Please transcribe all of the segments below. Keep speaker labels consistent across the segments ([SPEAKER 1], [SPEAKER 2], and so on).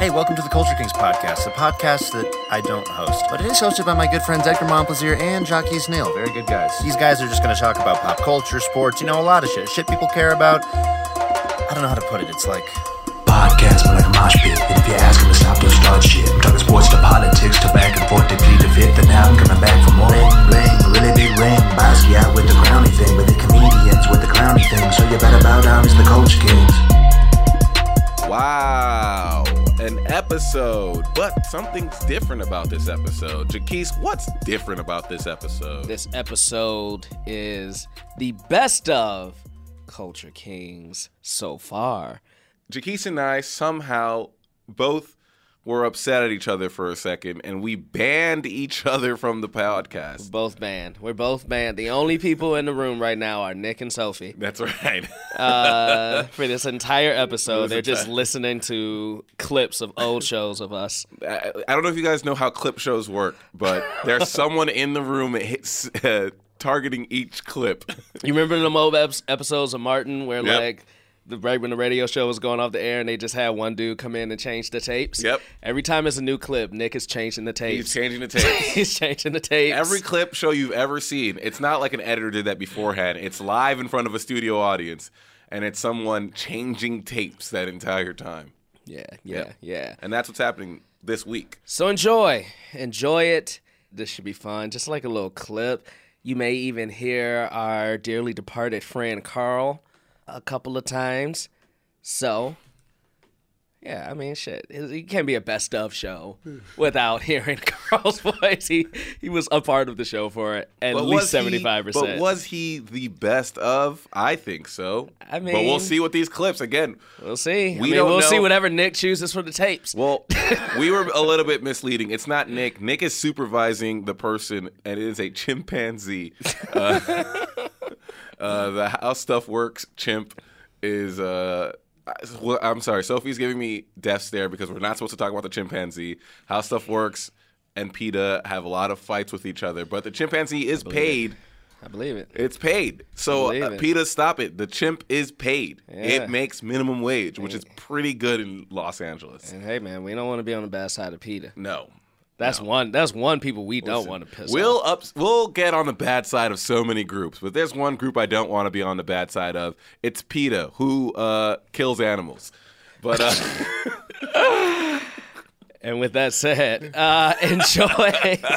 [SPEAKER 1] Hey, welcome to the Culture Kings podcast, the podcast that I don't host, but it is hosted by my good friends Edgar Montplaisir and Jockey Snail. Very good guys. These guys are just going to talk about pop culture, sports, you know, a lot of shit. Shit people care about. I don't know how to put it. It's like
[SPEAKER 2] Podcast but like a mosh pit. And if you ask him to stop, he'll start shit. I'm talking sports to politics to back and forth to plead the fifth. And now I'm coming back for more. Bling, bling, a really big ring. Basquiat with the crowny thing, but the comedians with the clowny thing. So you better bow down as the coach kings.
[SPEAKER 3] Wow, an episode. But something's different about this episode. Jaquise, what's different about this episode?
[SPEAKER 4] This episode is the best of Culture Kings so far.
[SPEAKER 3] Jaquise and I somehow both were upset at each other for a second and we banned each other from the podcast.
[SPEAKER 4] Both banned. We're both banned. The only people in the room right now are Nick and Sophie.
[SPEAKER 3] That's right.
[SPEAKER 4] Uh, for this entire episode, they're just listening to clips of old shows of us.
[SPEAKER 3] I, I don't know if you guys know how clip shows work, but there's someone in the room that hits, uh, targeting each clip.
[SPEAKER 4] You remember the old eps- episodes of Martin where
[SPEAKER 3] Yep.
[SPEAKER 4] like the right when the radio show was going off the air and they just had one dude come in and change the tapes.
[SPEAKER 3] Yep.
[SPEAKER 4] Every time it's a new clip, Nick is changing the
[SPEAKER 3] He's
[SPEAKER 4] tapes.
[SPEAKER 3] changing the tape.
[SPEAKER 4] He's changing the tapes.
[SPEAKER 3] Every clip show you've ever seen, it's not like an editor did that beforehand. It's live in front of a studio audience, and it's someone changing tapes that entire time.
[SPEAKER 4] yeah, yeah,
[SPEAKER 3] Yep.
[SPEAKER 4] yeah.
[SPEAKER 3] And that's what's happening this week.
[SPEAKER 4] So enjoy, enjoy it. This should be fun. Just like a little clip. You may even hear our dearly departed friend Carl a couple of times. So, yeah, I mean, shit, it it can't be a best of show without hearing Carl's voice. He he was a part of the show for at
[SPEAKER 3] But
[SPEAKER 4] least
[SPEAKER 3] was he-
[SPEAKER 4] seventy five
[SPEAKER 3] But
[SPEAKER 4] percent.
[SPEAKER 3] was he the best of? I think so.
[SPEAKER 4] I
[SPEAKER 3] but we'll
[SPEAKER 4] mean-
[SPEAKER 3] see with these clips again.
[SPEAKER 4] We'll see. I
[SPEAKER 3] We
[SPEAKER 4] mean,
[SPEAKER 3] don't
[SPEAKER 4] we'll see
[SPEAKER 3] know-
[SPEAKER 4] whatever Nick chooses from the tapes.
[SPEAKER 3] Well, we were a little bit misleading. It's not Nick. Nick is supervising the person, and it is a chimpanzee. Uh, uh, the How Stuff Works chimp is. Uh, I- well, I'm sorry. Sophie's giving me death stare because we're not supposed to talk about the chimpanzee. How Stuff Works and PETA have a lot of fights with each other, but the chimpanzee is paid.
[SPEAKER 4] I believe it.
[SPEAKER 3] It's paid. So
[SPEAKER 4] Believe
[SPEAKER 3] uh,
[SPEAKER 4] it.
[SPEAKER 3] PETA, stop it. The chimp is paid.
[SPEAKER 4] Yeah.
[SPEAKER 3] It makes minimum wage, which is pretty good in Los Angeles.
[SPEAKER 4] And hey, man, we don't want to be on the bad side of Peter.
[SPEAKER 3] No.
[SPEAKER 4] That's one. That's one people we don't want to piss
[SPEAKER 3] we'll
[SPEAKER 4] off.
[SPEAKER 3] up we'll get on the bad side of so many groups, but there's one group I don't want to be on the bad side of. It's PETA, who uh, kills animals. But uh,
[SPEAKER 4] And with that said, uh, enjoy.
[SPEAKER 3] it's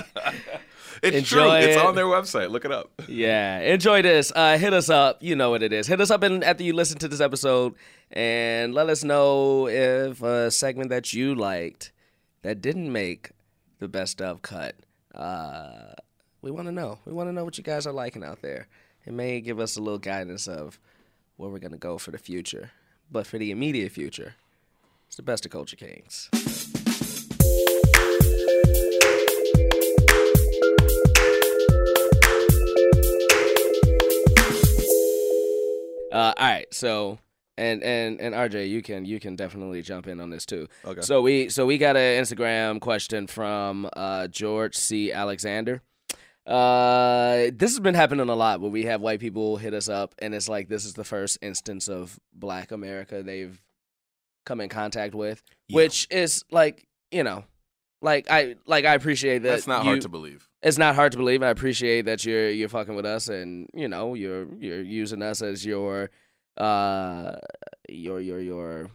[SPEAKER 3] true.
[SPEAKER 4] Enjoy
[SPEAKER 3] It's
[SPEAKER 4] it.
[SPEAKER 3] on their website. Look it up.
[SPEAKER 4] yeah, enjoy this. Uh, hit us up. You know what it is. Hit us up and after you listen to this episode, and let us know if a segment that you liked that didn't make the best of cut. Uh, we want to know. We want to know what you guys are liking out there. It may give us a little guidance of where we're gonna go for the future, but for the immediate future, it's the best of Culture Kings. Uh, all right, so and and and RJ, you can you can definitely jump in on this too.
[SPEAKER 3] Okay.
[SPEAKER 4] So we so we got an Instagram question from uh, George C. Alexander. Uh, this has been happening a lot where we have white people hit us up, and it's like this is the first instance of Black America they've come in contact with,
[SPEAKER 3] Yeah.
[SPEAKER 4] which is like you know, like I like I appreciate that.
[SPEAKER 3] That's not
[SPEAKER 4] you-
[SPEAKER 3] hard to believe.
[SPEAKER 4] it's not hard to believe. I appreciate that you're you're fucking with us, and you know you're you're using us as your uh your your your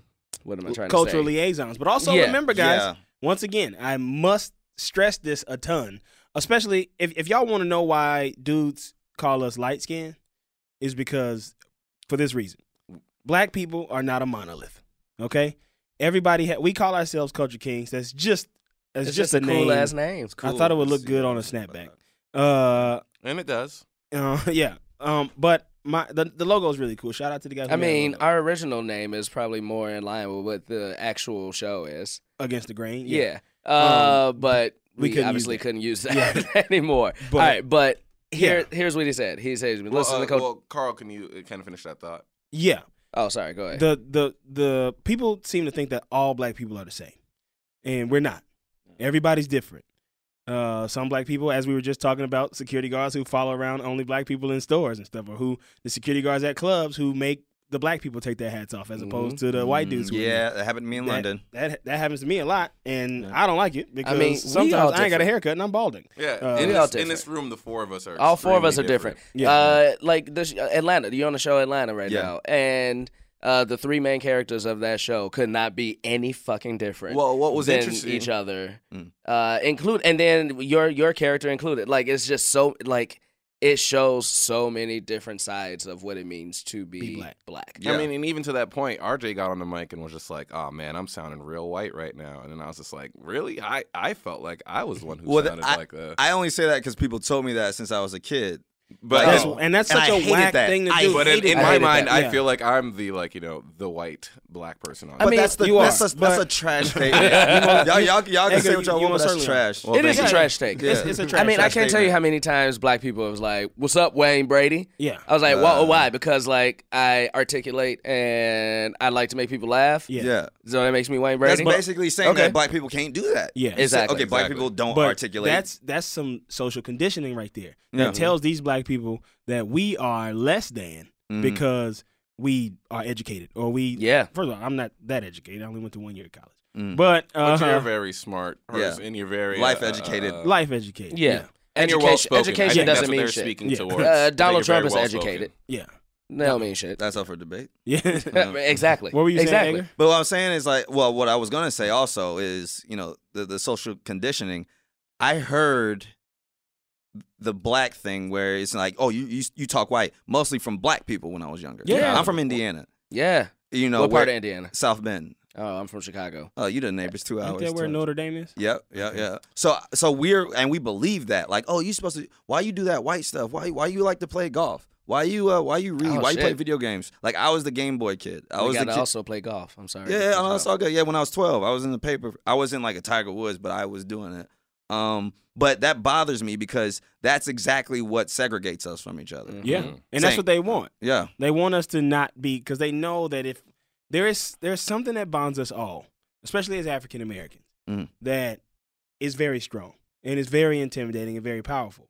[SPEAKER 4] what am I trying
[SPEAKER 5] cultural
[SPEAKER 4] to say?
[SPEAKER 5] liaisons. But also
[SPEAKER 4] Yeah.
[SPEAKER 5] remember, guys,
[SPEAKER 3] Yeah.
[SPEAKER 5] once again, I must stress this a ton, especially if, if y'all want to know why dudes call us light skin, is because for this reason black people are not a monolith, okay? Everybody, ha- we call ourselves culture kings. That's just that's
[SPEAKER 4] It's just, a cool
[SPEAKER 5] name.
[SPEAKER 4] ass name.
[SPEAKER 5] I thought it would look good on a snapback. Uh,
[SPEAKER 3] and it does.
[SPEAKER 5] uh, yeah. Um, but my the, the logo is really cool. Shout out to the guys. who uh,
[SPEAKER 4] I
[SPEAKER 5] made the
[SPEAKER 4] mean,
[SPEAKER 5] logo.
[SPEAKER 4] our original name is probably more in line with what the actual show is.
[SPEAKER 5] against the grain.
[SPEAKER 4] Yeah. Uh, but
[SPEAKER 5] Um, we
[SPEAKER 4] we,
[SPEAKER 5] couldn't use
[SPEAKER 4] obviously
[SPEAKER 5] that.
[SPEAKER 4] couldn't use that anymore.
[SPEAKER 5] But-
[SPEAKER 4] All right, but here here's what he said. He says, "Listen to the coach."
[SPEAKER 3] uh, Carl, can you kind of finish that thought?
[SPEAKER 5] yeah.
[SPEAKER 4] oh, sorry. Go ahead.
[SPEAKER 5] the the the people seem to think that all black people are the same, and we're not.
[SPEAKER 6] Mm.
[SPEAKER 5] Everybody's different. Uh, some black people, as we were just talking about, security guards who follow around only black people in stores and stuff, or who the security guards at clubs who make the black people take their hats off as opposed to the white
[SPEAKER 4] Mm,
[SPEAKER 5] dudes. who-
[SPEAKER 6] Mm-hmm. Yeah, that happened to me in
[SPEAKER 5] that,
[SPEAKER 6] London.
[SPEAKER 5] That that happens to me a lot, and I don't like it because
[SPEAKER 4] mean, we
[SPEAKER 5] sometimes I
[SPEAKER 4] all
[SPEAKER 5] ain't got a
[SPEAKER 4] different.
[SPEAKER 5] haircut and I'm balding.
[SPEAKER 3] Yeah,
[SPEAKER 5] Uh,
[SPEAKER 3] in,
[SPEAKER 4] we all
[SPEAKER 3] this, in this
[SPEAKER 4] different.
[SPEAKER 3] room, the four of us are.
[SPEAKER 4] All four of us are
[SPEAKER 3] extremely
[SPEAKER 4] different.
[SPEAKER 5] Yeah.
[SPEAKER 4] Uh, like this, Atlanta. You're on the show Atlanta right
[SPEAKER 6] Yeah.
[SPEAKER 4] now, and uh, the three main characters of that show could not be any fucking different.
[SPEAKER 6] Well, what was
[SPEAKER 4] than
[SPEAKER 6] interesting-
[SPEAKER 4] each other,
[SPEAKER 6] Mm.
[SPEAKER 4] uh, include, and then your your character included. Like it's just so like it shows so many different sides of what it means to be,
[SPEAKER 5] Be black.
[SPEAKER 6] Yeah.
[SPEAKER 3] I mean, and even to that point, RJ got on the mic and was just like, "Oh man, I'm sounding real white right now," and then I was just like, "Really? I I felt like I was the one who
[SPEAKER 6] Well, th-
[SPEAKER 3] sounded like that."
[SPEAKER 6] I only say that because people told me that since I was a kid.
[SPEAKER 3] but
[SPEAKER 6] Like,
[SPEAKER 5] That's,
[SPEAKER 6] Oh.
[SPEAKER 5] and that's
[SPEAKER 6] And
[SPEAKER 5] such
[SPEAKER 6] I
[SPEAKER 5] a
[SPEAKER 6] hated
[SPEAKER 5] whack
[SPEAKER 6] that.
[SPEAKER 5] thing to
[SPEAKER 6] I
[SPEAKER 5] do.
[SPEAKER 3] but in, in
[SPEAKER 4] I
[SPEAKER 3] my
[SPEAKER 4] hated
[SPEAKER 3] mind,
[SPEAKER 5] that.
[SPEAKER 3] I
[SPEAKER 5] Yeah.
[SPEAKER 3] feel like I'm the like you know the white black person. On
[SPEAKER 4] I
[SPEAKER 6] But
[SPEAKER 3] it.
[SPEAKER 4] mean,
[SPEAKER 6] that's the
[SPEAKER 5] you
[SPEAKER 6] that's,
[SPEAKER 5] are,
[SPEAKER 6] a, that's
[SPEAKER 5] but-
[SPEAKER 6] a trash statement. y'all, y'all, y'all can
[SPEAKER 5] Edgar,
[SPEAKER 6] say what y'all
[SPEAKER 5] you- you most
[SPEAKER 6] want, but that's
[SPEAKER 5] certainly-
[SPEAKER 6] trash.
[SPEAKER 3] Well,
[SPEAKER 4] it is
[SPEAKER 3] thank
[SPEAKER 4] a
[SPEAKER 3] you.
[SPEAKER 4] trash take.
[SPEAKER 6] Yeah.
[SPEAKER 5] It's, it's a trash.
[SPEAKER 4] I mean, I
[SPEAKER 5] trash
[SPEAKER 4] can't tell
[SPEAKER 5] statement.
[SPEAKER 4] you how many times black people was like, "What's up, Wayne Brady?"
[SPEAKER 5] Yeah.
[SPEAKER 4] I was like, "Why? oh, Why?" Because like I articulate and I like to make people laugh.
[SPEAKER 5] Yeah.
[SPEAKER 6] yeah.
[SPEAKER 4] So that makes me Wayne
[SPEAKER 6] That's
[SPEAKER 4] Brady.
[SPEAKER 6] basically saying
[SPEAKER 4] Okay.
[SPEAKER 6] that black people can't do that.
[SPEAKER 5] Yeah.
[SPEAKER 6] You said,
[SPEAKER 4] Exactly,
[SPEAKER 6] okay, black
[SPEAKER 3] exactly.
[SPEAKER 6] people don't
[SPEAKER 5] but
[SPEAKER 6] articulate.
[SPEAKER 5] That's that's some social conditioning right there.
[SPEAKER 6] Yeah.
[SPEAKER 5] That tells these black people that we are less than
[SPEAKER 6] Mhm.
[SPEAKER 5] because we are educated or we.
[SPEAKER 4] Yeah.
[SPEAKER 5] First of all, I'm not that educated. I only went to one year of college,
[SPEAKER 6] Mm.
[SPEAKER 5] but
[SPEAKER 4] Uh-huh.
[SPEAKER 5] uh,
[SPEAKER 3] But you're very smart, or
[SPEAKER 6] Yeah.
[SPEAKER 3] and you're very uh,
[SPEAKER 6] Life educated.
[SPEAKER 5] life educated.
[SPEAKER 4] Yeah.
[SPEAKER 3] and
[SPEAKER 4] education,
[SPEAKER 3] you're well spoken. I
[SPEAKER 4] education
[SPEAKER 3] think that's
[SPEAKER 4] doesn't
[SPEAKER 3] what
[SPEAKER 4] mean
[SPEAKER 3] they're
[SPEAKER 4] shit.
[SPEAKER 3] Speaking
[SPEAKER 5] Yeah.
[SPEAKER 3] towards. I
[SPEAKER 4] Uh,
[SPEAKER 3] think
[SPEAKER 4] Donald
[SPEAKER 3] you're very
[SPEAKER 4] Trump is
[SPEAKER 3] well spoken.
[SPEAKER 4] educated.
[SPEAKER 5] yeah,
[SPEAKER 4] That don't mean shit.
[SPEAKER 6] that's up for debate.
[SPEAKER 5] yeah. yeah.
[SPEAKER 4] Uh, exactly.
[SPEAKER 5] What were you saying,
[SPEAKER 4] exactly.
[SPEAKER 5] Edgar?
[SPEAKER 6] But what I'm saying is like, well, what I was gonna say also is, you know, the, the social conditioning. I heard the black thing where it's like, oh, you, you you talk white, mostly from black people when I was younger.
[SPEAKER 5] Yeah.
[SPEAKER 6] I'm from Indiana.
[SPEAKER 4] Yeah.
[SPEAKER 6] You know,
[SPEAKER 4] what
[SPEAKER 6] where-
[SPEAKER 4] part of Indiana?
[SPEAKER 6] South Bend.
[SPEAKER 4] Oh, I'm from Chicago.
[SPEAKER 6] Oh, you the neighbors two
[SPEAKER 5] Ain't
[SPEAKER 6] hours.
[SPEAKER 5] that where
[SPEAKER 6] two hours.
[SPEAKER 5] Notre Dame is?
[SPEAKER 6] Yep, yeah, yeah. So, so we're and we believe that, like, oh, you supposed to? Why you do that white stuff? Why, why you like to play golf? Why you, uh, why you read?
[SPEAKER 4] Oh,
[SPEAKER 6] why you play
[SPEAKER 4] shit.
[SPEAKER 6] video games? Like, I was the Game Boy kid. I
[SPEAKER 4] I
[SPEAKER 6] was the
[SPEAKER 4] gotta
[SPEAKER 6] kid.
[SPEAKER 4] also play golf. I'm sorry.
[SPEAKER 6] Yeah, yeah, no, it's all good. Yeah, when I was twelve, I was in the paper. I wasn't like a Tiger Woods, but I was doing it. Um, but that bothers me because that's exactly what segregates us from each other.
[SPEAKER 5] Yeah,
[SPEAKER 4] Mm-hmm.
[SPEAKER 3] Mhm.
[SPEAKER 5] and that's
[SPEAKER 6] Same.
[SPEAKER 5] what they want.
[SPEAKER 6] Yeah,
[SPEAKER 5] They want us to not be because they know that if there is there's something that bonds us all, especially as African Americans,
[SPEAKER 6] Mhm.
[SPEAKER 5] that is very strong and is very intimidating and very powerful.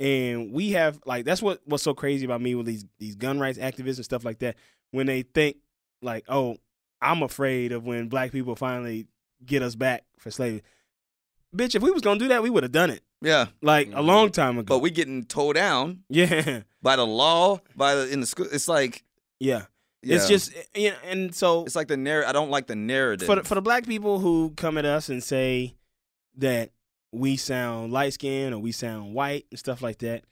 [SPEAKER 5] And we have like that's what what's so crazy about me with these these gun rights activists and stuff like that when they think like oh I'm afraid of when black people finally get us back for slavery. Bitch, if we was gonna do that, we would have done it
[SPEAKER 6] yeah.
[SPEAKER 5] like a long time ago.
[SPEAKER 6] Mm. But we getting towed down
[SPEAKER 5] yeah,
[SPEAKER 6] by the law, by the in the school. It's like
[SPEAKER 5] yeah.
[SPEAKER 6] yeah.
[SPEAKER 5] It's just eh, yeah, and so
[SPEAKER 6] it's like the narr. I don't like the narrative.
[SPEAKER 5] for the, for the black people who come at us and say that we sound light skinned or we sound white and stuff like that,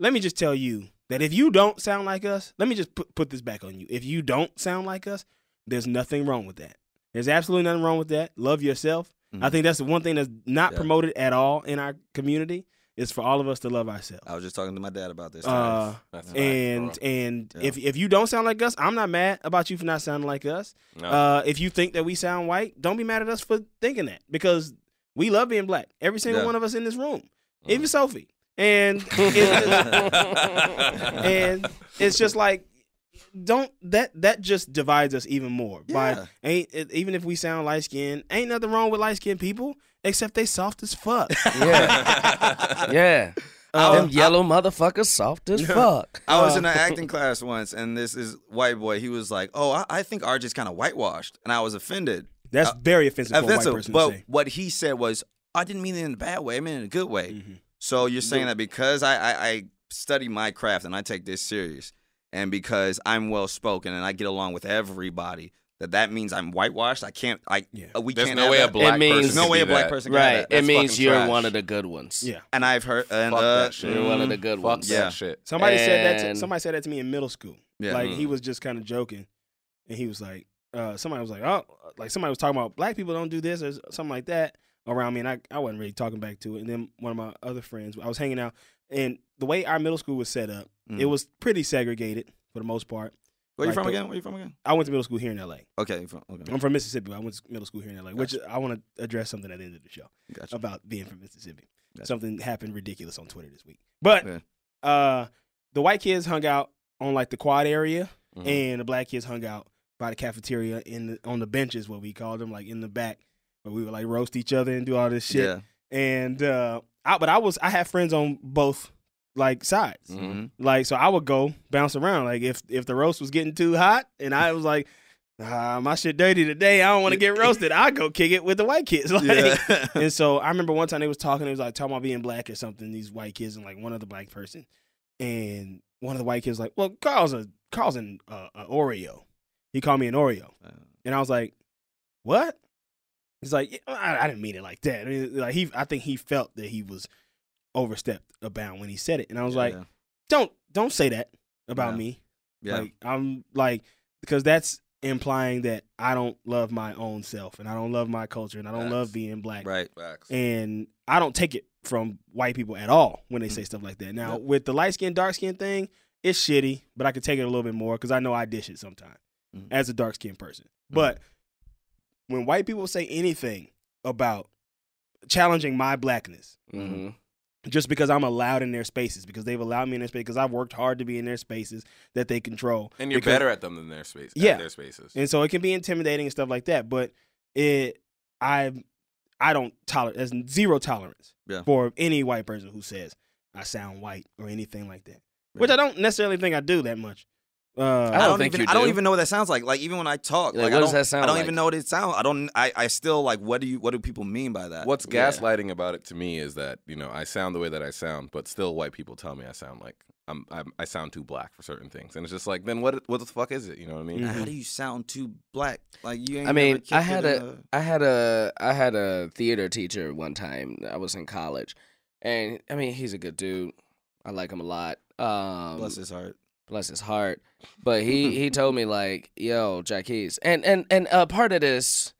[SPEAKER 5] let me just tell you that if you don't sound like us, let me just put, put this back on you. If you don't sound like us, there's nothing wrong with that. There's absolutely nothing wrong with that. Love yourself. I
[SPEAKER 6] Mhm.
[SPEAKER 5] think that's the one thing that's not
[SPEAKER 6] Yeah.
[SPEAKER 5] promoted at all in our community is for all of us to love ourselves.
[SPEAKER 6] I was just talking to my dad about this.
[SPEAKER 5] Uh,
[SPEAKER 3] That's facts,
[SPEAKER 5] and
[SPEAKER 3] bro.
[SPEAKER 5] and
[SPEAKER 6] Yeah.
[SPEAKER 5] if if you don't sound like us, I'm not mad about you for not sounding like us.
[SPEAKER 3] No.
[SPEAKER 5] Uh, if you think that we sound white, don't be mad at us for thinking that because we love being black. Every single
[SPEAKER 6] Yeah. Mm.
[SPEAKER 5] one of us in this room, even Sophie. And it's, and it's just like don't that that just divides us even more.
[SPEAKER 6] Yeah.
[SPEAKER 5] By ain't it, even if we sound light skinned, ain't nothing wrong with light skinned people except they soft as fuck.
[SPEAKER 4] Yeah. yeah. Them yellow motherfuckers soft as fuck. Uh,
[SPEAKER 6] I was in an acting class once, and this is white boy. He was like, "Oh, I, I think RJ's kind of whitewashed," and I was offended.
[SPEAKER 5] That's very offensive, for a white
[SPEAKER 6] offensive.
[SPEAKER 5] person
[SPEAKER 6] But
[SPEAKER 5] to say.
[SPEAKER 6] what he said was, "I didn't mean it in a bad way. I meant it in a good way."
[SPEAKER 5] Mm-hmm.
[SPEAKER 6] So you're saying that because I, I, I study my craft and I take this serious, and because I'm well spoken and I get along with everybody, that that means I'm whitewashed. I can't. I
[SPEAKER 5] Yeah.
[SPEAKER 6] uh, we
[SPEAKER 3] There's
[SPEAKER 6] can't. have
[SPEAKER 3] no way a
[SPEAKER 6] that.
[SPEAKER 3] black
[SPEAKER 4] It means-
[SPEAKER 6] There's
[SPEAKER 3] person
[SPEAKER 6] no
[SPEAKER 3] can
[SPEAKER 6] way
[SPEAKER 3] do
[SPEAKER 6] a black
[SPEAKER 3] that.
[SPEAKER 6] person can have
[SPEAKER 4] Right.
[SPEAKER 6] that.
[SPEAKER 4] It
[SPEAKER 6] That's
[SPEAKER 4] means
[SPEAKER 6] fucking
[SPEAKER 4] you're
[SPEAKER 6] trash.
[SPEAKER 4] one of the good ones.
[SPEAKER 5] Yeah.
[SPEAKER 6] And I've heard and
[SPEAKER 3] Fuck
[SPEAKER 6] uh,
[SPEAKER 3] that shit.
[SPEAKER 4] You're one of the good
[SPEAKER 3] Fuck
[SPEAKER 4] ones.
[SPEAKER 6] yeah.
[SPEAKER 3] that shit.
[SPEAKER 5] Somebody said that. To,
[SPEAKER 4] And-
[SPEAKER 5] somebody said that to me in middle school.
[SPEAKER 6] Yeah.
[SPEAKER 5] Like
[SPEAKER 3] Mm.
[SPEAKER 5] he was just kind of joking, and he was like, uh, somebody was like, oh, like somebody was talking about black people don't do this or something like that around me, and I, I wasn't really talking back to it. And then one of my other friends, I was hanging out, and the way our middle school was set up,
[SPEAKER 6] Mm.
[SPEAKER 5] it was pretty segregated for the most part.
[SPEAKER 6] Where you
[SPEAKER 5] like
[SPEAKER 6] from
[SPEAKER 5] the-
[SPEAKER 6] again? Where you from again?
[SPEAKER 5] I went to middle school here in L.A.
[SPEAKER 6] Okay, you from, okay,
[SPEAKER 5] I'm from Mississippi. but I went to middle school here in L.A., which I want to address something at the end of the show
[SPEAKER 6] gotcha.
[SPEAKER 5] about being from Mississippi.
[SPEAKER 6] Gotcha.
[SPEAKER 5] Something happened ridiculous on Twitter this week. But
[SPEAKER 6] Yeah.
[SPEAKER 5] uh, the white kids hung out on like the quad area,
[SPEAKER 6] Mm-hmm.
[SPEAKER 3] Mhm.
[SPEAKER 5] and the black kids hung out by the cafeteria in the, on the benches, what we called them, like in the back, where we would like roast each other and do all this shit.
[SPEAKER 6] Yeah.
[SPEAKER 5] And uh, I, but I was I had friends on both like sides.
[SPEAKER 6] Mm-hmm.
[SPEAKER 3] Mhm.
[SPEAKER 5] Like so, I would go bounce around. Like if if the roast was getting too hot, and I was like, ah, my shit dirty today. I don't want to get roasted. I go kick it with the white kids. Like,
[SPEAKER 6] Mm-hmm. Yeah.
[SPEAKER 5] and so I remember one time they was talking. It was like talking about being black or something. These white kids and like one other black person, and one of the white kids like, well, Carl's a Carl's an uh, a Oreo. He called me an Oreo, and I was like, what? He's like, "Yeah, I, I didn't mean it like that. I mean, like he, I think he felt that he was overstepped a bound when he said it, and I was like,
[SPEAKER 6] yeah.
[SPEAKER 5] don't don't say that about
[SPEAKER 6] Yeah.
[SPEAKER 5] me.
[SPEAKER 6] Yeah.
[SPEAKER 5] Like I'm like because that's implying that I don't love my own self and I don't love my culture and I don't love
[SPEAKER 6] Facts.
[SPEAKER 5] being black.
[SPEAKER 6] right.
[SPEAKER 4] Mm-hmm.
[SPEAKER 5] And I don't take it from white people at all when they say stuff like that. Now
[SPEAKER 6] Yeah.
[SPEAKER 5] with the light skin dark skin thing, it's shitty, but I can take it a little bit more because I know I dish it sometimes
[SPEAKER 6] Mhm.
[SPEAKER 5] as a dark skinned person. But when white people say anything about challenging my blackness,
[SPEAKER 6] mm-hmm.
[SPEAKER 3] Mm-hmm.
[SPEAKER 4] hmm
[SPEAKER 5] just because I'm allowed in their spaces, because they've allowed me in their space, because I've worked hard to be in their spaces that they control.
[SPEAKER 3] And you're
[SPEAKER 5] Because-
[SPEAKER 3] better at them than their space.
[SPEAKER 5] Yeah.
[SPEAKER 3] At their spaces.
[SPEAKER 5] And so it can be intimidating and stuff like that. But it, I, I don't tolerate. There's zero tolerance
[SPEAKER 6] Yeah.
[SPEAKER 5] for any white person who says I sound white or anything like that, which I don't necessarily think I do that much.
[SPEAKER 6] I
[SPEAKER 5] Uh,
[SPEAKER 4] don't
[SPEAKER 6] don't,
[SPEAKER 4] think
[SPEAKER 6] even,
[SPEAKER 4] you
[SPEAKER 6] I don't
[SPEAKER 4] do.
[SPEAKER 6] even know what that sounds like. Like even when I talk,
[SPEAKER 4] Like,
[SPEAKER 6] like,
[SPEAKER 4] what
[SPEAKER 6] I
[SPEAKER 4] does
[SPEAKER 6] don't-
[SPEAKER 4] that sound
[SPEAKER 6] I don't
[SPEAKER 4] like?
[SPEAKER 6] even know what it sounds. I don't. I, I still like. What do you? What do people mean by
[SPEAKER 5] Uh,
[SPEAKER 6] that?
[SPEAKER 3] What's
[SPEAKER 4] Yeah.
[SPEAKER 3] gaslighting about it to me is that you know I sound the way that I sound, but still white people tell me I sound like I'm, I'm I sound too black for certain things, and it's just like then what what the fuck is it? You know what I mean?
[SPEAKER 5] Mhm.
[SPEAKER 6] How do you sound too black? Like you. Ain't
[SPEAKER 4] I mean,
[SPEAKER 6] never
[SPEAKER 4] I
[SPEAKER 6] kicked
[SPEAKER 4] had
[SPEAKER 6] it in
[SPEAKER 4] a I had a I had a theater teacher one time. I was in college, and I mean he's a good dude. I like him a lot. Um,
[SPEAKER 6] Bless his heart.
[SPEAKER 4] bless his heart. But he he told me like, yo, Jack Keys, and and and uh, part of this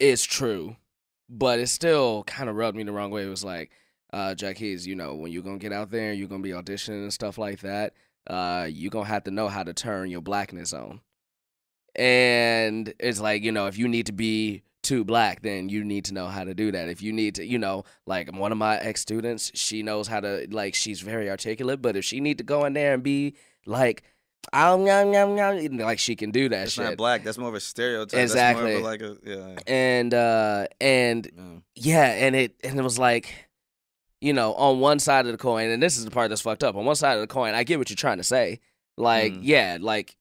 [SPEAKER 4] is true, but it still kind of rubbed me the wrong way. It was like, uh, Jack Keys, you know, when you're gonna get out there and you're gonna be auditioning and stuff like that, uh, you're gonna have to know how to turn your blackness on. And it's like, you know, if you need to be too black, then you need to know how to do that. If you need to, you know, like one of my ex students, she knows how to like she's very articulate, but if she need to go in there and be like, oh, yum, yum, yum, like she can do that
[SPEAKER 6] That's
[SPEAKER 4] shit.
[SPEAKER 6] not black. That's more of a stereotype.
[SPEAKER 4] Exactly.
[SPEAKER 6] That's more of a, like a yeah.
[SPEAKER 4] And uh and
[SPEAKER 6] yeah.
[SPEAKER 4] yeah, and it and it was like, you know, on one side of the coin, and this is the part that's fucked up. On one side of the coin, I get what you're trying to say. Like,
[SPEAKER 6] Mm.
[SPEAKER 4] yeah, like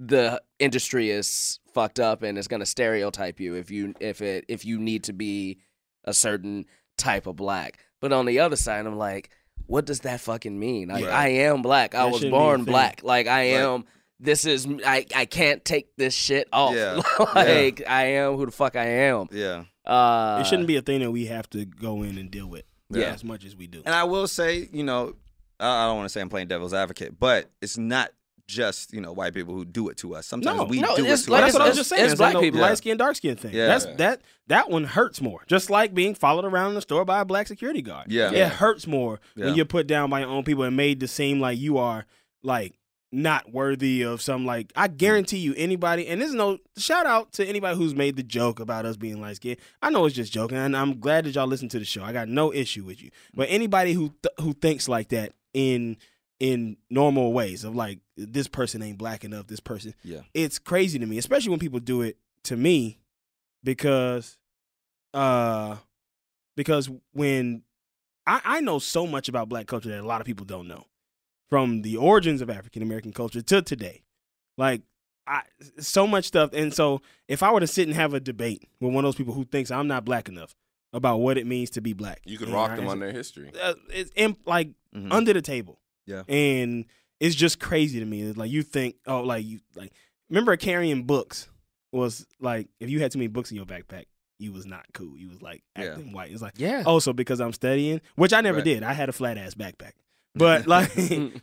[SPEAKER 4] the industry is fucked up and it's gonna stereotype you if you if it if you need to be a certain type of black. But on the other side, I'm like, what does that fucking mean? Like,
[SPEAKER 6] Right.
[SPEAKER 4] I am black. I
[SPEAKER 5] That
[SPEAKER 4] was
[SPEAKER 5] shouldn't be a
[SPEAKER 4] born
[SPEAKER 5] thing.
[SPEAKER 4] black. Like, I
[SPEAKER 6] Right.
[SPEAKER 4] am. This is I. I can't take this shit off.
[SPEAKER 6] Yeah.
[SPEAKER 4] like, I am who the fuck I am.
[SPEAKER 6] Yeah.
[SPEAKER 4] Uh,
[SPEAKER 5] it shouldn't be a thing that we have to go in and deal with
[SPEAKER 4] Yeah.
[SPEAKER 5] as much as we do.
[SPEAKER 6] And I will say, you know, I I don't want to say I'm playing devil's advocate, but it's not just you know white people who do it to us. Sometimes
[SPEAKER 5] No,
[SPEAKER 6] we
[SPEAKER 4] no,
[SPEAKER 6] do it
[SPEAKER 4] it's
[SPEAKER 6] to
[SPEAKER 4] like-
[SPEAKER 5] that's
[SPEAKER 6] us.
[SPEAKER 5] what I was just saying.
[SPEAKER 4] it's
[SPEAKER 5] It's like
[SPEAKER 4] black
[SPEAKER 5] the
[SPEAKER 4] people.
[SPEAKER 5] light skin, dark skin thing.
[SPEAKER 6] Yeah.
[SPEAKER 5] That's that that one hurts more. Just like being followed around in the store by a black security guard.
[SPEAKER 6] Yeah.
[SPEAKER 5] It
[SPEAKER 6] Yeah.
[SPEAKER 5] hurts more
[SPEAKER 6] Yeah.
[SPEAKER 5] when you're put down by your own people and made to seem like you are like not worthy of some like I
[SPEAKER 6] Mm.
[SPEAKER 5] guarantee you anybody and this is no shout out to anybody who's made the joke about us being light skinned. I know it's just joking and I'm glad that y'all listen to the show. I got no issue with you.
[SPEAKER 6] Mm.
[SPEAKER 5] But anybody who th- who thinks like that in in normal ways of like this person ain't black enough, this person
[SPEAKER 6] yeah,
[SPEAKER 5] it's crazy to me, especially when people do it to me, because, uh, because when I, I know so much about Black culture that a lot of people don't know, from the origins of African American culture to today, like I so much stuff. And so if I were to sit and have a debate with one of those people who thinks I'm not Black enough about what it means to be Black,
[SPEAKER 3] You could
[SPEAKER 5] and
[SPEAKER 3] rock
[SPEAKER 5] I
[SPEAKER 3] them on
[SPEAKER 5] answer-
[SPEAKER 3] their history.
[SPEAKER 5] Uh, it's imp- like
[SPEAKER 6] Mhm.
[SPEAKER 5] under the table.
[SPEAKER 6] Yeah.
[SPEAKER 5] And it's just crazy to me. It's like you think, oh, like you like remember carrying books was like if you had too many books in your backpack, you was not cool. You was like
[SPEAKER 6] Yeah.
[SPEAKER 5] acting white. It's like
[SPEAKER 4] Yeah.
[SPEAKER 5] oh, so because I'm studying, which I never
[SPEAKER 6] Right.
[SPEAKER 5] did. I had a flat ass backpack. But like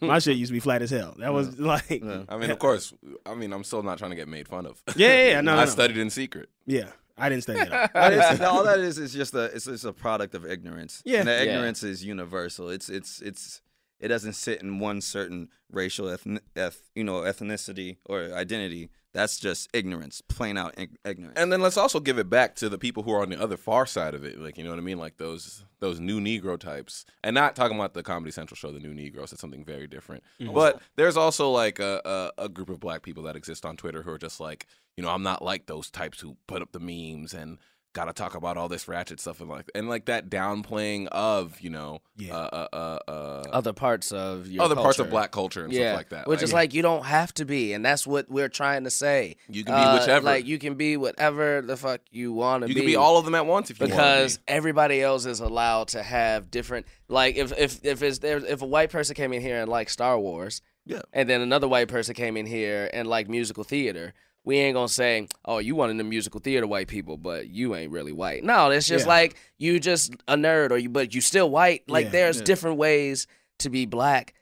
[SPEAKER 5] my shit used to be flat as hell. That was like
[SPEAKER 6] Yeah.
[SPEAKER 3] I mean, of course. I mean, I'm still not trying to get made fun of.
[SPEAKER 5] Yeah, yeah, yeah. No, no,
[SPEAKER 3] I
[SPEAKER 5] no.
[SPEAKER 3] studied in secret.
[SPEAKER 5] Yeah. I didn't study at all.
[SPEAKER 6] That is- no, all that is is just a it's, it's a product of ignorance.
[SPEAKER 5] Yeah.
[SPEAKER 6] and that
[SPEAKER 4] Yeah.
[SPEAKER 6] ignorance is universal. It's it's it's it doesn't sit in one certain racial ethn, eth, you know ethnicity or identity. That's just ignorance, plain out ig- ignorance.
[SPEAKER 3] And then let's also give it back to the people who are on the other far side of it. Like, you know what I mean? Like those those new Negro types. And not talking about the Comedy Central show, The New Negroes. It's something very different.
[SPEAKER 4] Mm-hmm.
[SPEAKER 3] But there's also like a, a, a group of black people that exist on Twitter who are just like, you know, I'm not like those types who put up the memes and gotta talk about all this ratchet stuff and like and like that downplaying of you know
[SPEAKER 5] Yeah.
[SPEAKER 3] uh, uh, uh, uh,
[SPEAKER 4] Other parts of your
[SPEAKER 3] other parts of
[SPEAKER 4] culture.
[SPEAKER 3] black culture and
[SPEAKER 4] yeah,
[SPEAKER 3] stuff like that.
[SPEAKER 4] Which is like you don't have to be, and that's what we're trying to say. Uh,
[SPEAKER 3] You can be whichever.
[SPEAKER 4] Like you can be whatever the fuck you want to be.
[SPEAKER 3] you can be all of them at once if you
[SPEAKER 4] because
[SPEAKER 3] want
[SPEAKER 4] everybody else is allowed to have different. Like if if if it's there, if a white person came in here and liked Star Wars,
[SPEAKER 3] Yeah.
[SPEAKER 4] and then another white person came in here and liked musical theater. We ain't gonna say, oh, you wanted the musical theater white people, but you ain't really white. No, it's just
[SPEAKER 5] Yeah.
[SPEAKER 4] like you just a nerd, or you, but you still white. Like
[SPEAKER 5] Yeah.
[SPEAKER 4] there's different ways to be black.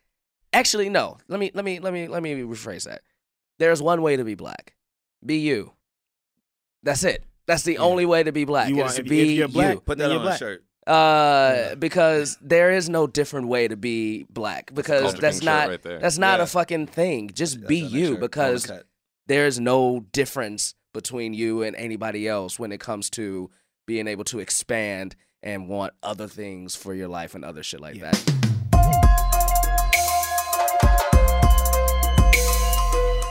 [SPEAKER 4] Actually, no. Let me let me let me let me rephrase that. There's one way to be black. Be you. That's it. That's the only way to be black.
[SPEAKER 5] You
[SPEAKER 4] is
[SPEAKER 5] are-
[SPEAKER 4] to
[SPEAKER 5] if- if
[SPEAKER 4] be
[SPEAKER 5] you're black,
[SPEAKER 4] you.
[SPEAKER 6] Put
[SPEAKER 5] Then
[SPEAKER 6] that
[SPEAKER 5] you're
[SPEAKER 6] on a
[SPEAKER 5] black.
[SPEAKER 6] shirt.
[SPEAKER 4] Uh, because there is no different way to be black because
[SPEAKER 3] culture
[SPEAKER 4] that's
[SPEAKER 3] thing shirt
[SPEAKER 4] not
[SPEAKER 3] right there.
[SPEAKER 4] that's not
[SPEAKER 6] Yeah.
[SPEAKER 4] a fucking thing. Just be
[SPEAKER 6] That's on a
[SPEAKER 4] you
[SPEAKER 6] shirt.
[SPEAKER 4] because
[SPEAKER 6] On a cut.
[SPEAKER 4] there's no difference between you and anybody else when it comes to being able to expand and want other things for your life and other shit like
[SPEAKER 5] Yeah.
[SPEAKER 4] that.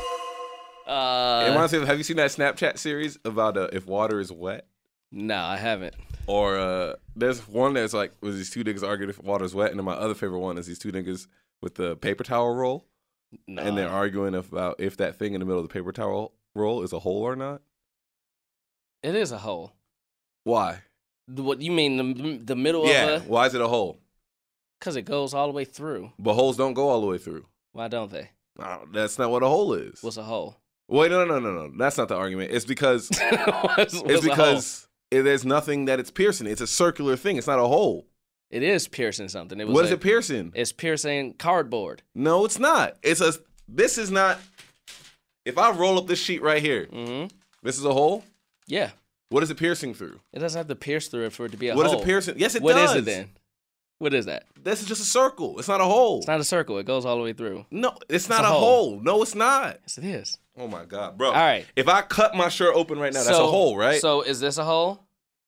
[SPEAKER 3] to be.
[SPEAKER 4] Uh,
[SPEAKER 3] It reminds me of- have you seen that Snapchat series about uh, if water is wet?
[SPEAKER 4] no, I haven't.
[SPEAKER 3] Or uh, there's one that's like was these two niggas arguing if water's wet, and then my other favorite one is these two niggas with the paper towel roll,
[SPEAKER 4] No,
[SPEAKER 3] and they're arguing about if that thing in the middle of the paper towel roll is a hole or not.
[SPEAKER 4] it is a hole.
[SPEAKER 3] Why?
[SPEAKER 4] The- What you mean the the middle
[SPEAKER 3] yeah.
[SPEAKER 4] of a
[SPEAKER 3] Why is it a hole?
[SPEAKER 4] because it goes all the way through.
[SPEAKER 3] But holes don't go all the way through.
[SPEAKER 4] Why don't they?
[SPEAKER 3] Oh, that's not what a hole is.
[SPEAKER 4] What's a hole?
[SPEAKER 3] Wait, no, no, no, no. That's not the argument. It's because
[SPEAKER 4] What's-
[SPEAKER 3] it's
[SPEAKER 4] what's a hole?
[SPEAKER 3] because it, there's nothing that it's piercing. It's a circular thing. It's not a hole.
[SPEAKER 4] it is piercing something. It was
[SPEAKER 3] What is
[SPEAKER 4] a-
[SPEAKER 3] it piercing?
[SPEAKER 4] It's piercing cardboard.
[SPEAKER 3] No, it's not. It's a. This is not. If I roll up this sheet right here,
[SPEAKER 4] hmm
[SPEAKER 3] this is a hole.
[SPEAKER 4] Yeah,
[SPEAKER 3] What is it piercing through?
[SPEAKER 4] it doesn't have to pierce through it for it to be a
[SPEAKER 3] What is
[SPEAKER 4] hole.
[SPEAKER 3] it piercing? Yes, it
[SPEAKER 4] What
[SPEAKER 3] does.
[SPEAKER 4] is it then? What is that?
[SPEAKER 3] This is just a circle. It's not a hole.
[SPEAKER 4] It's not a circle. It goes all the way through.
[SPEAKER 3] no, it's not
[SPEAKER 4] a
[SPEAKER 3] a,
[SPEAKER 4] hole.
[SPEAKER 3] hole. No, it's not.
[SPEAKER 4] Yes, it is.
[SPEAKER 3] Oh my god, bro. All
[SPEAKER 4] right.
[SPEAKER 3] If I cut my shirt open right now, that's a hole, right?
[SPEAKER 4] So is this a hole?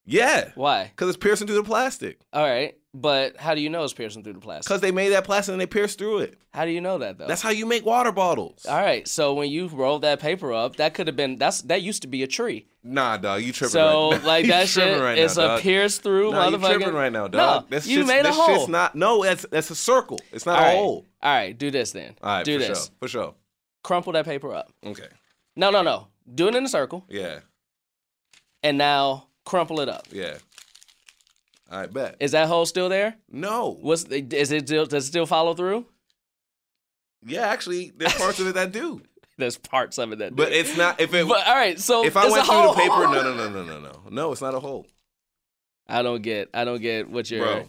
[SPEAKER 3] yeah.
[SPEAKER 4] Why?
[SPEAKER 3] Because it's piercing through the plastic.
[SPEAKER 4] All right, but how do you know it's piercing through the plastic?
[SPEAKER 3] Because they made that plastic and they pierced through it.
[SPEAKER 4] How do you know that though?
[SPEAKER 3] That's how you make water bottles.
[SPEAKER 4] Oh. all right, so when you rolled that paper up, that could have been that's that used to be a tree.
[SPEAKER 3] Nah, dog, you tripping.
[SPEAKER 4] So
[SPEAKER 3] right now.
[SPEAKER 4] like
[SPEAKER 3] You
[SPEAKER 4] that
[SPEAKER 3] tripping
[SPEAKER 4] shit
[SPEAKER 3] right
[SPEAKER 4] is
[SPEAKER 3] now,
[SPEAKER 4] a
[SPEAKER 3] dog.
[SPEAKER 4] pierce through
[SPEAKER 3] Nah, you
[SPEAKER 4] motherfucker.
[SPEAKER 3] tripping right now,
[SPEAKER 4] No,
[SPEAKER 3] dog. This
[SPEAKER 4] you
[SPEAKER 3] shit's-
[SPEAKER 4] made a
[SPEAKER 3] this
[SPEAKER 4] hole.
[SPEAKER 3] Shit's not. No, that's that's a circle. It's not
[SPEAKER 4] all
[SPEAKER 3] a
[SPEAKER 4] right.
[SPEAKER 3] hole.
[SPEAKER 4] All right, do this then.
[SPEAKER 3] All right,
[SPEAKER 4] do
[SPEAKER 3] for
[SPEAKER 4] this.
[SPEAKER 3] sure. For sure.
[SPEAKER 4] Crumple that paper up.
[SPEAKER 3] Okay.
[SPEAKER 4] No, no, no. Do it in a circle,
[SPEAKER 3] Yeah.
[SPEAKER 4] and now crumple it up.
[SPEAKER 3] Yeah. I bet.
[SPEAKER 4] Is that hole still there?
[SPEAKER 3] no.
[SPEAKER 4] What's is it? Still, does it still follow through?
[SPEAKER 3] Yeah, actually, there's parts of it that do,
[SPEAKER 4] There's parts of it that. do.
[SPEAKER 3] but it's not. If it,
[SPEAKER 4] But all right, so
[SPEAKER 3] if I
[SPEAKER 4] it's a
[SPEAKER 3] went through the
[SPEAKER 4] hole.
[SPEAKER 3] paper, no, no, no, no, no, no, no, it's not a hole,
[SPEAKER 4] I don't get. I don't get what you're.
[SPEAKER 3] bro.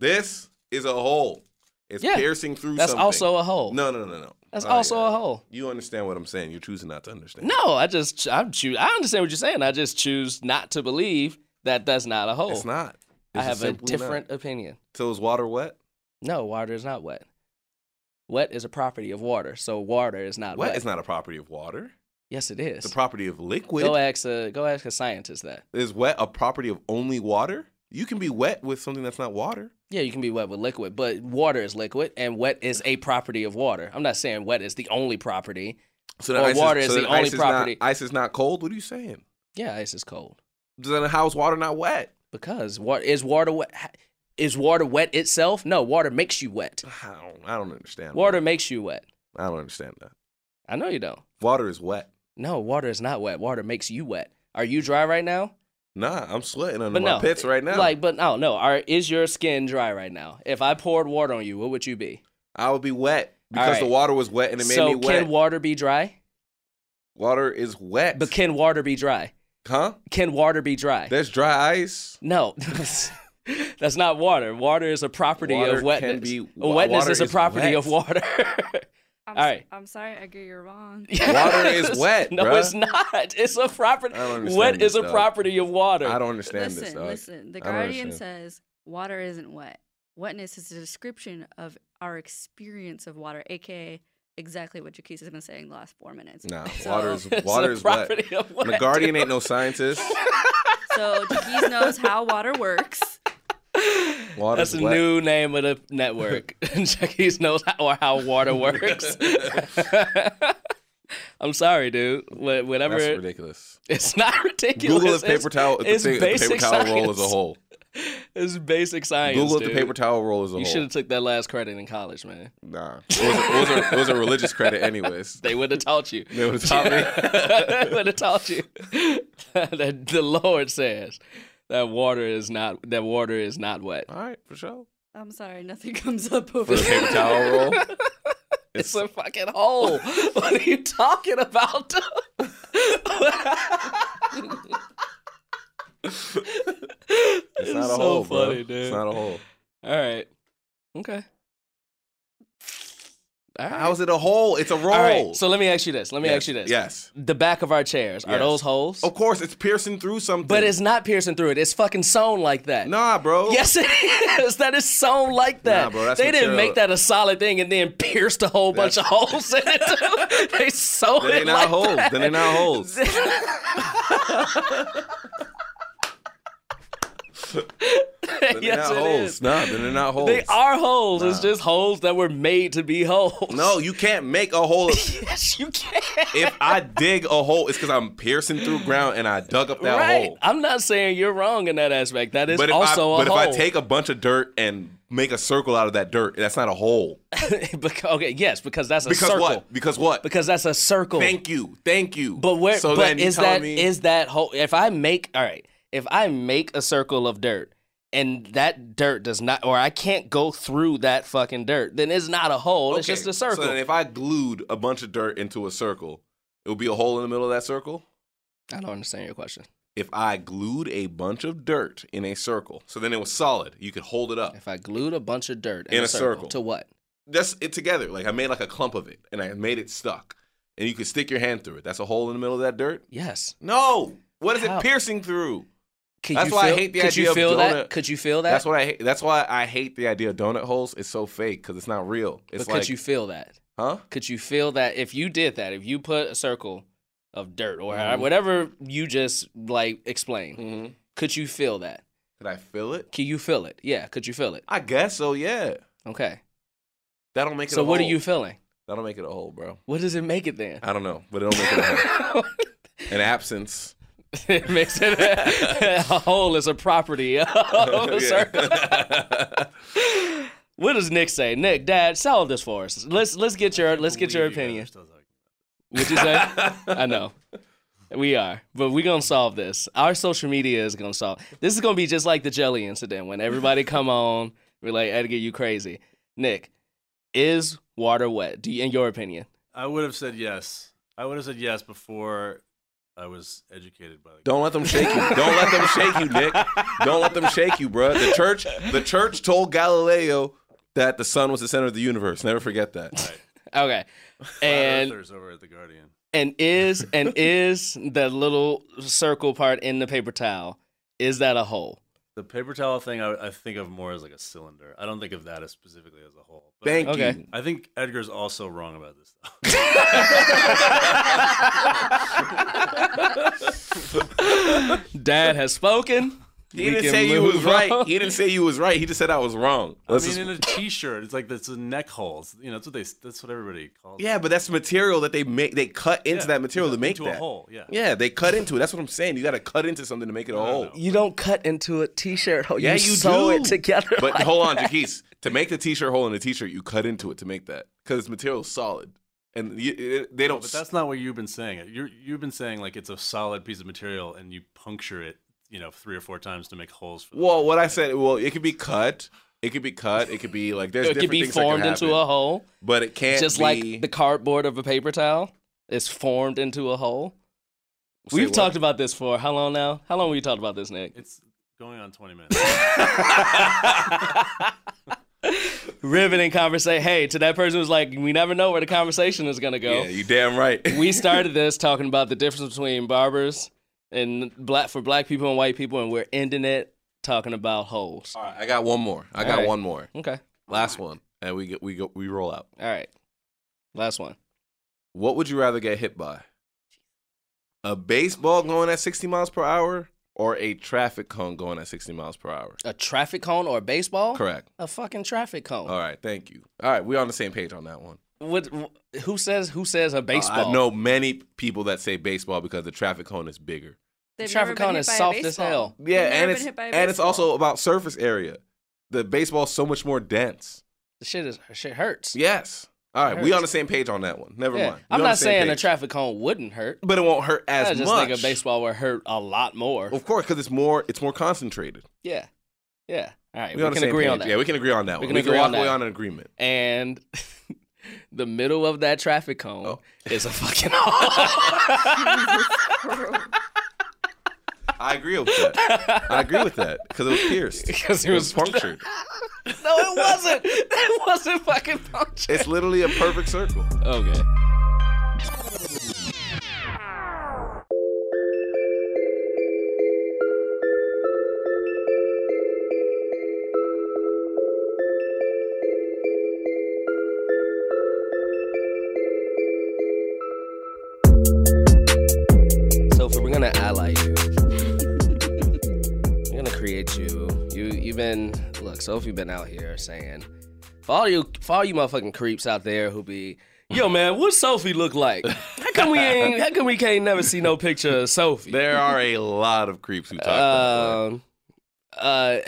[SPEAKER 3] This is a hole. It's
[SPEAKER 4] Yeah.
[SPEAKER 3] piercing through.
[SPEAKER 4] That's
[SPEAKER 3] something.
[SPEAKER 4] also a hole.
[SPEAKER 3] No, no, no, no.
[SPEAKER 4] That's
[SPEAKER 3] All right,
[SPEAKER 4] also
[SPEAKER 3] yeah.
[SPEAKER 4] a hole.
[SPEAKER 3] You understand what I'm saying? You're choosing not to understand.
[SPEAKER 4] No, I just I'm choose. I understand what you're saying. I just choose not to believe that that's not a hole.
[SPEAKER 3] It's not.
[SPEAKER 4] I
[SPEAKER 3] It's
[SPEAKER 4] have a
[SPEAKER 3] simply not.
[SPEAKER 4] different opinion.
[SPEAKER 3] So is water wet?
[SPEAKER 4] No, water is not wet. Wet is a property of water, so water is not
[SPEAKER 3] Wet,
[SPEAKER 4] wet.
[SPEAKER 3] is not a property of water.
[SPEAKER 4] yes, it is.
[SPEAKER 3] It's a property of liquid.
[SPEAKER 4] go ask a go ask a scientist that.
[SPEAKER 3] is wet a property of only water? You can be wet with something that's not water.
[SPEAKER 4] Yeah, you can be wet with liquid, but water is liquid, and wet is a property of water. I'm not saying wet is the only property.
[SPEAKER 3] So
[SPEAKER 4] Or
[SPEAKER 3] ice
[SPEAKER 4] water is the
[SPEAKER 3] then
[SPEAKER 4] only
[SPEAKER 3] ice
[SPEAKER 4] property.
[SPEAKER 3] Is not, ice is not cold. What are you saying?
[SPEAKER 4] Yeah, ice is cold
[SPEAKER 3] Then how is water not wet?
[SPEAKER 4] because water is water wet. ha- Is water wet itself? No, water makes you wet.
[SPEAKER 3] I don't, I don't understand.
[SPEAKER 4] Water
[SPEAKER 3] that.
[SPEAKER 4] makes you wet.
[SPEAKER 3] I don't understand that.
[SPEAKER 4] I know you don't.
[SPEAKER 3] Water is wet.
[SPEAKER 4] No, water is not wet. Water makes you wet. Are you dry right now?
[SPEAKER 3] Nah, I'm sweating under
[SPEAKER 4] But
[SPEAKER 3] my
[SPEAKER 4] no,
[SPEAKER 3] pits right now.
[SPEAKER 4] Like, but oh, no, no. Are, is your skin dry right now? If I poured water on you, what would you be?
[SPEAKER 3] I would be wet
[SPEAKER 4] All
[SPEAKER 3] because the
[SPEAKER 4] right.
[SPEAKER 3] water was wet and it made
[SPEAKER 4] so
[SPEAKER 3] me wet.
[SPEAKER 4] can water be dry?
[SPEAKER 3] water is wet.
[SPEAKER 4] But can water be dry?
[SPEAKER 3] huh?
[SPEAKER 4] Can water be dry?
[SPEAKER 3] There's dry ice.
[SPEAKER 4] No, that's not water. Water is a property
[SPEAKER 3] Water
[SPEAKER 4] of
[SPEAKER 3] can
[SPEAKER 4] wetness.
[SPEAKER 3] be-
[SPEAKER 4] A wetness
[SPEAKER 3] water
[SPEAKER 4] is a
[SPEAKER 3] is
[SPEAKER 4] property
[SPEAKER 3] wet.
[SPEAKER 4] of water.
[SPEAKER 7] I'm,
[SPEAKER 4] All
[SPEAKER 7] s-
[SPEAKER 4] right.
[SPEAKER 7] I'm sorry, Edgar, you're wrong.
[SPEAKER 3] Water is wet,
[SPEAKER 4] No,
[SPEAKER 3] bruh.
[SPEAKER 4] it's not. It's a property.
[SPEAKER 3] I don't understand
[SPEAKER 4] Wet
[SPEAKER 3] this,
[SPEAKER 4] is a
[SPEAKER 3] dog.
[SPEAKER 4] property of water.
[SPEAKER 3] I don't understand
[SPEAKER 7] listen,
[SPEAKER 3] this. Dog.
[SPEAKER 7] listen. The
[SPEAKER 3] I don't
[SPEAKER 7] Guardian
[SPEAKER 3] understand.
[SPEAKER 7] says water isn't wet. Wetness is a description of our experience of water, aka exactly what Jaquise has been saying the last four minutes.
[SPEAKER 3] Nah,
[SPEAKER 7] So-
[SPEAKER 3] water is
[SPEAKER 4] It's
[SPEAKER 3] water
[SPEAKER 4] a
[SPEAKER 3] is wet.
[SPEAKER 4] property of wet.
[SPEAKER 3] And the Guardian ain't no scientist.
[SPEAKER 7] So Jaquise knows how water works.
[SPEAKER 3] Water
[SPEAKER 4] That's
[SPEAKER 3] is
[SPEAKER 4] a
[SPEAKER 3] wet.
[SPEAKER 4] new name of the network. Chucky's knows how, or how water works. I'm sorry, dude. Wha- Whatever.
[SPEAKER 3] That's ridiculous.
[SPEAKER 4] It's not ridiculous.
[SPEAKER 3] Google is
[SPEAKER 4] It's-
[SPEAKER 3] paper towel. the
[SPEAKER 4] It's
[SPEAKER 3] thing- the
[SPEAKER 4] basic
[SPEAKER 3] paper towel roll as a
[SPEAKER 4] science.
[SPEAKER 3] whole.
[SPEAKER 4] It's basic science.
[SPEAKER 3] Google
[SPEAKER 4] dude.
[SPEAKER 3] the paper towel roll as a
[SPEAKER 4] You should
[SPEAKER 3] whole.
[SPEAKER 4] have took that last credit in college, man.
[SPEAKER 6] Nah.
[SPEAKER 3] It was, a, it, was a, it was a religious credit, anyways.
[SPEAKER 4] They would have taught you.
[SPEAKER 3] They would have taught me.
[SPEAKER 4] they would have taught you that the Lord says that water is not that water is not wet.
[SPEAKER 3] All right, for sure.
[SPEAKER 7] I'm sorry, nothing comes up over
[SPEAKER 3] For the paper
[SPEAKER 7] here.
[SPEAKER 3] towel roll.
[SPEAKER 4] It's a fucking hole. what are you talking about?
[SPEAKER 3] It's not a
[SPEAKER 4] so
[SPEAKER 3] hole,
[SPEAKER 4] funny,
[SPEAKER 3] bro.
[SPEAKER 4] dude.
[SPEAKER 3] It's not a hole.
[SPEAKER 4] All right. Okay. All right.
[SPEAKER 3] How is it a hole? It's a roll.
[SPEAKER 4] All right. So let me ask you this. Let me
[SPEAKER 3] Yes,
[SPEAKER 4] ask you this.
[SPEAKER 3] Yes.
[SPEAKER 4] The back of our chairs are
[SPEAKER 3] Yes.
[SPEAKER 4] those holes?
[SPEAKER 3] Of course, it's piercing through something.
[SPEAKER 4] But it's not piercing through it. It's fucking sewn like that.
[SPEAKER 3] nah, bro.
[SPEAKER 4] Yes, it is. That is sewn like that.
[SPEAKER 3] Nah, bro, that's
[SPEAKER 4] they didn't
[SPEAKER 3] material-
[SPEAKER 4] make that a solid thing and then pierced a whole bunch of holes in it. they sewed
[SPEAKER 3] Then they
[SPEAKER 4] it
[SPEAKER 3] not
[SPEAKER 4] like
[SPEAKER 3] holes.
[SPEAKER 4] that.
[SPEAKER 3] Then they not holes. Then they're
[SPEAKER 4] yes,
[SPEAKER 3] not
[SPEAKER 4] it
[SPEAKER 3] holes.
[SPEAKER 4] is.
[SPEAKER 3] Nah, then they're not holes.
[SPEAKER 4] They are holes. It's just holes that were made to be holes.
[SPEAKER 3] No, you can't make a hole.
[SPEAKER 4] Yes, you can.
[SPEAKER 3] if I dig a hole, it's because I'm piercing through ground and I dug up that
[SPEAKER 4] right.
[SPEAKER 3] hole.
[SPEAKER 4] I'm not saying you're wrong in that aspect. That is
[SPEAKER 3] But if,
[SPEAKER 4] also
[SPEAKER 3] I,
[SPEAKER 4] a
[SPEAKER 3] but
[SPEAKER 4] hole.
[SPEAKER 3] if I take a bunch of dirt and make a circle out of that dirt, that's not a hole.
[SPEAKER 4] Beca- okay, yes, because that's a
[SPEAKER 3] Because
[SPEAKER 4] circle.
[SPEAKER 3] what? Because what?
[SPEAKER 4] Because that's a circle.
[SPEAKER 3] thank you, thank you.
[SPEAKER 4] But where?
[SPEAKER 3] So
[SPEAKER 4] but
[SPEAKER 3] then you
[SPEAKER 4] is
[SPEAKER 3] telling
[SPEAKER 4] that
[SPEAKER 3] me
[SPEAKER 4] is that whole? If I make all right, if I make a circle of dirt and that dirt does not, or I can't go through that fucking dirt, then it's not a hole. It's
[SPEAKER 3] Okay,
[SPEAKER 4] just a circle.
[SPEAKER 3] So then if I glued a bunch of dirt into a circle, it would be a hole in the middle of that circle.
[SPEAKER 4] I don't understand your question.
[SPEAKER 3] If I glued a bunch of dirt in a circle, so then it was solid. You could hold it up.
[SPEAKER 4] If I glued a bunch of dirt in, a, circle, to what?
[SPEAKER 3] That's it together. Like I made like a clump of it, and I made it stuck, and you could stick your hand through it. That's a hole in the middle of that dirt.
[SPEAKER 4] Yes.
[SPEAKER 3] No. What is
[SPEAKER 4] How?
[SPEAKER 3] it piercing through?
[SPEAKER 4] Could
[SPEAKER 3] That's
[SPEAKER 4] you
[SPEAKER 3] why I
[SPEAKER 4] feel,
[SPEAKER 3] hate the
[SPEAKER 4] could
[SPEAKER 3] idea
[SPEAKER 4] you
[SPEAKER 3] of
[SPEAKER 4] feel that?
[SPEAKER 3] donut-
[SPEAKER 4] Could you feel that?
[SPEAKER 3] That's what I. Hate. That's why I hate the idea of donut holes. It's so fake because it's not real. It's
[SPEAKER 4] but
[SPEAKER 3] like,
[SPEAKER 4] could you feel that?
[SPEAKER 3] huh?
[SPEAKER 4] Could you feel that if you did that, if you put a circle of dirt or whatever you just like explained,
[SPEAKER 3] Mm-hmm.
[SPEAKER 4] could you feel that?
[SPEAKER 3] Could I feel it?
[SPEAKER 4] Can you feel it? Yeah, could you feel it?
[SPEAKER 3] I guess so. Yeah.
[SPEAKER 4] Okay.
[SPEAKER 3] That'll make it.
[SPEAKER 4] So
[SPEAKER 3] a
[SPEAKER 4] what are
[SPEAKER 3] hole.
[SPEAKER 4] you feeling?
[SPEAKER 3] That'll make it a hole, bro.
[SPEAKER 4] What does it make it then?
[SPEAKER 3] I don't know, but it'll make it a hole. An absence.
[SPEAKER 4] it makes it a, a hole is a property of
[SPEAKER 3] Yeah.
[SPEAKER 4] a circle. What does Nick say? Nick, Dad, solve this for us. Let's let's get your let's get your opinion. Would you say? I know. We are, but we're gonna solve this. Our social media is gonna solve. This is gonna be just like the jelly incident when everybody come on. We're like, Edgar, you crazy. Nick, is water wet? Do you, in your opinion?
[SPEAKER 8] I would have said yes. I would have said yes before I was educated by the.
[SPEAKER 3] Don't let them shake you. Don't let them shake you, Nick. Don't let them shake you, bro. The church, the church told Galileo that the sun was the center of the universe. Never forget that.
[SPEAKER 4] Okay, and
[SPEAKER 8] Earthers over at the Guardian.
[SPEAKER 4] and is and is that little circle part in the paper towel? Is that a hole?
[SPEAKER 8] The paper towel thing, I, I think of more as like a cylinder. I don't think of that as specifically as a whole. But
[SPEAKER 3] Thank
[SPEAKER 4] Okay.
[SPEAKER 3] you.
[SPEAKER 8] I think Edgar's also wrong about this. Stuff.
[SPEAKER 4] Dad has spoken.
[SPEAKER 3] He
[SPEAKER 4] We
[SPEAKER 3] didn't
[SPEAKER 4] can
[SPEAKER 3] say you
[SPEAKER 4] move
[SPEAKER 3] was right.
[SPEAKER 4] on.
[SPEAKER 3] He didn't say you was right. He just said I was wrong.
[SPEAKER 8] I
[SPEAKER 3] Let's
[SPEAKER 8] mean, in
[SPEAKER 3] just-
[SPEAKER 8] a T-shirt, it's like that's a neck hole. It's- You know, that's what they. That's what everybody calls.
[SPEAKER 3] yeah, but that's material that they make. They cut into
[SPEAKER 8] Yeah,
[SPEAKER 3] that material to
[SPEAKER 8] into
[SPEAKER 3] make
[SPEAKER 8] a
[SPEAKER 3] that.
[SPEAKER 8] hole, yeah.
[SPEAKER 3] Yeah, they cut into it. That's what I'm saying. You got to cut into something to make it a hole.
[SPEAKER 4] You don't cut into a t-shirt hole.
[SPEAKER 3] Yeah, you,
[SPEAKER 4] sew
[SPEAKER 3] do.
[SPEAKER 4] it together.
[SPEAKER 3] But
[SPEAKER 4] like
[SPEAKER 3] hold on,
[SPEAKER 4] that.
[SPEAKER 3] Jaquise. To make the t-shirt hole in the t-shirt, you cut into it to make that because material's solid, and you, it- they don't.
[SPEAKER 8] But that's not what you've been saying. You're, you've been saying like it's a solid piece of material, and you puncture it, you know, three or four times to make holes. For the-
[SPEAKER 3] well, what I said. Well, it could be cut. It could be cut. It could be like there's
[SPEAKER 4] It
[SPEAKER 3] different
[SPEAKER 4] could be
[SPEAKER 3] things that
[SPEAKER 4] formed
[SPEAKER 3] can
[SPEAKER 4] into
[SPEAKER 3] happen,
[SPEAKER 4] a hole.
[SPEAKER 3] But it can't
[SPEAKER 4] just
[SPEAKER 3] be,
[SPEAKER 4] like the cardboard of a paper towel is formed into a hole.
[SPEAKER 3] Say
[SPEAKER 4] We've
[SPEAKER 3] what?
[SPEAKER 4] talked about this for how long now? How long we talked about this, Nick?
[SPEAKER 8] it's going on twenty minutes.
[SPEAKER 4] Riveting conversation. Hey, to that person who's like, we never know where the conversation is gonna go.
[SPEAKER 3] Yeah, you damn right.
[SPEAKER 4] we started this talking about the difference between barbers and black for black people and white people, and we're ending it talking about holes.
[SPEAKER 3] All right, I got one more. I got
[SPEAKER 4] right.
[SPEAKER 3] one more.
[SPEAKER 4] Okay.
[SPEAKER 3] Last one, and we get we go we roll out.
[SPEAKER 4] All right. Last one.
[SPEAKER 3] What would you rather get hit by? A baseball going at 60 miles per hour or a traffic cone going at 60 miles per hour?
[SPEAKER 4] A traffic cone or a baseball?
[SPEAKER 3] Correct. Uh,
[SPEAKER 4] A fucking traffic cone.
[SPEAKER 3] All right, thank you. All right, we're on the same page on that one.
[SPEAKER 4] What? wh- Who says? Who says a baseball?
[SPEAKER 3] I know many people that say baseball because the traffic cone is bigger.
[SPEAKER 4] The
[SPEAKER 7] They've never
[SPEAKER 4] traffic
[SPEAKER 7] been
[SPEAKER 4] cone
[SPEAKER 7] hit
[SPEAKER 4] is
[SPEAKER 7] by a
[SPEAKER 4] soft as
[SPEAKER 7] baseball.
[SPEAKER 4] hell.
[SPEAKER 7] They've
[SPEAKER 3] Yeah,
[SPEAKER 7] never
[SPEAKER 3] and
[SPEAKER 7] been
[SPEAKER 3] it's
[SPEAKER 7] hit by a
[SPEAKER 3] and it's
[SPEAKER 7] baseball.
[SPEAKER 3] also about surface area. The baseball is so much more dense.
[SPEAKER 4] The shit is shit hurts.
[SPEAKER 3] Yes. All right, we
[SPEAKER 4] Hurts.
[SPEAKER 3] on the same page on that one. Never
[SPEAKER 4] Yeah.
[SPEAKER 3] mind. We
[SPEAKER 4] I'm
[SPEAKER 3] on
[SPEAKER 4] not
[SPEAKER 3] the same
[SPEAKER 4] saying a
[SPEAKER 3] page.
[SPEAKER 4] traffic cone wouldn't hurt.
[SPEAKER 3] but it won't hurt as
[SPEAKER 4] I just
[SPEAKER 3] much. Oh.
[SPEAKER 4] think a baseball would hurt a lot more.
[SPEAKER 3] Of course, because it's more it's more concentrated.
[SPEAKER 4] Yeah, yeah. All right,
[SPEAKER 3] We,
[SPEAKER 4] we,
[SPEAKER 3] on the
[SPEAKER 4] can
[SPEAKER 3] same
[SPEAKER 4] agree
[SPEAKER 3] page.
[SPEAKER 4] on that.
[SPEAKER 3] Yeah, we can agree on that
[SPEAKER 4] We
[SPEAKER 3] one.
[SPEAKER 4] can
[SPEAKER 3] we can
[SPEAKER 4] agree
[SPEAKER 3] walk
[SPEAKER 4] on
[SPEAKER 3] away
[SPEAKER 4] that.
[SPEAKER 3] on an agreement.
[SPEAKER 4] and the middle of that traffic cone
[SPEAKER 3] Oh.
[SPEAKER 4] is a fucking hole.
[SPEAKER 3] I agree with that. I agree with that because it was pierced.
[SPEAKER 4] 'Cause it
[SPEAKER 3] it was
[SPEAKER 4] was-
[SPEAKER 3] punctured.
[SPEAKER 4] no, it wasn't. That wasn't fucking punctured.
[SPEAKER 3] It's literally a perfect circle.
[SPEAKER 4] Okay. So if we're gonna ally you, we're gonna create you. You you've been look, so if you've been out here saying for all you for all you motherfucking creeps out there who be Yo man, what Sophie look like? How come we ain't? How come we can't never see no picture of Sophie?
[SPEAKER 3] There are a lot of creeps who talk about
[SPEAKER 4] Um, uh,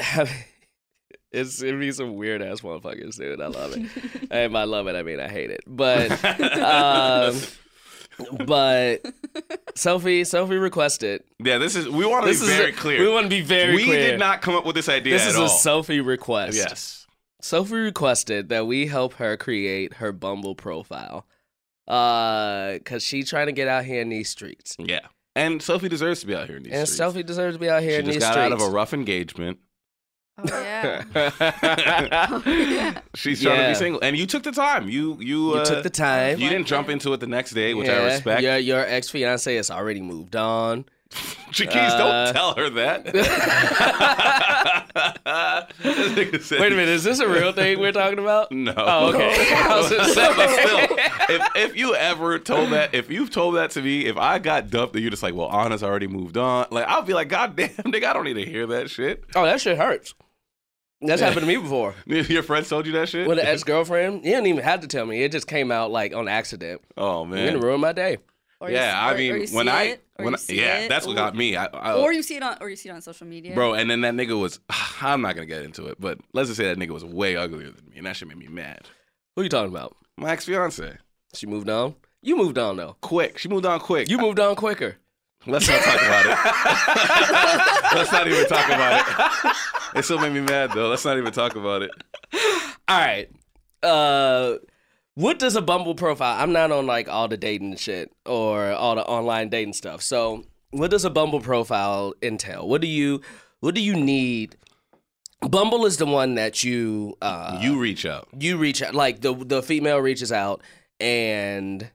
[SPEAKER 4] it's it'd be some weird ass motherfuckers, dude. I love it. and by love it, I mean I hate it. But, um, but Sophie, Sophie requested.
[SPEAKER 3] that. Yeah, this is we want to
[SPEAKER 4] This
[SPEAKER 3] be
[SPEAKER 4] is
[SPEAKER 3] very
[SPEAKER 4] a-
[SPEAKER 3] clear.
[SPEAKER 4] We want to be very
[SPEAKER 3] We
[SPEAKER 4] clear.
[SPEAKER 3] did not come up with this idea
[SPEAKER 4] This
[SPEAKER 3] at
[SPEAKER 4] is
[SPEAKER 3] all.
[SPEAKER 4] a Sophie request.
[SPEAKER 3] yes.
[SPEAKER 4] Sophie requested that we help her create her Bumble profile, uh, cause she trying to get out here in these streets,
[SPEAKER 3] Yeah. And Sophie deserves to be out here in these
[SPEAKER 4] and
[SPEAKER 3] streets.
[SPEAKER 4] Sophie deserves to be out here
[SPEAKER 3] she
[SPEAKER 4] in
[SPEAKER 3] just
[SPEAKER 4] these
[SPEAKER 3] got out
[SPEAKER 4] streets.
[SPEAKER 3] of a rough engagement.
[SPEAKER 7] Oh yeah.
[SPEAKER 3] She's trying to
[SPEAKER 4] Yeah.
[SPEAKER 3] be single, and you took the time. You you,
[SPEAKER 4] You
[SPEAKER 3] uh,
[SPEAKER 4] took the time.
[SPEAKER 3] You didn't jump into it the next day, which I respect.
[SPEAKER 4] Your, your ex fiance has already moved on.
[SPEAKER 3] Jaquise,
[SPEAKER 4] Uh,
[SPEAKER 3] don't tell her that. This nigga said-
[SPEAKER 4] Wait a minute, is this a real thing we're talking about?
[SPEAKER 3] No.
[SPEAKER 4] Oh, okay. I was
[SPEAKER 3] But
[SPEAKER 4] just
[SPEAKER 3] still,
[SPEAKER 4] saying.
[SPEAKER 3] if, if you ever told that, if you've told that to me, if I got dumped and you're just like, well, Anna's already moved on, like, I'll be like, God damn, nigga, I don't need to hear that shit.
[SPEAKER 4] Oh, that shit hurts. That's happened to me before.
[SPEAKER 3] Your friends told you that shit?
[SPEAKER 4] With an ex girlfriend, you didn't even have to tell me. It just came out like on accident.
[SPEAKER 3] oh,
[SPEAKER 4] It didn't
[SPEAKER 3] man.
[SPEAKER 4] ruin my day.
[SPEAKER 7] Or you
[SPEAKER 3] Yeah,
[SPEAKER 7] s-
[SPEAKER 3] I
[SPEAKER 7] or- or
[SPEAKER 3] mean,
[SPEAKER 7] you
[SPEAKER 3] when
[SPEAKER 7] see
[SPEAKER 3] I,
[SPEAKER 7] it, or
[SPEAKER 3] when
[SPEAKER 7] you
[SPEAKER 3] I-
[SPEAKER 7] see
[SPEAKER 3] yeah,
[SPEAKER 7] it,
[SPEAKER 3] that's what
[SPEAKER 7] or-
[SPEAKER 3] got me. I, I,
[SPEAKER 7] Or you see it on, or you see it on social media,
[SPEAKER 3] Bro, and then that nigga was, I'm not gonna get into it, but let's just say that nigga was way uglier than me, and that shit made me mad.
[SPEAKER 4] Who you talking about?
[SPEAKER 3] My ex fiance.
[SPEAKER 4] She moved on. You moved on though.
[SPEAKER 3] Quick. She moved on quick.
[SPEAKER 4] You moved on quicker.
[SPEAKER 3] Let's not talk about it. Let's not even talk about it. It still made me mad though. Let's not even talk about it.
[SPEAKER 4] All right. Uh, what does a Bumble profile? I'm not on like all the dating shit or all the online dating stuff. So, what does a Bumble profile entail? What do you What do you need? Bumble is the one that you uh,
[SPEAKER 3] you reach out.
[SPEAKER 4] you reach out like the the female reaches out and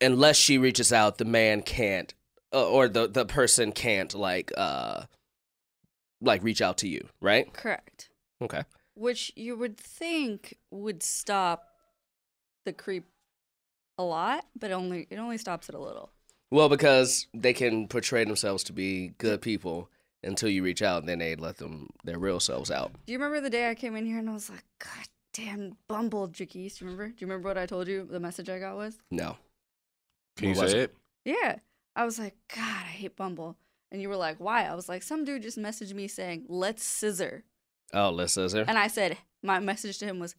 [SPEAKER 4] unless she reaches out the man can't uh, or the the person can't like uh like reach out to you right
[SPEAKER 7] correct?
[SPEAKER 4] okay
[SPEAKER 7] Which you would think would stop the creep a lot, but only it only stops it a little.
[SPEAKER 4] Well, because they can portray themselves to be good people until you reach out, and then they let them their real selves out.
[SPEAKER 7] Do you remember the day I came in here and I was like, God damn Bumble Jickies? Do you remember? Do you remember what I told you? The message I got was?
[SPEAKER 4] No,
[SPEAKER 3] Can you
[SPEAKER 4] What was
[SPEAKER 3] say it?
[SPEAKER 7] Yeah. I was like, God, I hate Bumble. And you were like, why? I was like, some dude just messaged me saying, let's scissor.
[SPEAKER 4] oh, let's scissor.
[SPEAKER 7] And I said, my message to him was,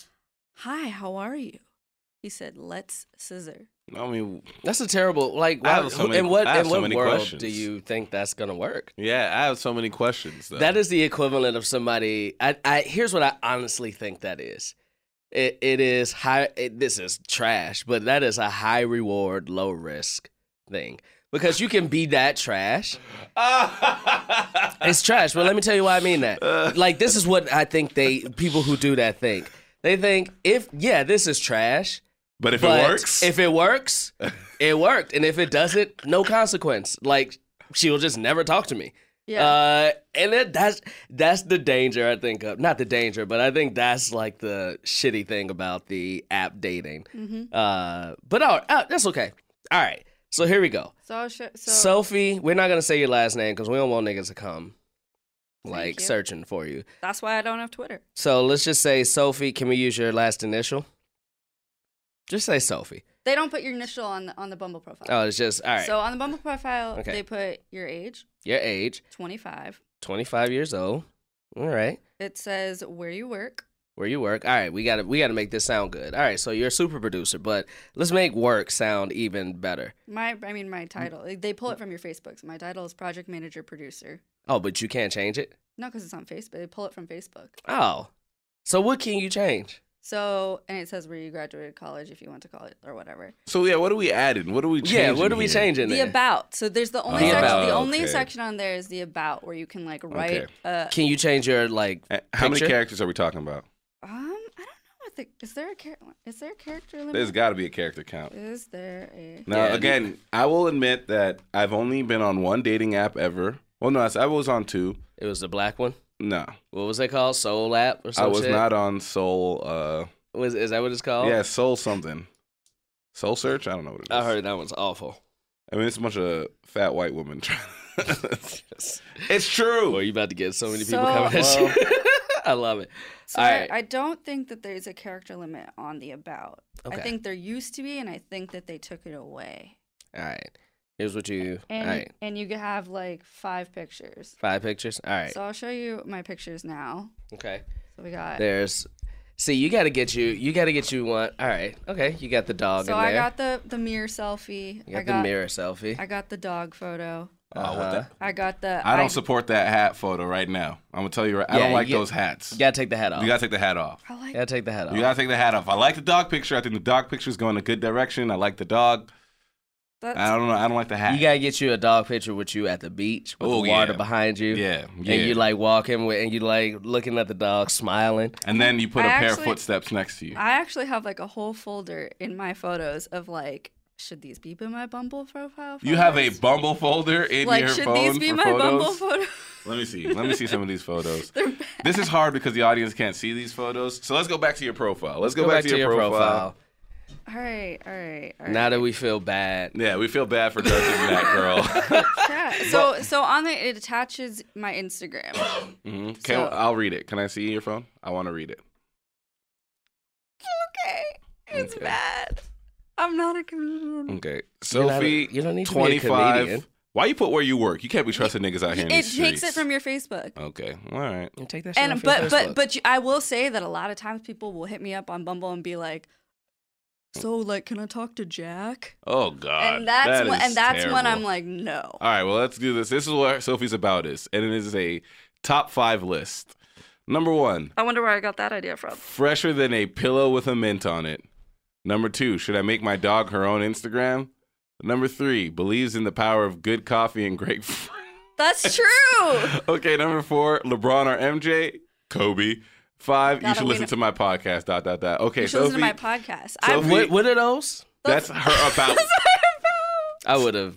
[SPEAKER 7] hi, how are you? He said, let's scissor.
[SPEAKER 3] I mean,
[SPEAKER 4] That's a terrible like.
[SPEAKER 3] I
[SPEAKER 4] Why,
[SPEAKER 3] have so many-
[SPEAKER 4] in what
[SPEAKER 3] I have
[SPEAKER 4] in
[SPEAKER 3] so
[SPEAKER 4] what
[SPEAKER 3] many
[SPEAKER 4] world
[SPEAKER 3] questions.
[SPEAKER 4] do you think that's gonna work?
[SPEAKER 3] yeah, I have so many questions though.
[SPEAKER 4] That is the equivalent of somebody. I, I here's what I honestly think that is. It it is high. It, this is trash, but that is a high reward, low risk thing because you can be that trash. It's trash, but let me tell you why I mean that. Like this is what I think they people who do that think. They think if yeah, this is trash.
[SPEAKER 3] but if
[SPEAKER 4] but
[SPEAKER 3] it works,
[SPEAKER 4] If it works, it worked. And if it doesn't, no consequence. Like she'll just never talk to me.
[SPEAKER 7] Yeah.
[SPEAKER 4] Uh, and it, that's that's the danger I think of. Not the danger, but I think that's like the shitty thing about the app dating.
[SPEAKER 7] Mm-hmm.
[SPEAKER 4] Uh, but all, uh, that's okay. All right. So here we go.
[SPEAKER 7] so, I was sh- so,
[SPEAKER 4] Sophie, we're not gonna say your last name because we don't want niggas to come like
[SPEAKER 7] you.
[SPEAKER 4] searching for you.
[SPEAKER 7] that's why I don't have Twitter.
[SPEAKER 4] So let's just say Sophie. Can we use your last initial? Just say Sophie.
[SPEAKER 7] They don't put your initial on the, on the Bumble profile.
[SPEAKER 4] Oh, it's just all right.
[SPEAKER 7] So on the Bumble profile,
[SPEAKER 4] Okay.
[SPEAKER 7] they put your age,
[SPEAKER 4] Your age,
[SPEAKER 7] 25.
[SPEAKER 4] 25 years old. All right.
[SPEAKER 7] It says where you work.
[SPEAKER 4] Where you work. All right, we got to we got to make this sound good. All right, so you're a super producer, but let's make work sound even better.
[SPEAKER 7] My, I mean,
[SPEAKER 4] Mm.
[SPEAKER 7] my title. Like, They pull it from your Facebooks. My title is project manager producer.
[SPEAKER 4] Oh, but you can't change it.
[SPEAKER 7] Not because it's on Facebook. They pull it from Facebook.
[SPEAKER 4] Oh. So what can you change?
[SPEAKER 7] So, and it says where you graduated college if you went to college or whatever.
[SPEAKER 3] So yeah, what are we adding? What are we changing?
[SPEAKER 4] yeah, what are we
[SPEAKER 3] here?
[SPEAKER 4] changing
[SPEAKER 7] The
[SPEAKER 4] there?
[SPEAKER 7] about. So there's the only
[SPEAKER 4] The
[SPEAKER 7] section.
[SPEAKER 4] about,
[SPEAKER 7] The only
[SPEAKER 3] okay.
[SPEAKER 7] section on there is the about where you can like write.
[SPEAKER 3] Okay.
[SPEAKER 7] Uh,
[SPEAKER 4] can you change your like
[SPEAKER 3] Uh, How many
[SPEAKER 4] Picture?
[SPEAKER 3] characters are we talking about?
[SPEAKER 7] um, I don't know what the is there a character is there a character limit?
[SPEAKER 3] There's got to be a character count.
[SPEAKER 7] Is there a
[SPEAKER 3] Now,
[SPEAKER 4] Yeah.
[SPEAKER 3] again, I will admit that I've only been on one dating app ever. Well, no, I s- I was on two.
[SPEAKER 4] it was the black one?
[SPEAKER 3] No,
[SPEAKER 4] What was it called? Soul app or
[SPEAKER 3] I
[SPEAKER 4] something?
[SPEAKER 3] was not on Soul. Uh,
[SPEAKER 4] Was is that what it's called?
[SPEAKER 3] yeah, Soul something. Soul Search. I don't know what it is.
[SPEAKER 4] Oh. I heard that one's awful.
[SPEAKER 3] I mean, it's a bunch of fat white women. it's true.
[SPEAKER 4] Boy, you about to get so many people
[SPEAKER 7] So-
[SPEAKER 4] coming at you. I love it.
[SPEAKER 7] So
[SPEAKER 4] All
[SPEAKER 7] I-
[SPEAKER 4] right.
[SPEAKER 7] I, don't think that there's a character limit on the about.
[SPEAKER 4] Okay.
[SPEAKER 7] I think there used to be, and I think that they took it away.
[SPEAKER 4] All right. Here's what you.
[SPEAKER 7] And
[SPEAKER 4] all right.
[SPEAKER 7] and you could have like five pictures.
[SPEAKER 4] Five pictures. All right.
[SPEAKER 7] So I'll show you my pictures now.
[SPEAKER 4] okay.
[SPEAKER 7] So we got.
[SPEAKER 4] There's. See, you got to get you. You got to get you one. All right. Okay. You got the dog
[SPEAKER 7] So
[SPEAKER 4] in there.
[SPEAKER 7] I got the the mirror selfie.
[SPEAKER 4] you got
[SPEAKER 7] I
[SPEAKER 4] the
[SPEAKER 7] got
[SPEAKER 4] mirror selfie.
[SPEAKER 7] I got the dog photo.
[SPEAKER 4] Uh-huh.
[SPEAKER 3] Oh, what the-
[SPEAKER 7] I got the.
[SPEAKER 3] I don't support that hat photo right now. I'm gonna tell you. Right, I
[SPEAKER 4] Yeah,
[SPEAKER 3] don't like
[SPEAKER 4] you get-
[SPEAKER 3] those hats.
[SPEAKER 4] you gotta take the hat off.
[SPEAKER 3] you gotta take the hat off.
[SPEAKER 7] I like.
[SPEAKER 4] gotta take the hat off.
[SPEAKER 3] You gotta take the hat off. I like the dog picture. I think the dog picture is going in a good direction. I like the dog.
[SPEAKER 7] That's,
[SPEAKER 3] I don't know. I don't like the hat.
[SPEAKER 4] You gotta get you a dog picture with you at the beach with
[SPEAKER 3] Oh,
[SPEAKER 4] the water
[SPEAKER 3] yeah.
[SPEAKER 4] behind you.
[SPEAKER 3] yeah, yeah.
[SPEAKER 4] And you like walking with, and you like looking at the dog, smiling.
[SPEAKER 3] And then you put a
[SPEAKER 7] I
[SPEAKER 3] pair of
[SPEAKER 7] actually-
[SPEAKER 3] footsteps next to you.
[SPEAKER 7] I actually have like a whole folder in my photos of like, should these be in my Bumble profile?
[SPEAKER 3] You have a
[SPEAKER 7] photos?
[SPEAKER 3] Bumble folder in
[SPEAKER 7] like,
[SPEAKER 3] your
[SPEAKER 7] should
[SPEAKER 3] phone
[SPEAKER 7] these be
[SPEAKER 3] for
[SPEAKER 7] my Bumble photos?
[SPEAKER 3] photos. Let me see. Let me see some of these photos.
[SPEAKER 7] They're bad.
[SPEAKER 3] This is hard because the audience can't see these photos. So let's go back to your profile. Let's go, back, to, your, profile.
[SPEAKER 7] All right, all right, all right.
[SPEAKER 4] Now that we feel bad,
[SPEAKER 3] Yeah, we feel bad for judging that girl.
[SPEAKER 7] Yeah, So, so on there it attaches my Instagram.
[SPEAKER 3] Mhm. Can,
[SPEAKER 7] So-
[SPEAKER 3] I'll read it. Can I see your phone? I want to read it.
[SPEAKER 7] okay, it's
[SPEAKER 3] Okay. Mm,
[SPEAKER 7] bad. I'm not a comedian.
[SPEAKER 3] Okay.
[SPEAKER 4] You're not a-
[SPEAKER 3] Sophie,
[SPEAKER 4] you don't need to be a
[SPEAKER 3] 25.
[SPEAKER 4] comedian.
[SPEAKER 3] Why you put where you work? You can't be trusting niggas out here in
[SPEAKER 7] It
[SPEAKER 3] these
[SPEAKER 7] takes it
[SPEAKER 3] streets.
[SPEAKER 7] from your Facebook.
[SPEAKER 3] Okay. All right.
[SPEAKER 4] you take that. Shit
[SPEAKER 7] And
[SPEAKER 4] off your
[SPEAKER 7] but but
[SPEAKER 4] Facebook.
[SPEAKER 7] but you, I will say that a lot of times people will hit me up on Bumble and be like, "So like, can I talk to Jack?"
[SPEAKER 3] Oh God.
[SPEAKER 7] and that's
[SPEAKER 3] That
[SPEAKER 7] when
[SPEAKER 3] is
[SPEAKER 7] and that's when
[SPEAKER 3] terrible.
[SPEAKER 7] I'm like, no.
[SPEAKER 3] All right, well, let's do this. This is what Sophie's about is, and it is a top five list. Number one,
[SPEAKER 7] I wonder where I got that idea from.
[SPEAKER 3] fresher than a pillow with a mint on it. Number two, should I make my dog her own Instagram? Number three, believes in the power of good coffee and great. f-
[SPEAKER 7] That's true.
[SPEAKER 3] okay, number four, LeBron or MJ? Kobe. Five, you
[SPEAKER 7] Gotta
[SPEAKER 3] should listen
[SPEAKER 7] win.
[SPEAKER 3] to my podcast. Dot dot dot. Okay,
[SPEAKER 7] you should
[SPEAKER 3] Sophie,
[SPEAKER 7] listen to my podcast.
[SPEAKER 3] Sophie-
[SPEAKER 7] I
[SPEAKER 4] what, what are those?
[SPEAKER 3] that's her about.
[SPEAKER 4] I would have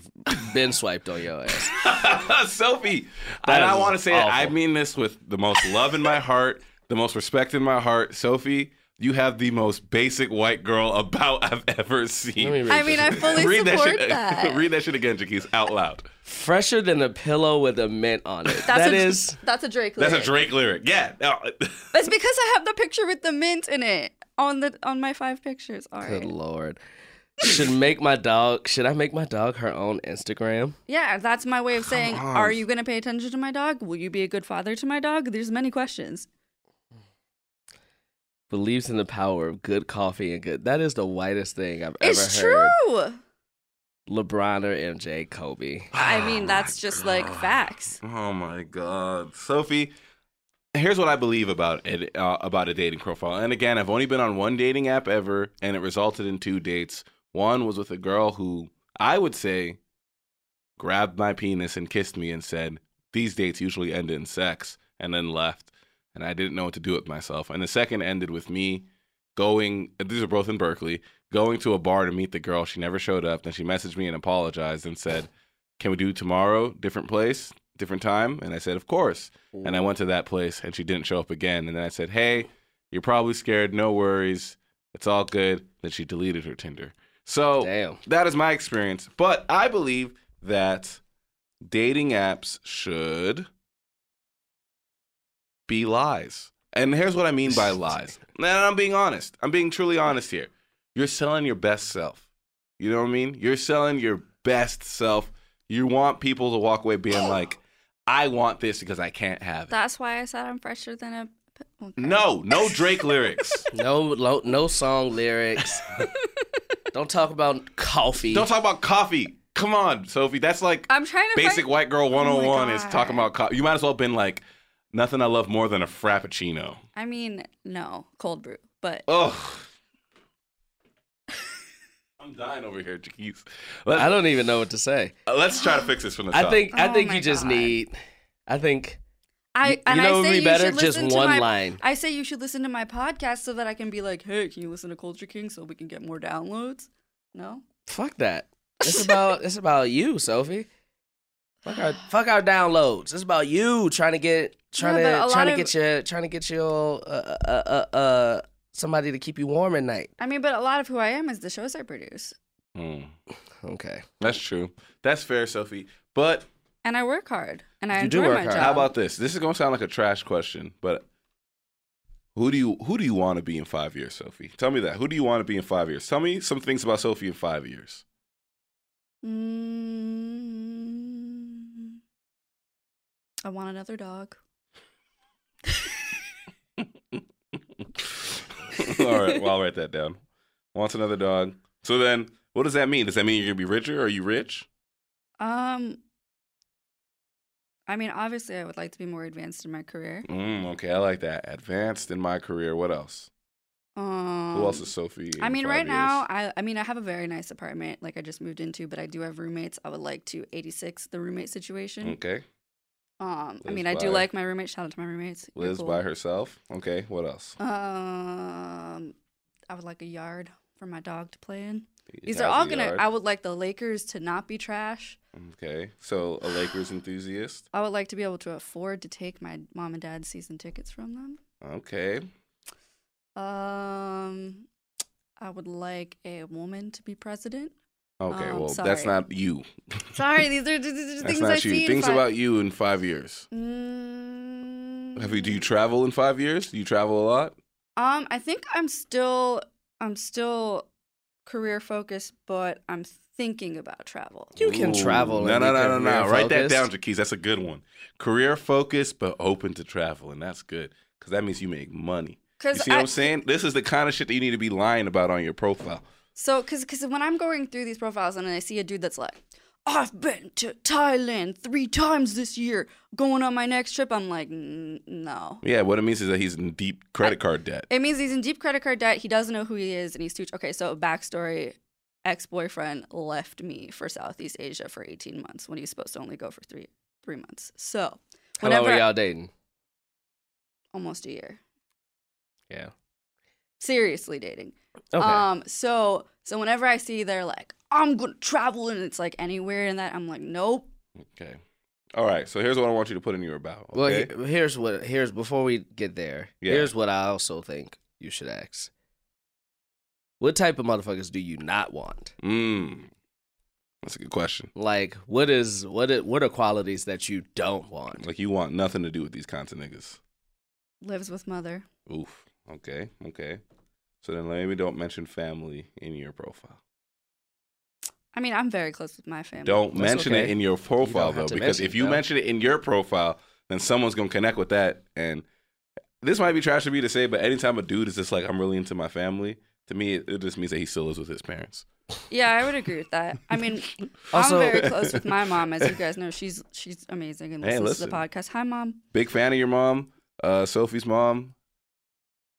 [SPEAKER 4] been swiped on your ass.
[SPEAKER 3] Sophie.
[SPEAKER 4] That
[SPEAKER 3] and I
[SPEAKER 4] is
[SPEAKER 3] want to say
[SPEAKER 4] awful.
[SPEAKER 3] I mean this with the most love in my heart, the most respect in my heart. Sophie, you have the most basic white girl about I've ever seen.
[SPEAKER 4] Let me read
[SPEAKER 7] I
[SPEAKER 4] this.
[SPEAKER 7] mean, I fully
[SPEAKER 3] that
[SPEAKER 7] support
[SPEAKER 3] shit.
[SPEAKER 7] that.
[SPEAKER 3] read that shit again, Jaquise, out loud.
[SPEAKER 4] fresher than a pillow with a mint on it.
[SPEAKER 7] That's
[SPEAKER 4] That
[SPEAKER 7] a,
[SPEAKER 4] is-
[SPEAKER 7] that's a Drake.
[SPEAKER 3] That's a
[SPEAKER 7] lyric.
[SPEAKER 3] Drake lyric. Yeah. No.
[SPEAKER 7] It's because I have the picture with the mint in it on the on my five pictures. All right.
[SPEAKER 4] Good lord. Should make my dog. Should I make my dog her own Instagram?
[SPEAKER 7] Yeah, that's my way of saying, are you going to pay attention to my dog? Will you be a good father to my dog? There's many questions.
[SPEAKER 4] Believes in the power of good coffee and good. That is the whitest thing I've
[SPEAKER 7] it's
[SPEAKER 4] ever heard.
[SPEAKER 7] true.
[SPEAKER 4] LeBron or MJ, Kobe.
[SPEAKER 7] I mean, that's just like facts.
[SPEAKER 3] oh my god. Sophie, here's what I believe about it, uh, about a dating profile. And again, I've only been on one dating app ever, and it resulted in two dates. One was with a girl who I would say grabbed my penis and kissed me and said, "These dates usually end in sex," and then left. And I didn't know what to do with myself. And the second ended with me going. These are both in Berkeley. Going to a bar to meet the girl. She never showed up. Then she messaged me and apologized and said, "Can we do tomorrow? Different place, different time?" And I said, "Of course." And I went to that place and she didn't show up again. And then I said, Hey, you're probably scared. No worries. It's all good. Then she deleted her Tinder. So
[SPEAKER 4] Damn.
[SPEAKER 3] that is my experience. But I believe that dating apps should be lies. And here's what I mean by lies. And I'm being honest. I'm being truly honest here. you're selling your best self. You know what I mean? You're selling your best self. You want people to walk away being like, I want this because I can't have it.
[SPEAKER 7] That's why I said I'm fresher than a. p- okay.
[SPEAKER 3] no, no Drake lyrics.
[SPEAKER 4] No, lo- no song lyrics. Don't talk about coffee.
[SPEAKER 3] Don't talk about coffee. Come on, Sophie. That's like
[SPEAKER 7] I'm trying to
[SPEAKER 3] basic
[SPEAKER 7] find-
[SPEAKER 3] white girl 101 is
[SPEAKER 7] God.
[SPEAKER 3] talking about coffee. You might as well have been like, nothing I love more than a frappuccino.
[SPEAKER 7] I mean, no cold brew, but
[SPEAKER 3] Ugh. I'm dying over here, jeez.
[SPEAKER 4] I
[SPEAKER 3] Let,
[SPEAKER 4] don't even know what to say.
[SPEAKER 3] let's try to fix this from the top.
[SPEAKER 4] I think I
[SPEAKER 7] Oh
[SPEAKER 4] think
[SPEAKER 7] my
[SPEAKER 4] you just
[SPEAKER 7] God.
[SPEAKER 4] need. I think
[SPEAKER 7] I
[SPEAKER 4] You-
[SPEAKER 7] and
[SPEAKER 4] you know
[SPEAKER 7] I
[SPEAKER 4] what would
[SPEAKER 7] say
[SPEAKER 4] be
[SPEAKER 7] you
[SPEAKER 4] better?
[SPEAKER 7] should
[SPEAKER 4] Just
[SPEAKER 7] listen to
[SPEAKER 4] one
[SPEAKER 7] my-
[SPEAKER 4] line.
[SPEAKER 7] I say you should listen to my podcast so that I can be like, hey, can you listen to Culture King so we can get more downloads? No,
[SPEAKER 4] fuck that. It's about it's about you, Sophie. Fuck our fuck our downloads. It's about you trying to get trying
[SPEAKER 7] Yeah, but
[SPEAKER 4] to
[SPEAKER 7] a
[SPEAKER 4] trying to
[SPEAKER 7] lot of-
[SPEAKER 4] get your trying to get your uh, uh, uh, uh, somebody to keep you warm at night.
[SPEAKER 7] I mean, but a lot of who I am is the shows I produce,
[SPEAKER 3] Hmm.
[SPEAKER 4] Okay.
[SPEAKER 3] That's true. That's fair, Sophie. But
[SPEAKER 7] and I work hard, and I
[SPEAKER 4] You do
[SPEAKER 7] enjoy
[SPEAKER 4] work
[SPEAKER 7] my
[SPEAKER 4] hard.
[SPEAKER 7] job.
[SPEAKER 3] how about this? This is gonna sound like a trash question, but who do you who do you want to be in five years, Sophie? Tell me that. Who do you want to be in five years? Tell me some things about Sophie in five years.
[SPEAKER 7] Mm, I want another dog.
[SPEAKER 3] All right, well I'll write that down. Wants another dog. So then, what does that mean? Does that mean you're gonna be richer? Are you rich?
[SPEAKER 7] Um, I mean, obviously, I would like to be more advanced in my career.
[SPEAKER 3] Mm, okay, I like that. Advanced in my career. What else?
[SPEAKER 7] Um,
[SPEAKER 3] Who else is Sophie? in
[SPEAKER 7] I mean,
[SPEAKER 3] five
[SPEAKER 7] right
[SPEAKER 3] years?
[SPEAKER 7] now, I I mean, I have a very nice apartment, like I just moved into, but I do have roommates. I would like to 86 the roommate situation.
[SPEAKER 3] Okay,
[SPEAKER 7] Um, I
[SPEAKER 3] Mm. Liz
[SPEAKER 7] mean, I do
[SPEAKER 3] Byer.
[SPEAKER 7] like my roommate. Shout out to my roommates. You're
[SPEAKER 3] Liz
[SPEAKER 7] cool.
[SPEAKER 3] by herself. Okay, what else?
[SPEAKER 7] Um, I would like a yard for my dog to play in. These are all
[SPEAKER 3] How's the
[SPEAKER 7] gonna.
[SPEAKER 3] yard?
[SPEAKER 7] I would like the Lakers to not be trash.
[SPEAKER 3] Okay, so a Lakers enthusiast.
[SPEAKER 7] I would like to be able to afford to take my mom and dad's season tickets from them.
[SPEAKER 3] Okay,
[SPEAKER 7] Um, I would like a woman to be president.
[SPEAKER 3] okay.
[SPEAKER 7] Um,
[SPEAKER 3] well, that's
[SPEAKER 7] sorry.
[SPEAKER 3] not you.
[SPEAKER 7] Sorry, these are, these are
[SPEAKER 3] That's
[SPEAKER 7] things
[SPEAKER 3] not
[SPEAKER 7] I
[SPEAKER 3] you.
[SPEAKER 7] see. in
[SPEAKER 3] Things
[SPEAKER 7] fi-
[SPEAKER 3] about you in five years.
[SPEAKER 7] Mm,
[SPEAKER 3] Have you? Do you travel in five years? Do you travel a lot?
[SPEAKER 7] Um, I think I'm still I'm still career focused, but I'm thinking about travel.
[SPEAKER 4] You can
[SPEAKER 3] Ooh,
[SPEAKER 4] travel
[SPEAKER 3] No,
[SPEAKER 4] and
[SPEAKER 3] no,
[SPEAKER 4] be
[SPEAKER 3] no, no, no.
[SPEAKER 4] career
[SPEAKER 3] Write that
[SPEAKER 4] focused.
[SPEAKER 3] down, Jaquez. That's a good one. Career focused, but open to travel, and that's good because that means you make money. You
[SPEAKER 7] Cause
[SPEAKER 3] see
[SPEAKER 7] I,
[SPEAKER 3] what I'm saying? This is the kind of shit that you need to be lying about on your profile.
[SPEAKER 7] so cause 'cause when I'm going through these profiles and I see a dude that's like, I've been to Thailand three times this year. Going on my next trip, I'm like, "N- no.
[SPEAKER 3] Yeah, what it means is that he's in deep credit card debt.
[SPEAKER 7] It means he's in deep credit card debt. He doesn't know who he is, and he's too. Okay, so backstory: ex-boyfriend left me for Southeast Asia for 18 months when he was supposed to only go for three three months. So
[SPEAKER 4] How long
[SPEAKER 7] whenever
[SPEAKER 4] were y'all dating?
[SPEAKER 7] almost a year,
[SPEAKER 4] Yeah.
[SPEAKER 7] seriously dating.
[SPEAKER 4] Okay.
[SPEAKER 7] Um. So so whenever I see they're like, I'm gonna travel, and it's like anywhere in that, I'm like, nope.
[SPEAKER 3] Okay. All right. So here's what I want you to put in your about.
[SPEAKER 4] Well,
[SPEAKER 3] Okay?
[SPEAKER 4] he- here's what here's before we get there.
[SPEAKER 3] Yeah.
[SPEAKER 4] Here's what I also think you should ask. What type of motherfuckers do you not want?
[SPEAKER 3] Mm. That's a good question.
[SPEAKER 4] Like, what is what? i- what are qualities that you don't want?
[SPEAKER 3] Like you want nothing to do with these kinds of niggas.
[SPEAKER 7] Lives with mother.
[SPEAKER 3] Oof. Okay. Okay. So then maybe don't mention family in your profile.
[SPEAKER 7] I mean, I'm very close with my family.
[SPEAKER 3] Don't
[SPEAKER 4] That's
[SPEAKER 3] mention it
[SPEAKER 4] okay.
[SPEAKER 3] in your profile
[SPEAKER 4] have
[SPEAKER 3] though,
[SPEAKER 4] to
[SPEAKER 3] because
[SPEAKER 4] mention
[SPEAKER 3] if
[SPEAKER 4] it,
[SPEAKER 3] you
[SPEAKER 4] though.
[SPEAKER 3] mention it in your profile, then someone's gonna connect with that. And this might be trash for me to say, but anytime a dude is just like, "I'm really into my family," to me, it, it just means that he still lives with his parents.
[SPEAKER 7] Yeah, I would agree with that. I mean,
[SPEAKER 4] Also-
[SPEAKER 7] I'm very close with my mom, as you guys know. She's she's amazing and
[SPEAKER 3] Hey,
[SPEAKER 7] listens to the podcast. Hi, mom.
[SPEAKER 3] Big fan of your mom, uh, Sophie's mom.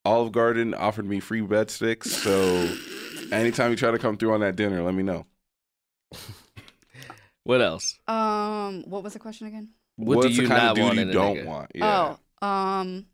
[SPEAKER 3] Olive Garden offered me free bed sticks, so anytime you try to come through on that dinner, let me know.
[SPEAKER 4] What else?
[SPEAKER 7] Um, what was the question again?
[SPEAKER 4] What do
[SPEAKER 3] What's the
[SPEAKER 4] you
[SPEAKER 3] kind
[SPEAKER 4] not
[SPEAKER 3] of dude
[SPEAKER 4] want
[SPEAKER 3] you
[SPEAKER 4] in a
[SPEAKER 3] don't
[SPEAKER 4] nigga?
[SPEAKER 3] want? Yeah.
[SPEAKER 7] Oh, um,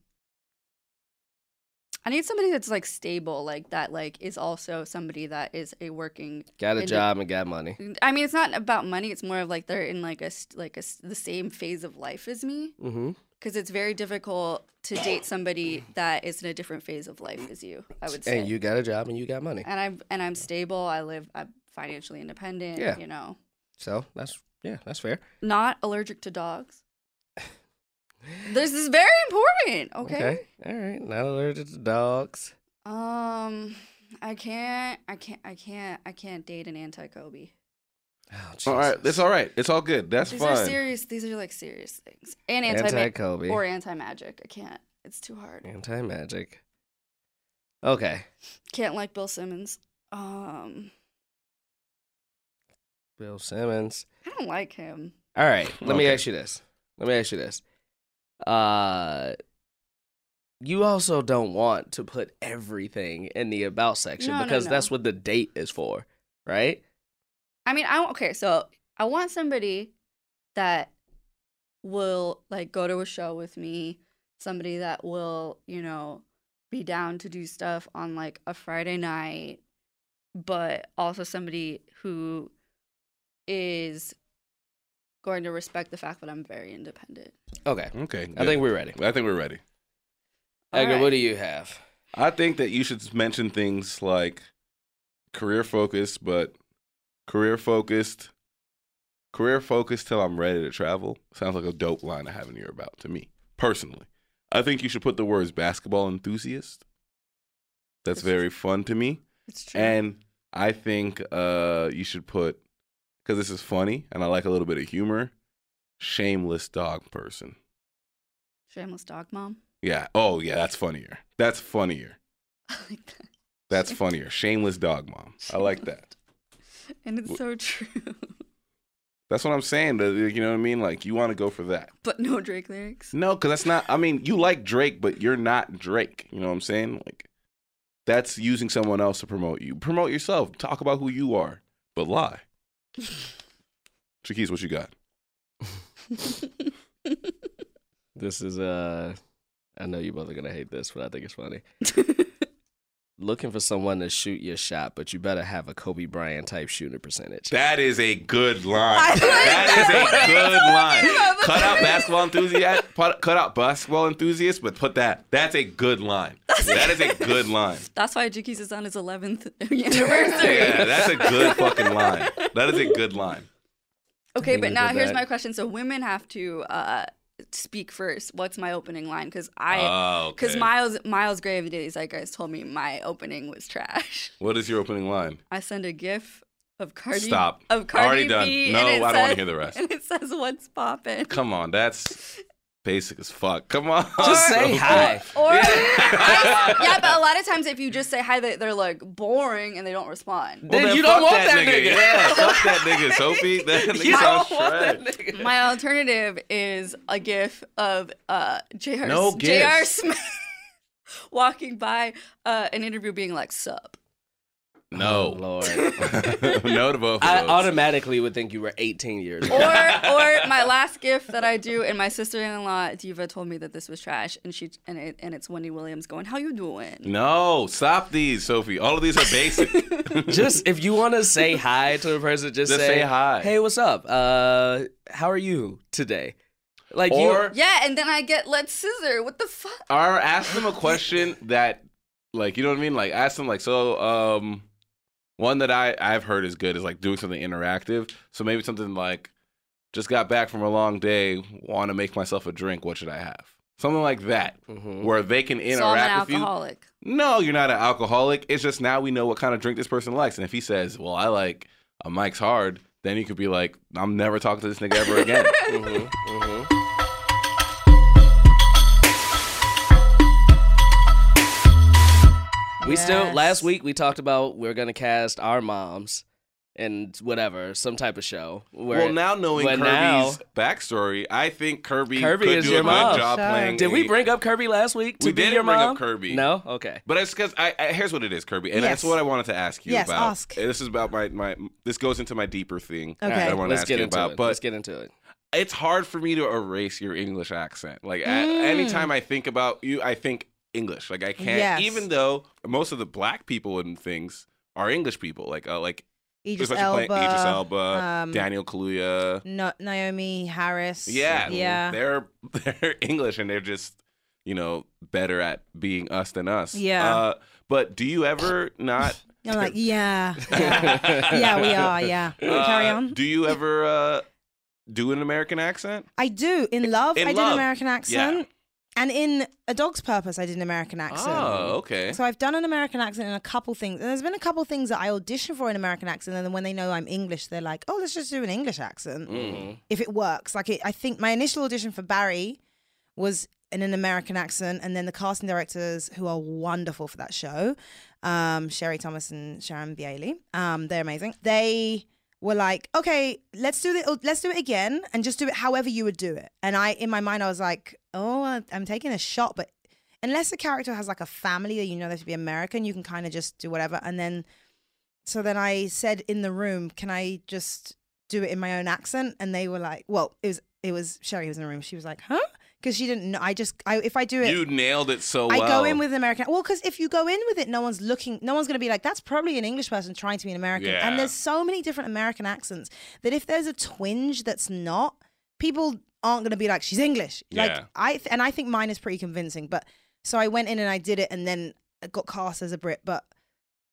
[SPEAKER 7] I need somebody that's like stable, like that, like is also somebody that is a working.
[SPEAKER 4] Got a
[SPEAKER 7] Indi-
[SPEAKER 4] job and got money.
[SPEAKER 7] I mean, it's not about money. It's more of like they're in like a s- like a, s- the same phase of life as me,
[SPEAKER 4] Mm-hmm.
[SPEAKER 7] because it's very difficult to date somebody that is in a different phase of life as you. I would say.
[SPEAKER 4] And you got a job and you got money.
[SPEAKER 7] and I'm and I'm stable. I live. I'm financially independent.
[SPEAKER 4] Yeah.
[SPEAKER 7] You know,
[SPEAKER 4] So that's yeah, that's fair.
[SPEAKER 7] not allergic to dogs. this is very important. Okay.
[SPEAKER 4] All right. Not allergic to dogs.
[SPEAKER 7] Um. I can't. I can't. I can't. I can't date an anti Kobe.
[SPEAKER 4] Oh,
[SPEAKER 3] All right,
[SPEAKER 4] Jesus.
[SPEAKER 3] it's all right. It's all good. That's
[SPEAKER 7] These are
[SPEAKER 3] fine.
[SPEAKER 7] serious. These are like serious things. And anti
[SPEAKER 4] Anti-Kobe.
[SPEAKER 7] or anti magic. I can't. It's too hard.
[SPEAKER 4] Anti magic. Okay.
[SPEAKER 7] Can't like Bill Simmons. Um,
[SPEAKER 4] Bill Simmons.
[SPEAKER 7] I don't like him.
[SPEAKER 4] All right. Let me
[SPEAKER 3] Okay.
[SPEAKER 4] ask you this. Let me ask you this. Uh you also don't want to put everything in the about section
[SPEAKER 7] No, no,
[SPEAKER 4] because
[SPEAKER 7] no.
[SPEAKER 4] that's what the date is for, right?
[SPEAKER 7] I mean, I okay. So I want somebody that will like go to a show with me. Somebody that will, you know, be down to do stuff on like a Friday night, but also somebody who is going to respect the fact that I'm very independent.
[SPEAKER 4] Okay.
[SPEAKER 3] Okay.
[SPEAKER 4] I think we're ready.
[SPEAKER 3] good. I think we're ready.
[SPEAKER 7] All
[SPEAKER 4] Edgar,
[SPEAKER 7] right.
[SPEAKER 4] what do you have?
[SPEAKER 3] I think that you should mention things like career focused, but career focused, career focused till I'm ready to travel. Sounds like a dope line I haven't heard about to me personally. I think you should put the words basketball enthusiast. That's very fun to me.
[SPEAKER 7] It's true.
[SPEAKER 3] And I think uh, you should put, because this is funny and I like a little bit of humor, shameless dog person.
[SPEAKER 7] Shameless dog mom.
[SPEAKER 3] Yeah. Oh, yeah. That's funnier. That's funnier.
[SPEAKER 7] I like that.
[SPEAKER 3] That's funnier. Shameless dog mom. I like that.
[SPEAKER 7] And it's so true.
[SPEAKER 3] That's what I'm saying. that- You know what I mean? Like you want to go for that.
[SPEAKER 7] but no Drake lyrics.
[SPEAKER 3] No, because that's not. I mean, you like Drake, but you're not Drake. You know what I'm saying? Like that's using someone else to promote you. Promote yourself. Talk about who you are, but lie. Chiquis, what you got?
[SPEAKER 4] This is uh I know you both are gonna hate this, but I think it's funny. Looking for someone to shoot your shot, but you better have a Kobe Bryant type shooting percentage.
[SPEAKER 3] That is a good line.
[SPEAKER 7] I like
[SPEAKER 3] that is a good line.
[SPEAKER 7] about the
[SPEAKER 3] Cut out
[SPEAKER 7] Lakers?
[SPEAKER 3] basketball enthusiast. put- Cut out basketball enthusiast, but put that. That's a good line. That is a good line.
[SPEAKER 7] That's why Jikis is on his 11th anniversary.
[SPEAKER 3] Yeah, that's a good fucking line. That is a good line.
[SPEAKER 7] Okay, but
[SPEAKER 4] Didn't
[SPEAKER 7] now
[SPEAKER 4] do
[SPEAKER 7] here's
[SPEAKER 4] that.
[SPEAKER 7] my question. So women have to uh, speak first. What's my opening line? Because I,
[SPEAKER 3] Oh,
[SPEAKER 7] because
[SPEAKER 3] okay.
[SPEAKER 7] Miles Miles Grave days, like guys told me, my opening was trash.
[SPEAKER 3] What is your opening line?
[SPEAKER 7] I send a gif of Cardi.
[SPEAKER 3] Stop.
[SPEAKER 7] Of Cardi
[SPEAKER 3] Already
[SPEAKER 7] B,
[SPEAKER 3] done.
[SPEAKER 7] and
[SPEAKER 3] No,
[SPEAKER 7] it
[SPEAKER 3] I don't wanna
[SPEAKER 7] says-
[SPEAKER 3] hear the rest.
[SPEAKER 7] And it says what's poppin'.
[SPEAKER 3] Come on, that's basic as fuck. Come on.
[SPEAKER 4] Just say hi.
[SPEAKER 7] Or I- yeah, but a lot of times if you just say hi, they, they're like boring and they don't respond.
[SPEAKER 4] Then you don't
[SPEAKER 3] fuck
[SPEAKER 4] want that nigga.
[SPEAKER 3] Yeah, fuck that nigga, Sophie. That nigga
[SPEAKER 4] You
[SPEAKER 3] sounds
[SPEAKER 4] don't want
[SPEAKER 3] trash.
[SPEAKER 4] that nigga.
[SPEAKER 7] My alternative is a gif of uh JR
[SPEAKER 3] No
[SPEAKER 7] JR
[SPEAKER 3] gifs.
[SPEAKER 7] Smith walking by uh, an interview being like sup.
[SPEAKER 4] Oh,
[SPEAKER 3] No.
[SPEAKER 4] Lord.
[SPEAKER 3] no to both of
[SPEAKER 4] I
[SPEAKER 3] those.
[SPEAKER 4] automatically would think you were 18 years
[SPEAKER 7] Or
[SPEAKER 4] old.
[SPEAKER 7] or my last gif that I do and my sister-in-law Diva told me that this was trash and she and it, and it's Wendy Williams going, "How you
[SPEAKER 3] Mm.
[SPEAKER 7] doing?"
[SPEAKER 3] No, stop these, Sophie. All of these are basic.
[SPEAKER 4] just if you want to say hi to a person, just,
[SPEAKER 3] Just say hi.
[SPEAKER 4] Hey, what's up? Uh, how are you today? Like
[SPEAKER 3] or
[SPEAKER 7] Yeah, and then I get let's scissor. What the fuck?
[SPEAKER 3] or ask them a question that like you know what I mean? Like ask them like so um one that I I've heard is good is like doing something interactive. So maybe something like just got back from a long day, want to make myself a drink, what should I have? Something like that
[SPEAKER 4] you. Mhm.
[SPEAKER 3] where they can
[SPEAKER 7] so I'm an
[SPEAKER 3] interact with you.
[SPEAKER 7] alcoholic.
[SPEAKER 3] No, you're not an alcoholic. It's just now we know what kind of drink this person likes. And if he says, "Well, I like a Mike's Hard," then you could be like, "I'm never talking to this nigga ever again."
[SPEAKER 4] Mhm,
[SPEAKER 3] Mm-hmm.
[SPEAKER 4] mhm. We still
[SPEAKER 7] Yes.
[SPEAKER 4] last week we talked about we're gonna cast our moms and whatever some type of show. Where
[SPEAKER 3] well, now knowing
[SPEAKER 4] but
[SPEAKER 3] Kirby's
[SPEAKER 4] now-
[SPEAKER 3] backstory, I think Kirby,
[SPEAKER 4] Kirby
[SPEAKER 3] could
[SPEAKER 4] is
[SPEAKER 3] do
[SPEAKER 4] your
[SPEAKER 3] a good
[SPEAKER 4] mom.
[SPEAKER 3] job playing.
[SPEAKER 4] did we
[SPEAKER 3] a-
[SPEAKER 4] bring up Kirby last week? To
[SPEAKER 3] We
[SPEAKER 4] be
[SPEAKER 3] didn't
[SPEAKER 4] your
[SPEAKER 3] bring up
[SPEAKER 4] mom?
[SPEAKER 3] Kirby.
[SPEAKER 4] No, okay.
[SPEAKER 3] But it's because I, I here's what it is, Kirby, and that's
[SPEAKER 9] Yes.
[SPEAKER 3] what I wanted to ask you
[SPEAKER 9] Yes,
[SPEAKER 3] about.
[SPEAKER 9] ask.
[SPEAKER 3] And This is about my my. This goes into my deeper thing.
[SPEAKER 9] Okay.
[SPEAKER 3] That I want to
[SPEAKER 4] Let's
[SPEAKER 3] ask
[SPEAKER 4] get
[SPEAKER 3] you
[SPEAKER 4] into
[SPEAKER 3] about,
[SPEAKER 4] it.
[SPEAKER 3] but
[SPEAKER 4] Let's get into it.
[SPEAKER 3] it's hard for me to erase your English accent. Like at, anytime I think about you, I think English. Like I can't,
[SPEAKER 9] Mm. Yes.
[SPEAKER 3] even though most of the black people and things are English people. Like uh, like
[SPEAKER 9] Idris
[SPEAKER 3] especially
[SPEAKER 9] Elba,
[SPEAKER 3] playing Idris Elba,
[SPEAKER 9] um,
[SPEAKER 3] Daniel Kaluuya.
[SPEAKER 9] Na- Naomi Harris.
[SPEAKER 3] Yeah,
[SPEAKER 9] yeah,
[SPEAKER 3] They're they're English and they're just you know better at being us than us.
[SPEAKER 9] Yeah.
[SPEAKER 3] Uh, but do you ever not?
[SPEAKER 9] I'm like, yeah, yeah, Yeah, we are. Yeah, carry
[SPEAKER 3] uh,
[SPEAKER 9] on.
[SPEAKER 3] Do you ever uh, do an American accent?
[SPEAKER 9] I do in love.
[SPEAKER 3] In
[SPEAKER 9] I did
[SPEAKER 3] Love.
[SPEAKER 9] American accent. And in A Dog's Purpose, I did an American accent.
[SPEAKER 3] Oh, okay.
[SPEAKER 9] So I've done an American accent in a couple things, and there's been a couple things that I audition for in American accent, and then when they know I'm English, they're like, "Oh, let's just do an English accent
[SPEAKER 3] Mm.
[SPEAKER 9] if it works." Like, it, I think my initial audition for Barry was in an American accent, and then the casting directors, who are wonderful for that show, um, Sherry Thomas and Sharon Bialy, um, they're amazing. They were like, "Okay, let's do it. Let's do it again, and just do it however you would do it." And I, in my mind, I was like, "Oh, I- I'm taking a shot, but." Unless the character has like a family that you know they have to be American, you can kind of just do whatever. And then so then I said in the room, "Can I just do it in my own accent?" And they were like, "Well, it was it was Sherry who was in the room. She was like, huh?" Because she didn't know. I just I, if I do it,
[SPEAKER 3] You nailed it so
[SPEAKER 9] I
[SPEAKER 3] well.
[SPEAKER 9] go in with an American. Well, because if you go in with it, no one's looking. No one's going to be like, "That's probably an English person trying to be an American."
[SPEAKER 3] Yeah.
[SPEAKER 9] And there's so many different American accents that if there's a twinge that's not, people aren't going to be like, "She's English." Like
[SPEAKER 3] Yeah.
[SPEAKER 9] I th- and I think mine is pretty convincing. But so I went in and I did it, and then I got cast as a Brit. But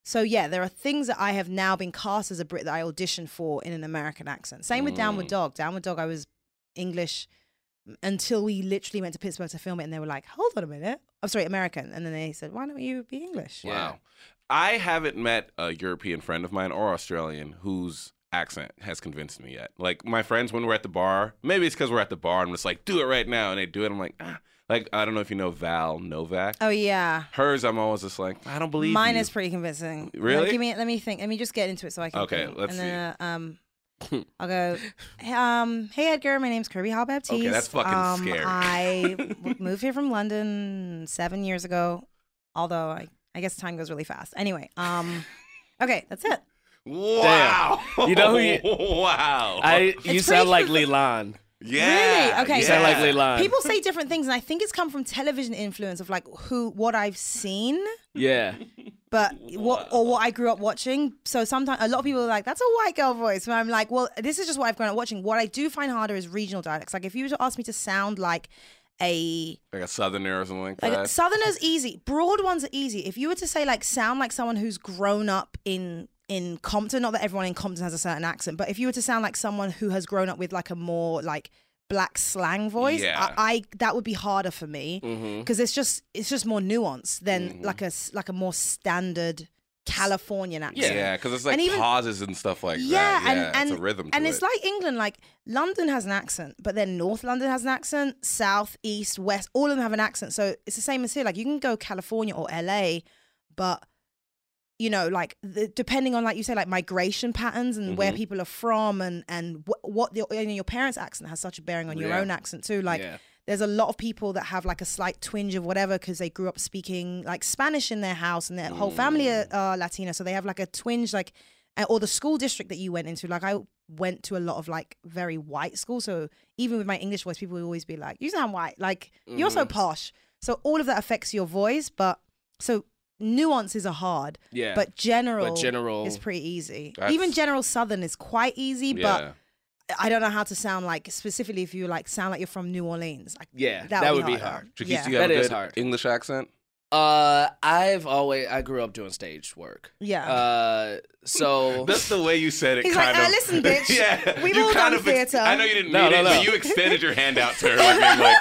[SPEAKER 9] so yeah, there are things that I have now been cast as a Brit that I auditioned for in an American accent. Same with Downward Dog. Downward Dog, I was English until we literally went to Pittsburgh to film it, and they were like, "Hold on a minute." I'm sorry, American, and then they said, "Why don't you be English?"
[SPEAKER 3] Wow. I haven't met a European friend of mine or Australian whose accent has convinced me yet. Like my friends when we're at the bar, maybe it's because we're at the bar and I'm just like, do it right now, and they do it. I'm like, ah. like I don't know if you know Val Novak.
[SPEAKER 9] Oh yeah,
[SPEAKER 3] Hers, I'm always just like, I don't believe
[SPEAKER 9] mine
[SPEAKER 3] you.
[SPEAKER 9] is pretty convincing. Uh,
[SPEAKER 3] Really?
[SPEAKER 9] Give me. Let me think. Let me just get into it so I can.
[SPEAKER 3] Okay,
[SPEAKER 9] think.
[SPEAKER 3] let's
[SPEAKER 9] and then, see. Uh, um, I'll go. "Hey, Um, hey Edgar, my name's Kirby Hall Baptiste.
[SPEAKER 3] that's fucking
[SPEAKER 9] um,
[SPEAKER 3] scary.
[SPEAKER 9] I w- moved here from London seven years ago. Although I, I guess time goes really fast. Anyway, um, okay, that's it.
[SPEAKER 3] Wow.
[SPEAKER 4] You know who you-
[SPEAKER 3] wow.
[SPEAKER 4] I you
[SPEAKER 9] It's
[SPEAKER 4] sound like
[SPEAKER 9] pretty-
[SPEAKER 4] Leland.
[SPEAKER 3] yeah.
[SPEAKER 9] Really? Okay.
[SPEAKER 4] You
[SPEAKER 9] Yeah.
[SPEAKER 4] sound like Leland.
[SPEAKER 9] People say different things, and I think it's come from television influence of like who, what I've seen.
[SPEAKER 4] yeah.
[SPEAKER 9] but what or what I grew up watching. So sometimes a lot of people are like, "That's a white girl voice," and I'm like, "Well, this is just what I've grown up watching." What I do find harder is regional dialects. Like if you were to ask me to sound like a
[SPEAKER 3] Like a southerner or something like
[SPEAKER 9] like
[SPEAKER 3] that.
[SPEAKER 9] Southerners easy, broad ones are easy. If you were to say like sound like someone who's grown up in in Compton, not that everyone in Compton has a certain accent, but if you were to sound like someone who has grown up with like a more like black slang voice,
[SPEAKER 3] Yeah. Mm-hmm.
[SPEAKER 9] I, I that would be harder for me because it's just it's just more nuanced than like a s- like a more standard Californian accent.
[SPEAKER 3] yeah, because it's like
[SPEAKER 9] And even-
[SPEAKER 3] pauses and stuff like
[SPEAKER 9] Yeah,
[SPEAKER 3] that. Yeah,
[SPEAKER 9] and, and
[SPEAKER 3] it's a rhythm. To
[SPEAKER 9] and it's
[SPEAKER 3] it.
[SPEAKER 9] like England. Like London has an accent, but then North London has an accent. South, East, West, all of them have an accent. So it's the same as here. Like you can go California or LA, but you know, like the, depending on like you say, like migration patterns and where people are from, and and wh- what the, and your parents' accent has such a bearing on your
[SPEAKER 4] Yeah.
[SPEAKER 9] own accent too. Like
[SPEAKER 4] Yeah.
[SPEAKER 9] there's a lot of people that have like a slight twinge of whatever because they grew up speaking like Spanish in their house and their whole family
[SPEAKER 4] Mm.
[SPEAKER 9] are, are Latina, so they have like a twinge like uh, or the school district that you went into. Like I went to a lot of like very white schools, so even with my English voice, people would always be like, "You sound white, like you're
[SPEAKER 4] Mm-hmm.
[SPEAKER 9] so posh." So all of that affects your voice, but so nuances are hard.
[SPEAKER 4] Yeah.
[SPEAKER 9] But general,
[SPEAKER 4] general-
[SPEAKER 9] is pretty easy.
[SPEAKER 3] That's-
[SPEAKER 9] Even general Southern is quite easy, but
[SPEAKER 3] Yeah.
[SPEAKER 9] I don't know how to sound like specifically if you like sound like you're from New Orleans. Like,
[SPEAKER 4] Yeah,
[SPEAKER 9] that, would be hard.
[SPEAKER 3] Chiquis,
[SPEAKER 9] Yeah.
[SPEAKER 3] do you have
[SPEAKER 4] That
[SPEAKER 3] a
[SPEAKER 4] is
[SPEAKER 3] good
[SPEAKER 4] hard.
[SPEAKER 3] English accent?
[SPEAKER 4] Uh, I've always I grew up doing stage work.
[SPEAKER 9] Yeah.
[SPEAKER 4] Uh, so
[SPEAKER 3] That's the way you said it.
[SPEAKER 9] He's like,
[SPEAKER 3] kind
[SPEAKER 9] "Uh,
[SPEAKER 3] of.
[SPEAKER 9] listen, bitch,
[SPEAKER 3] yeah,
[SPEAKER 9] we've
[SPEAKER 3] you
[SPEAKER 9] all done
[SPEAKER 3] kind of ex-
[SPEAKER 9] theater."
[SPEAKER 3] I know you didn't
[SPEAKER 4] No,
[SPEAKER 3] need
[SPEAKER 4] no,
[SPEAKER 3] it,
[SPEAKER 4] no.
[SPEAKER 3] but you extended your hand out to her. Like, being like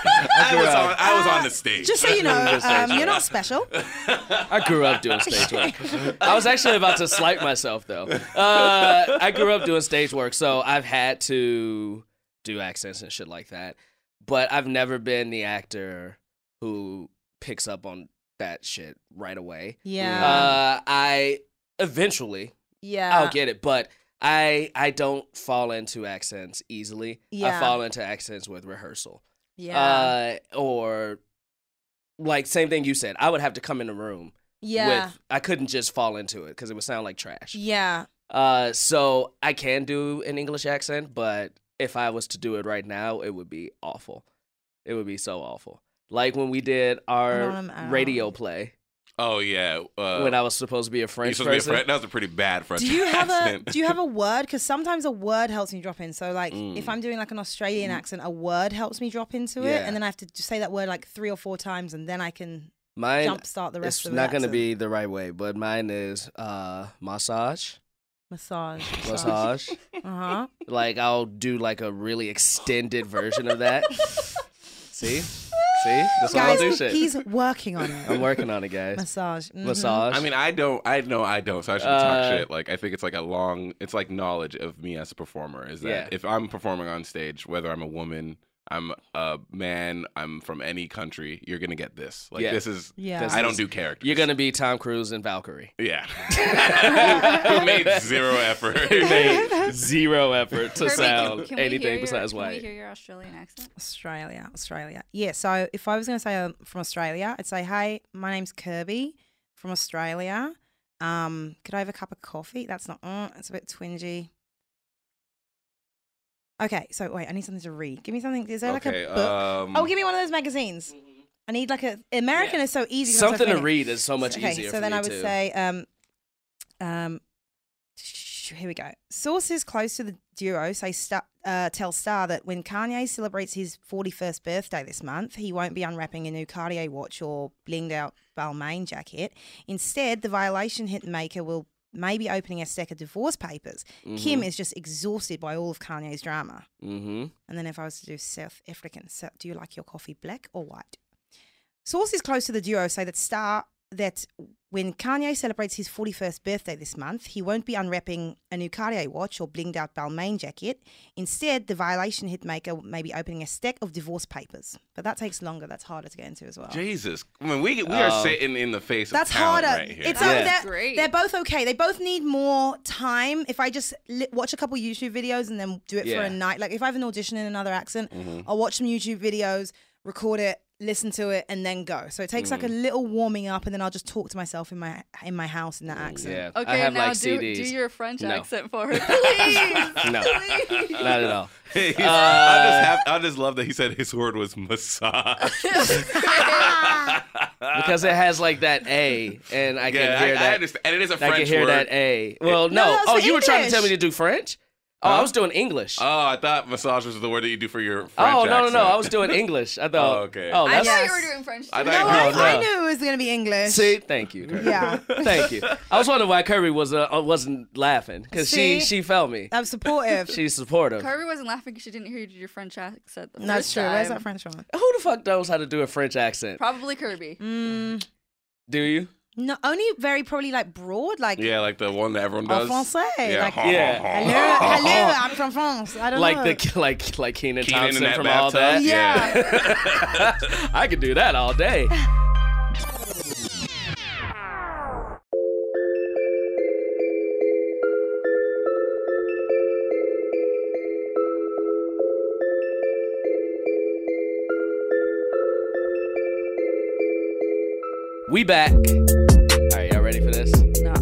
[SPEAKER 3] I, was on, I was on the stage.
[SPEAKER 9] Just so you know, um,
[SPEAKER 4] stage.
[SPEAKER 9] you're not special.
[SPEAKER 4] I grew up doing stage work. I was actually about to slight myself though. Uh, I grew up doing stage work, so I've had to do accents and shit like that. But I've never been the actor who picks up on that shit right away.
[SPEAKER 9] Yeah.
[SPEAKER 4] Uh, I eventually
[SPEAKER 9] yeah.
[SPEAKER 4] I'll get it, but I I don't fall into accents easily. I
[SPEAKER 9] Yeah.
[SPEAKER 4] fall into accents with rehearsal.
[SPEAKER 9] Yeah.
[SPEAKER 4] Uh, or like same thing you said. I would have to come in the room
[SPEAKER 9] yeah.
[SPEAKER 4] with I couldn't just fall into it because it would sound like trash.
[SPEAKER 9] yeah.
[SPEAKER 4] Uh, so I can do an English accent, but if I was to do it right now, it would be awful. It would be so awful. Like when we did
[SPEAKER 9] I'm-
[SPEAKER 4] our
[SPEAKER 9] I don't-
[SPEAKER 4] radio play
[SPEAKER 3] oh yeah, uh,
[SPEAKER 4] when I was supposed to be a
[SPEAKER 3] you
[SPEAKER 4] French
[SPEAKER 3] supposed to be a
[SPEAKER 4] person.
[SPEAKER 3] French. That was a pretty bad French
[SPEAKER 9] Do you have a
[SPEAKER 3] accent.
[SPEAKER 9] do you have a word? Because sometimes a word helps me drop in. So like
[SPEAKER 3] Mm.
[SPEAKER 9] if I'm doing like an Australian accent, a word helps me drop into it,
[SPEAKER 4] Mm. Yeah.
[SPEAKER 9] and then I have to just say that word like three or four times, and then I can
[SPEAKER 4] Mine,
[SPEAKER 9] jumpstart the rest
[SPEAKER 4] it's
[SPEAKER 9] of the
[SPEAKER 4] not going to
[SPEAKER 9] accent.
[SPEAKER 4] be the right way, but mine is uh, massage,
[SPEAKER 9] massage.
[SPEAKER 4] massage.
[SPEAKER 9] Uh huh.
[SPEAKER 4] like I'll do like a really extended version of that. See, See, that's why I don't do
[SPEAKER 9] Guys,
[SPEAKER 4] shit.
[SPEAKER 9] he's working on it.
[SPEAKER 4] I'm working on it, guys.
[SPEAKER 9] Massage. mhm.
[SPEAKER 4] Massage.
[SPEAKER 3] I mean, I don't. I know I don't. So I shouldn't talk
[SPEAKER 4] Uh,
[SPEAKER 3] shit. Like I think it's like a long. It's like knowledge of me as a performer is that
[SPEAKER 4] Yeah.
[SPEAKER 3] if I'm performing on stage, whether I'm a woman, I'm a man, I'm from any country, you're gonna get this. Like
[SPEAKER 4] Yeah.
[SPEAKER 3] this is.
[SPEAKER 9] Yeah.
[SPEAKER 3] I don't do characters.
[SPEAKER 4] you're gonna be Tom Cruise and Valkyrie.
[SPEAKER 3] Yeah. Who made zero effort?
[SPEAKER 4] Made zero effort to
[SPEAKER 7] Kirby, can-
[SPEAKER 4] sound
[SPEAKER 7] can we hear
[SPEAKER 4] anything
[SPEAKER 7] your-
[SPEAKER 4] besides
[SPEAKER 7] Can we
[SPEAKER 4] white.
[SPEAKER 7] hear your Australian accent?
[SPEAKER 9] Australia, Australia. Yeah. So if I was going to say I'm from Australia, I'd say, "Hi, my name's Kirby from Australia. Um, could I have a cup of coffee?" That's not. Uh, it's a bit twingy. Okay. So wait, I need something to read. Give me something. Is there like
[SPEAKER 3] okay.
[SPEAKER 9] a book?
[SPEAKER 3] Um,
[SPEAKER 9] oh, give me one of those magazines. I need like a American is so easy. 'cause I'm so
[SPEAKER 4] Something to
[SPEAKER 9] phonetic.
[SPEAKER 4] read is so much
[SPEAKER 9] okay,
[SPEAKER 4] easier.
[SPEAKER 9] So
[SPEAKER 4] for
[SPEAKER 9] then
[SPEAKER 4] me
[SPEAKER 9] I would
[SPEAKER 4] too.
[SPEAKER 9] say, um, um, sh- here we go. Sources close to the duo say sta uh, tell Star that when Kanye celebrates his 41st birthday this month, he won't be unwrapping a new Cartier watch or blinged out Balmain jacket. Instead, the Violation hit maker will maybe opening a stack of divorce papers. Kim is just exhausted by all of Kanye's drama.
[SPEAKER 4] Mm-hmm.
[SPEAKER 9] And then if I was to do South African, so do you like your coffee black or white? Sources close to the duo say that Star that when Kanye celebrates his 41st birthday this month, he won't be unwrapping a new Cartier watch or blinged out Balmain jacket. Instead, the Violation hitmaker may be opening a stack of divorce papers. But that takes longer. That's harder to get into as well.
[SPEAKER 3] Jesus. I mean, we we are
[SPEAKER 4] Oh.
[SPEAKER 3] sitting in the face.
[SPEAKER 9] That's
[SPEAKER 3] of talent
[SPEAKER 9] harder.
[SPEAKER 3] Right here.
[SPEAKER 9] It's o-
[SPEAKER 7] That
[SPEAKER 4] was
[SPEAKER 9] they're,
[SPEAKER 7] great.
[SPEAKER 9] they're both okay. They both need more time. If I just li- watch a couple YouTube videos and then do it for
[SPEAKER 4] Yeah.
[SPEAKER 9] a night, like if I have an audition in another accent,
[SPEAKER 3] Mm-hmm.
[SPEAKER 9] I'll watch some YouTube videos, record it, listen to it, and then go. So it takes like a little warming up, and then I'll just talk to myself in my in my house in that accent.
[SPEAKER 4] Yeah.
[SPEAKER 7] Okay,
[SPEAKER 4] I have
[SPEAKER 7] now
[SPEAKER 4] like
[SPEAKER 7] do,
[SPEAKER 4] CDs.
[SPEAKER 7] do your French
[SPEAKER 4] No. Oh,
[SPEAKER 7] accent for her, please.
[SPEAKER 4] No.
[SPEAKER 7] please.
[SPEAKER 4] Not at all.
[SPEAKER 3] He's- I just have, I just love that he said his word was massage.
[SPEAKER 4] Because it has like that A, and I
[SPEAKER 3] yeah,
[SPEAKER 4] can hear
[SPEAKER 3] I, I
[SPEAKER 4] that.
[SPEAKER 3] understand, and it is a
[SPEAKER 4] I
[SPEAKER 3] French
[SPEAKER 4] can hear
[SPEAKER 3] word.
[SPEAKER 4] that A. Well, no.
[SPEAKER 9] No, that's
[SPEAKER 4] oh, you
[SPEAKER 9] for
[SPEAKER 4] were trying to tell me
[SPEAKER 9] English.
[SPEAKER 4] to do French? Oh, I was doing English.
[SPEAKER 3] Oh, I thought massage was the word that you do for your French
[SPEAKER 4] oh, no, no,
[SPEAKER 3] accent.
[SPEAKER 4] no. I was doing English. I thought.
[SPEAKER 3] Oh, okay.
[SPEAKER 4] Oh,
[SPEAKER 7] I
[SPEAKER 4] that's.
[SPEAKER 7] thought you were doing French.
[SPEAKER 3] I
[SPEAKER 7] too.
[SPEAKER 9] No,
[SPEAKER 3] thought-
[SPEAKER 9] I,
[SPEAKER 3] No,
[SPEAKER 9] Oh, I
[SPEAKER 4] no.
[SPEAKER 9] knew it was gonna be English.
[SPEAKER 4] See, thank you. Kirby.
[SPEAKER 9] Yeah,
[SPEAKER 4] Thank you. I was wondering why Kirby was uh, uh, wasn't laughing because
[SPEAKER 9] See?
[SPEAKER 4] she she felt me.
[SPEAKER 9] I'm supportive.
[SPEAKER 4] She's supportive.
[SPEAKER 7] Kirby wasn't laughing because she didn't hear you do your French accent. The
[SPEAKER 9] That's
[SPEAKER 7] first
[SPEAKER 9] true. Where's that
[SPEAKER 7] time.
[SPEAKER 9] French one?
[SPEAKER 4] Who the fuck knows how to do a French accent?
[SPEAKER 7] Probably Kirby.
[SPEAKER 9] Mm,
[SPEAKER 4] Do you?
[SPEAKER 9] no, only very probably like broad, like
[SPEAKER 3] Yeah, like the one that everyone
[SPEAKER 9] en
[SPEAKER 3] does.
[SPEAKER 9] français,
[SPEAKER 3] Yeah.
[SPEAKER 9] like
[SPEAKER 4] Yeah.
[SPEAKER 9] Hello, hello, I'm from France. I don't know.
[SPEAKER 4] Oh, Like the like like Keenan
[SPEAKER 3] Keenan in
[SPEAKER 4] Thompson
[SPEAKER 3] that
[SPEAKER 4] from all that.
[SPEAKER 3] bathtub?
[SPEAKER 9] yeah.
[SPEAKER 4] I could do that all day. We back. All right, y'all ready for this?
[SPEAKER 7] No.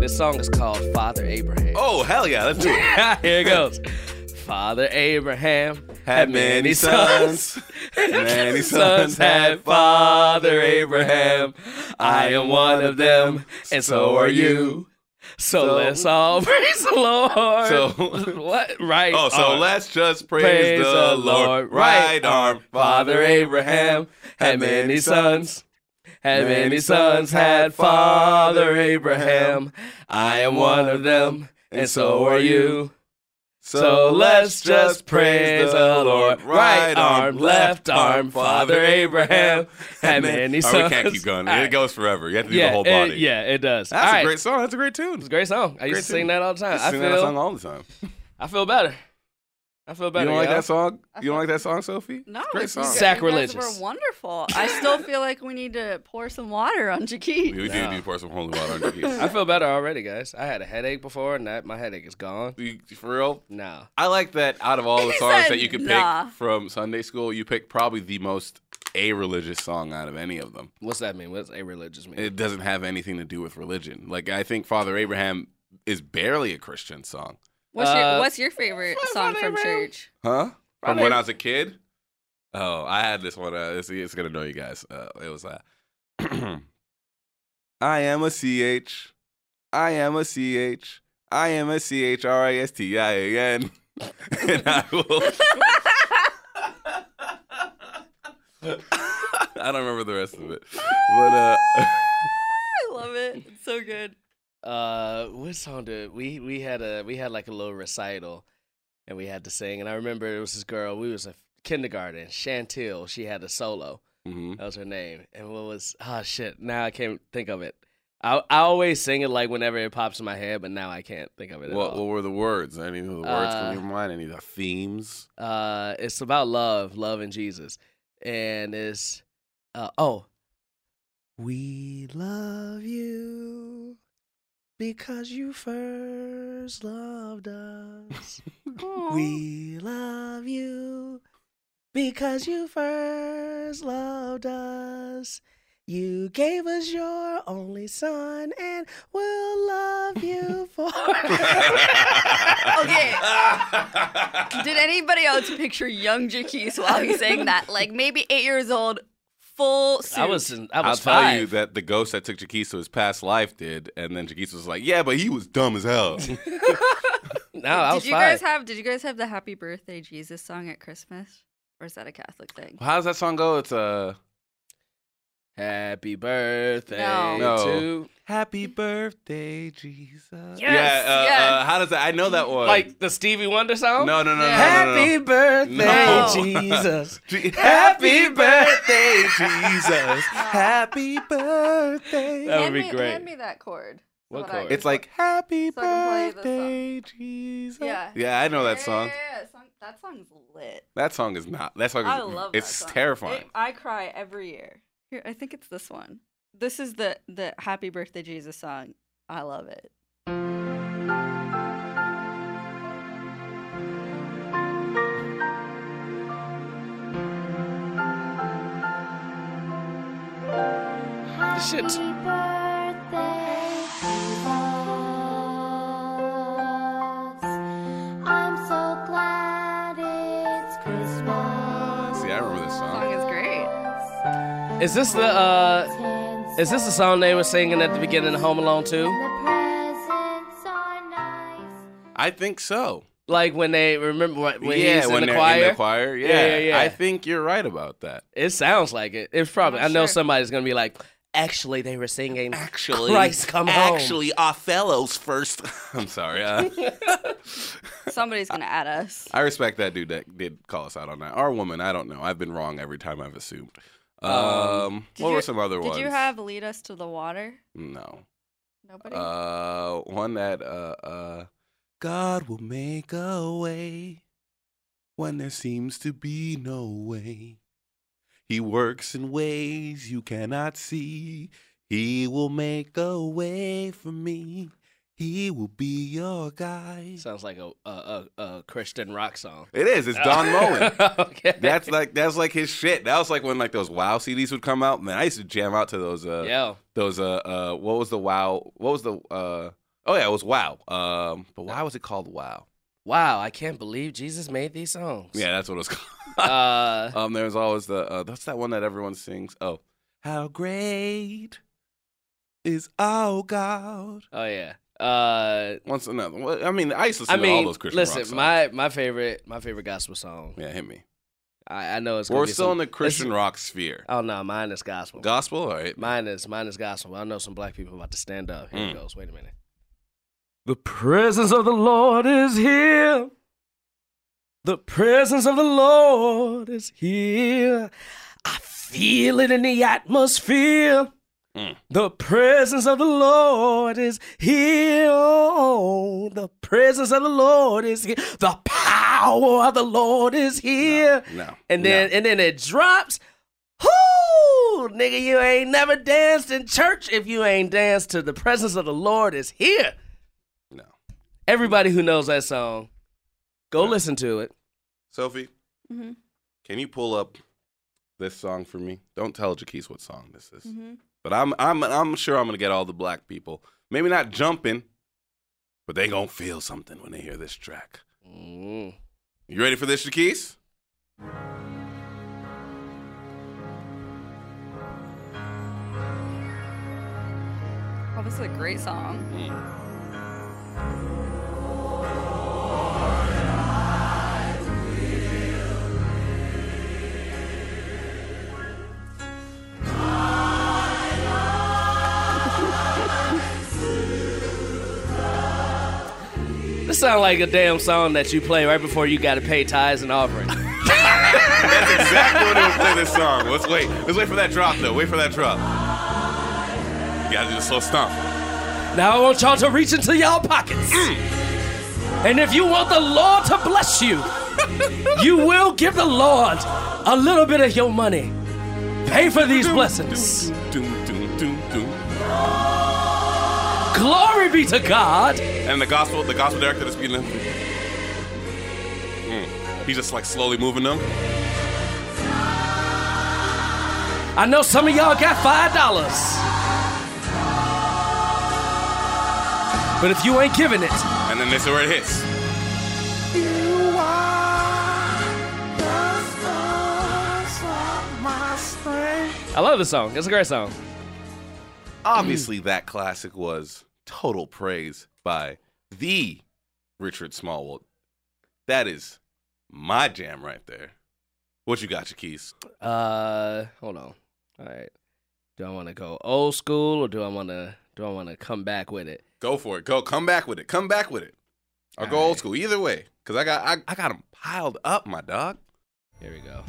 [SPEAKER 4] This song is called Father Abraham.
[SPEAKER 3] Oh hell yeah, let's do it.
[SPEAKER 4] Here it goes. Father Abraham
[SPEAKER 3] Had many sons, many sons had
[SPEAKER 4] Father
[SPEAKER 3] Abraham.
[SPEAKER 4] I am one of them, and so are you. So,
[SPEAKER 3] So-
[SPEAKER 4] let's all praise the Lord.
[SPEAKER 3] So-
[SPEAKER 4] what? Right.
[SPEAKER 3] Oh, so
[SPEAKER 4] arm.
[SPEAKER 3] let's just praise,
[SPEAKER 4] Praise
[SPEAKER 3] the, Lord. Right arm,
[SPEAKER 4] Father Abraham had many sons. Had many sons had Father Abraham. I am one of them, and so are you. So let's just praise the Lord. Right arm, left arm, Father Abraham had many
[SPEAKER 3] Oh,
[SPEAKER 4] sons.
[SPEAKER 3] we can't keep going.
[SPEAKER 4] All
[SPEAKER 3] It
[SPEAKER 4] right.
[SPEAKER 3] goes forever. You have to do
[SPEAKER 4] yeah,
[SPEAKER 3] the whole body.
[SPEAKER 4] It, yeah, it does.
[SPEAKER 3] That's
[SPEAKER 4] All
[SPEAKER 3] a
[SPEAKER 4] right.
[SPEAKER 3] great song. That's a great tune.
[SPEAKER 4] It's a great song. I used
[SPEAKER 3] Great
[SPEAKER 4] to sing
[SPEAKER 3] tune.
[SPEAKER 4] that all the time.
[SPEAKER 3] I
[SPEAKER 4] I
[SPEAKER 3] sing
[SPEAKER 4] feel,
[SPEAKER 3] that song all the time.
[SPEAKER 4] I feel better. I feel
[SPEAKER 3] You
[SPEAKER 4] better.
[SPEAKER 3] don't like
[SPEAKER 4] y'all.
[SPEAKER 3] that song? You don't like that song, Sophie?
[SPEAKER 7] No,
[SPEAKER 3] It's a great
[SPEAKER 7] it's- you
[SPEAKER 3] song.
[SPEAKER 7] guys- You guys
[SPEAKER 4] Sacrilegious.
[SPEAKER 7] were wonderful. I still feel like we need to pour some water on Jaki.
[SPEAKER 3] We do
[SPEAKER 4] No.
[SPEAKER 3] do pour some holy water on your keys.
[SPEAKER 4] I feel better already, guys. I had a headache before, and that my headache is gone.
[SPEAKER 3] You- For real,
[SPEAKER 4] No.
[SPEAKER 3] I like that out of all the
[SPEAKER 7] He
[SPEAKER 3] songs
[SPEAKER 7] said,
[SPEAKER 3] that you could
[SPEAKER 7] "Nah."
[SPEAKER 3] pick from Sunday school, you pick probably the most a religious song out of any of them.
[SPEAKER 4] What's that mean? What's a religious mean?
[SPEAKER 3] It doesn't have anything to do with religion. Like I think Father Abraham is barely a Christian song.
[SPEAKER 7] What's
[SPEAKER 4] Uh,
[SPEAKER 7] your What's your favorite song from church?
[SPEAKER 3] Huh? From when I was a kid? Oh, I had this one. Uh, it's, it's gonna know you guys. Uh, it was uh, I am a ch. I am a ch. I am a c h r i s t i a n. and I will. I don't remember the rest of it, but uh,
[SPEAKER 7] I love it. It's so good.
[SPEAKER 4] uh, what song did we we had a we had like a little recital, and we had to sing. And I remember it was this girl. We was a kindergarten, Chantil, she had a solo.
[SPEAKER 3] hmm
[SPEAKER 4] That was her name. And what was oh shit, now I can't think of it. I I always sing it like whenever it pops in my head, but uh, now I can't think of it at
[SPEAKER 3] What, what
[SPEAKER 4] all.
[SPEAKER 3] were the words? Any of the words
[SPEAKER 4] Uh,
[SPEAKER 3] from your mind? Any of the themes?
[SPEAKER 4] Uh it's about love, love and Jesus. And it's uh oh. We love you because you first loved us. we love you because you first loved us. You gave us your only son, and we'll love you forever.
[SPEAKER 7] Okay. Did anybody else picture young Jaquise while he's saying that? Like maybe eight years old, full suit.
[SPEAKER 4] I was, in, I
[SPEAKER 3] I'll
[SPEAKER 4] was
[SPEAKER 3] tell
[SPEAKER 4] five.
[SPEAKER 3] you that the ghost that took Jaquise to his past life did, and then Jaquise was like, "Yeah, but he was dumb as hell."
[SPEAKER 4] no,
[SPEAKER 3] Oh,
[SPEAKER 4] I was
[SPEAKER 7] did you
[SPEAKER 4] five.
[SPEAKER 7] guys have? Did you guys have the Happy Birthday Jesus song at Christmas, or is that a Catholic thing?
[SPEAKER 3] How's that song go? It's uh,
[SPEAKER 4] Happy birthday
[SPEAKER 7] No.
[SPEAKER 3] No.
[SPEAKER 4] to
[SPEAKER 3] "Happy Birthday,
[SPEAKER 7] Yes,
[SPEAKER 3] Jesus." yeah. Uh,
[SPEAKER 7] yes.
[SPEAKER 3] Uh, how does that? I know that one.
[SPEAKER 4] like the Stevie Wonder song.
[SPEAKER 3] no, no, no, no,
[SPEAKER 7] Yeah.
[SPEAKER 3] no, no, no.
[SPEAKER 4] Happy birthday,
[SPEAKER 3] No.
[SPEAKER 4] Jesus.
[SPEAKER 3] Je-
[SPEAKER 4] Happy
[SPEAKER 3] birthday, Jesus. Happy birthday.
[SPEAKER 4] That would be great.
[SPEAKER 7] Hand me that chord.
[SPEAKER 4] What
[SPEAKER 7] that I
[SPEAKER 4] chord?
[SPEAKER 7] can-
[SPEAKER 3] It's like Happy
[SPEAKER 7] So I can play this song.
[SPEAKER 3] Birthday, Jesus.
[SPEAKER 7] Yeah.
[SPEAKER 3] Yeah, I know that song.
[SPEAKER 7] Yeah, yeah, yeah, song, that song's lit.
[SPEAKER 3] That song is not. That song is.
[SPEAKER 7] I love that
[SPEAKER 3] It's
[SPEAKER 7] song.
[SPEAKER 3] terrifying.
[SPEAKER 7] It- I cry every year. Here, I think it's this one. This is the the Happy Birthday Jesus song. I love it.
[SPEAKER 4] This shit's
[SPEAKER 3] See, I remember this song.
[SPEAKER 7] Song is great.
[SPEAKER 4] Is this the uh is this the song they were singing at the beginning of Home Alone 2?
[SPEAKER 3] I think so.
[SPEAKER 4] Like when they remember when when
[SPEAKER 3] yeah,
[SPEAKER 4] he's
[SPEAKER 3] when
[SPEAKER 4] in, the
[SPEAKER 3] they're
[SPEAKER 4] choir?
[SPEAKER 3] in the choir. Yeah.
[SPEAKER 4] Yeah, yeah, yeah.
[SPEAKER 3] I think you're right about that.
[SPEAKER 4] It sounds like it. It's probably
[SPEAKER 7] I'm
[SPEAKER 4] I know
[SPEAKER 7] sure.
[SPEAKER 4] somebody's going to be like actually they were singing
[SPEAKER 3] Actually,
[SPEAKER 4] Christ come home.
[SPEAKER 3] Othello's first. I'm sorry. Uh,
[SPEAKER 7] Somebody's gonna add us.
[SPEAKER 3] I respect that dude that did call us out on that. Our woman, I don't know. I've been wrong every time I've assumed. Um,
[SPEAKER 7] Did
[SPEAKER 3] what
[SPEAKER 7] you-
[SPEAKER 3] were some other
[SPEAKER 7] did
[SPEAKER 3] ones?
[SPEAKER 7] you have lead us to the water?
[SPEAKER 3] no?
[SPEAKER 7] Nobody.
[SPEAKER 3] Uh, one that uh, uh, God will make a way when there seems to be no way. He works in ways you cannot see. He will make a way for me. He will be your guide.
[SPEAKER 4] Sounds like a a, a, a Christian rock song.
[SPEAKER 3] It is. It's Don Mullen.
[SPEAKER 4] okay.
[SPEAKER 3] That's like that's like his shit. That was like when like those Wow CDs would come out. Man, I used to jam out to those. Uh,
[SPEAKER 4] yeah.
[SPEAKER 3] Those. Uh, uh. What was the Wow? What was the? Uh. Oh yeah, it was Wow. Um. But why was it called Wow?
[SPEAKER 4] Wow, I can't believe Jesus made these songs.
[SPEAKER 3] Yeah, that's what it was called.
[SPEAKER 4] Uh
[SPEAKER 3] um. There was always the. Uh, that's that one that everyone sings. Oh, how great is our God?
[SPEAKER 4] oh yeah. Uh
[SPEAKER 3] Once another. Well, I mean, I used to
[SPEAKER 4] I
[SPEAKER 3] sing all
[SPEAKER 4] mean,
[SPEAKER 3] those Christian rock
[SPEAKER 4] listen,
[SPEAKER 3] songs.
[SPEAKER 4] my my favorite my favorite gospel song.
[SPEAKER 3] yeah, hit me.
[SPEAKER 4] I, I know it's gonna
[SPEAKER 3] We're
[SPEAKER 4] be
[SPEAKER 3] still
[SPEAKER 4] some-
[SPEAKER 3] in the Christian rock sphere.
[SPEAKER 4] Oh no, mine is gospel.
[SPEAKER 3] Gospel, all right.
[SPEAKER 4] Mine is mine is gospel. I know some black people about to stand up. Here
[SPEAKER 3] Mm.
[SPEAKER 4] it goes. Wait a minute. The presence of the Lord is here. The presence of the Lord is here. I feel it in the atmosphere.
[SPEAKER 3] Mm.
[SPEAKER 4] The presence of the Lord is here. Oh, the presence of the Lord is here. The power of the Lord is here.
[SPEAKER 3] No.
[SPEAKER 4] And then and then it drops. Whoo! Nigga, you ain't never danced in church if you ain't danced to the presence of the Lord is here.
[SPEAKER 3] No. no.
[SPEAKER 4] Everybody who knows that song, go listen to it.
[SPEAKER 3] Sophie,
[SPEAKER 7] Mhm.
[SPEAKER 3] can you pull up this song for me? Don't tell Jaquise what song this is,
[SPEAKER 7] Mhm.
[SPEAKER 3] but I'm I'm I'm sure I'm gonna get all the black people. Maybe not jumping, but they gonna feel something when they hear this track.
[SPEAKER 4] Mm.
[SPEAKER 3] You ready for this, Jaquise?
[SPEAKER 7] Oh, this is a great song.
[SPEAKER 4] This sounds like a damn song that you play right before you got to pay tithes and offerings.
[SPEAKER 3] That's exactly what it would play this song. Let's wait. Let's wait for that drop though. Wait for that drop. You gotta do the slow stomp.
[SPEAKER 4] Now I want y'all to reach into y'all pockets. And if you want the Lord to bless you, you will give the Lord a little bit of your money. Pay for these blessings.
[SPEAKER 3] Doom, doom, doom, doom.
[SPEAKER 4] Glory be to God.
[SPEAKER 3] And the gospel, the gospel director that's beating them. Mm. He's just like slowly moving them.
[SPEAKER 4] I know some of y'all got five dollars. But if you ain't giving it,
[SPEAKER 3] And then this is where it hits.
[SPEAKER 4] I love this song. It's a great song.
[SPEAKER 3] Obviously, that classic was total praise by the Richard Smallwood. That is my jam right there. What you got, your keys?
[SPEAKER 4] Uh, hold on. All right. Do I want to go old school or do I want to do I want to come back with it?
[SPEAKER 3] Go for it. Go. Come back with it. Come back with it. Or go old school. Either way, cause I got I, I got them piled up, my dog.
[SPEAKER 4] Here we go.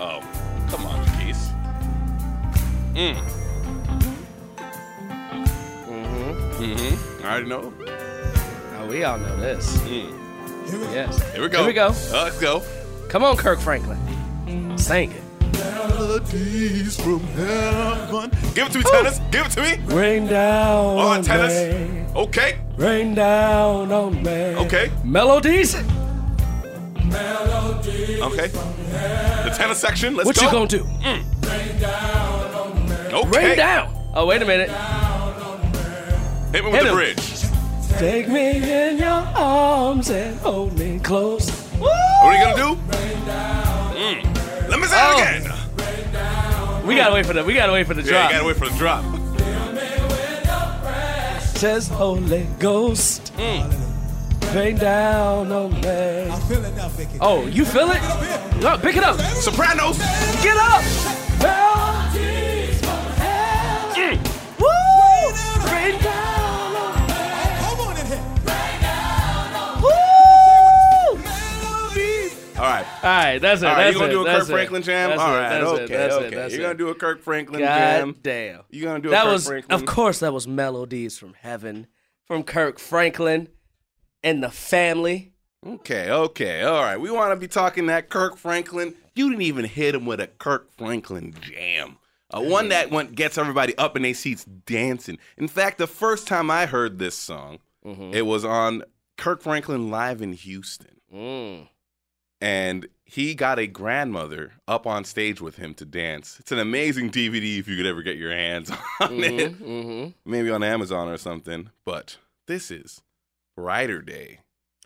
[SPEAKER 3] Oh, come on, Jaquise. Mm. Mm-hmm. Mm-hmm. I already know.
[SPEAKER 4] Now we all know this.
[SPEAKER 3] Mm.
[SPEAKER 4] Yes.
[SPEAKER 3] Here we go.
[SPEAKER 4] Here we go.
[SPEAKER 3] Uh, let's go.
[SPEAKER 4] Come on, Kirk Franklin. Sing it.
[SPEAKER 3] Melodies from heaven. Give it to me, tennis. Give it to me.
[SPEAKER 4] Rain down
[SPEAKER 3] Oh, tennis. Okay.
[SPEAKER 4] Rain down on me.
[SPEAKER 3] Okay.
[SPEAKER 4] Melodies.
[SPEAKER 3] Okay. The tennis section. Let's
[SPEAKER 4] what
[SPEAKER 3] go.
[SPEAKER 4] you gonna do?
[SPEAKER 3] Okay.
[SPEAKER 4] Rain down. Oh, wait a minute.
[SPEAKER 3] Hit me with
[SPEAKER 4] Hit
[SPEAKER 3] the
[SPEAKER 4] him.
[SPEAKER 3] bridge.
[SPEAKER 4] Take me in your arms and hold me close.
[SPEAKER 3] What are you gonna do? Mm. Let me say
[SPEAKER 4] Oh.
[SPEAKER 3] it again.
[SPEAKER 4] We gotta wait for the we gotta wait for the
[SPEAKER 3] Yeah,
[SPEAKER 4] drop.
[SPEAKER 3] you gotta wait for the drop.
[SPEAKER 4] Says Holy Ghost. Rain down on me. Oh, you feel it? No, pick it up.
[SPEAKER 3] Sopranos.
[SPEAKER 4] Get up! Woo! Rain down on me. Woo!
[SPEAKER 3] All right.
[SPEAKER 4] All right, that's it.
[SPEAKER 3] All right.
[SPEAKER 4] that's
[SPEAKER 3] You gonna
[SPEAKER 4] it,
[SPEAKER 3] do a
[SPEAKER 4] that's
[SPEAKER 3] Kirk
[SPEAKER 4] it,
[SPEAKER 3] Franklin jam?
[SPEAKER 4] that's it,
[SPEAKER 3] All right.
[SPEAKER 4] that's it,
[SPEAKER 3] Okay.
[SPEAKER 4] that's it,
[SPEAKER 3] Okay.
[SPEAKER 4] that's
[SPEAKER 3] You're
[SPEAKER 4] it.
[SPEAKER 3] gonna do a Kirk Franklin jam.
[SPEAKER 4] God damn.
[SPEAKER 3] You gonna do a
[SPEAKER 4] that
[SPEAKER 3] Kirk
[SPEAKER 4] was,
[SPEAKER 3] Franklin?
[SPEAKER 4] of course, that was melodies from heaven from Kirk Franklin and the family.
[SPEAKER 3] Okay, okay, all right. We want to be talking that Kirk Franklin. You didn't even hit him with a Kirk Franklin jam. Uh, one that went, gets everybody up in their seats dancing. In fact, the first time I heard this song,
[SPEAKER 4] Mm-hmm.
[SPEAKER 3] it was on Kirk Franklin Live in Houston. Mm. And he got a grandmother up on stage with him to dance. It's an amazing DVD if you could ever get your hands on it
[SPEAKER 4] Mm-hmm.
[SPEAKER 3] maybe on Amazon or something. But this is Brighter Day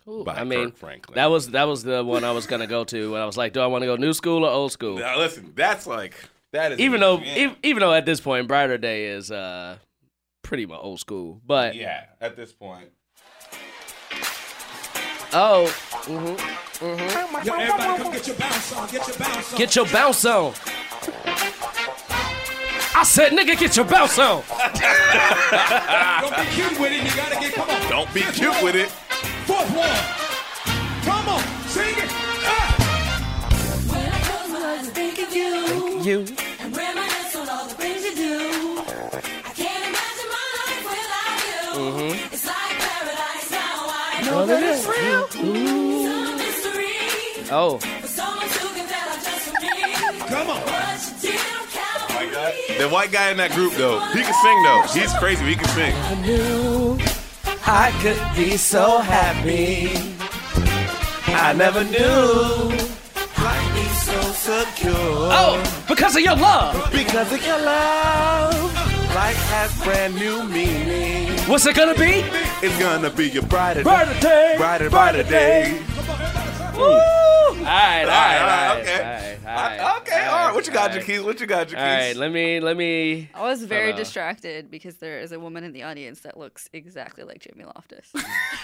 [SPEAKER 3] by
[SPEAKER 4] I mean,
[SPEAKER 3] Kirk Franklin.
[SPEAKER 4] that was that was the one I was gonna go to, and I was like, do I want to go new school or old school?
[SPEAKER 3] now listen, that's like that is
[SPEAKER 4] Even though,
[SPEAKER 3] yeah,
[SPEAKER 4] ev- even though at this point, brighter day is uh pretty much old school, but
[SPEAKER 3] yeah, at this point.
[SPEAKER 4] oh, mhm, mhm. get your bounce on, I said, nigga, get your bounce on.
[SPEAKER 3] Don't be cute with it.
[SPEAKER 4] You know that it's real. Oh,
[SPEAKER 3] The white guy in that group though, he can sing though. He's crazy, but he can sing.
[SPEAKER 4] knew I could be so happy. I never knew. Oh, because of your love.
[SPEAKER 3] Because of your love, life has brand new meaning.
[SPEAKER 4] What's it gonna be?
[SPEAKER 3] It's gonna be your brighter,
[SPEAKER 4] Brighter day.
[SPEAKER 3] brighter, brighter day.
[SPEAKER 4] All right, all right,
[SPEAKER 3] okay,
[SPEAKER 4] all right,
[SPEAKER 3] Uh,
[SPEAKER 4] all right, all right,
[SPEAKER 3] okay, all right. What you got,
[SPEAKER 4] all right.
[SPEAKER 3] Jaquise? What you got, Jaquise?
[SPEAKER 4] All right, let me, let me.
[SPEAKER 7] I was very
[SPEAKER 4] Hello.
[SPEAKER 7] distracted because there is a woman in the audience that looks exactly like Jamie Loftus.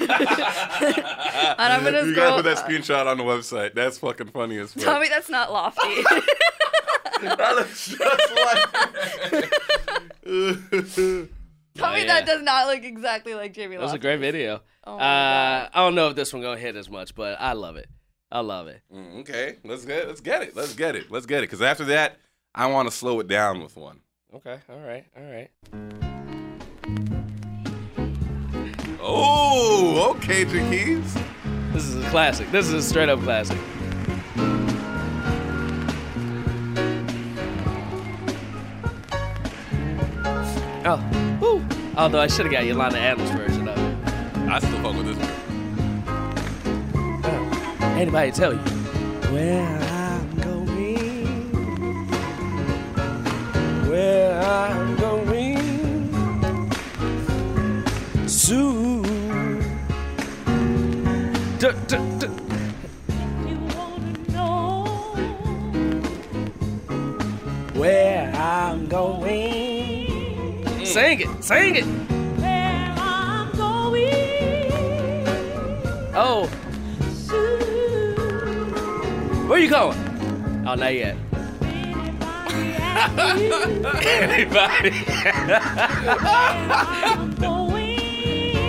[SPEAKER 7] and I'm gonna
[SPEAKER 3] you
[SPEAKER 7] scroll.
[SPEAKER 3] gotta put that screenshot on the website. That's fucking funny as fuck.
[SPEAKER 7] Tell me that's not lofty.
[SPEAKER 3] That looks just like.
[SPEAKER 7] Tell me
[SPEAKER 4] Oh, yeah.
[SPEAKER 7] that does not look exactly like Jamie
[SPEAKER 4] That was a Uh,
[SPEAKER 7] Loftus.
[SPEAKER 4] great video.
[SPEAKER 7] Oh my
[SPEAKER 4] uh, I don't know if this one gonna hit as much, but I love it. I love it.
[SPEAKER 3] Mm, okay, let's get let's get it. Let's get it. Let's get it. Because after that, I want to slow it down with one.
[SPEAKER 4] Okay. All right. All right.
[SPEAKER 3] Oh, okay, Jakees.
[SPEAKER 4] This is a classic. This is a straight up classic. Oh, woo. Although I should have got Yolanda Adams version of it.
[SPEAKER 3] I still fuck with this one.
[SPEAKER 4] Oh, Anybody tell you where I'm going? Where I'm going soon. Duh, duh, duh. Where I'm going. Sing it, sing it. Oh. Where you going? Oh, not yet. Anybody?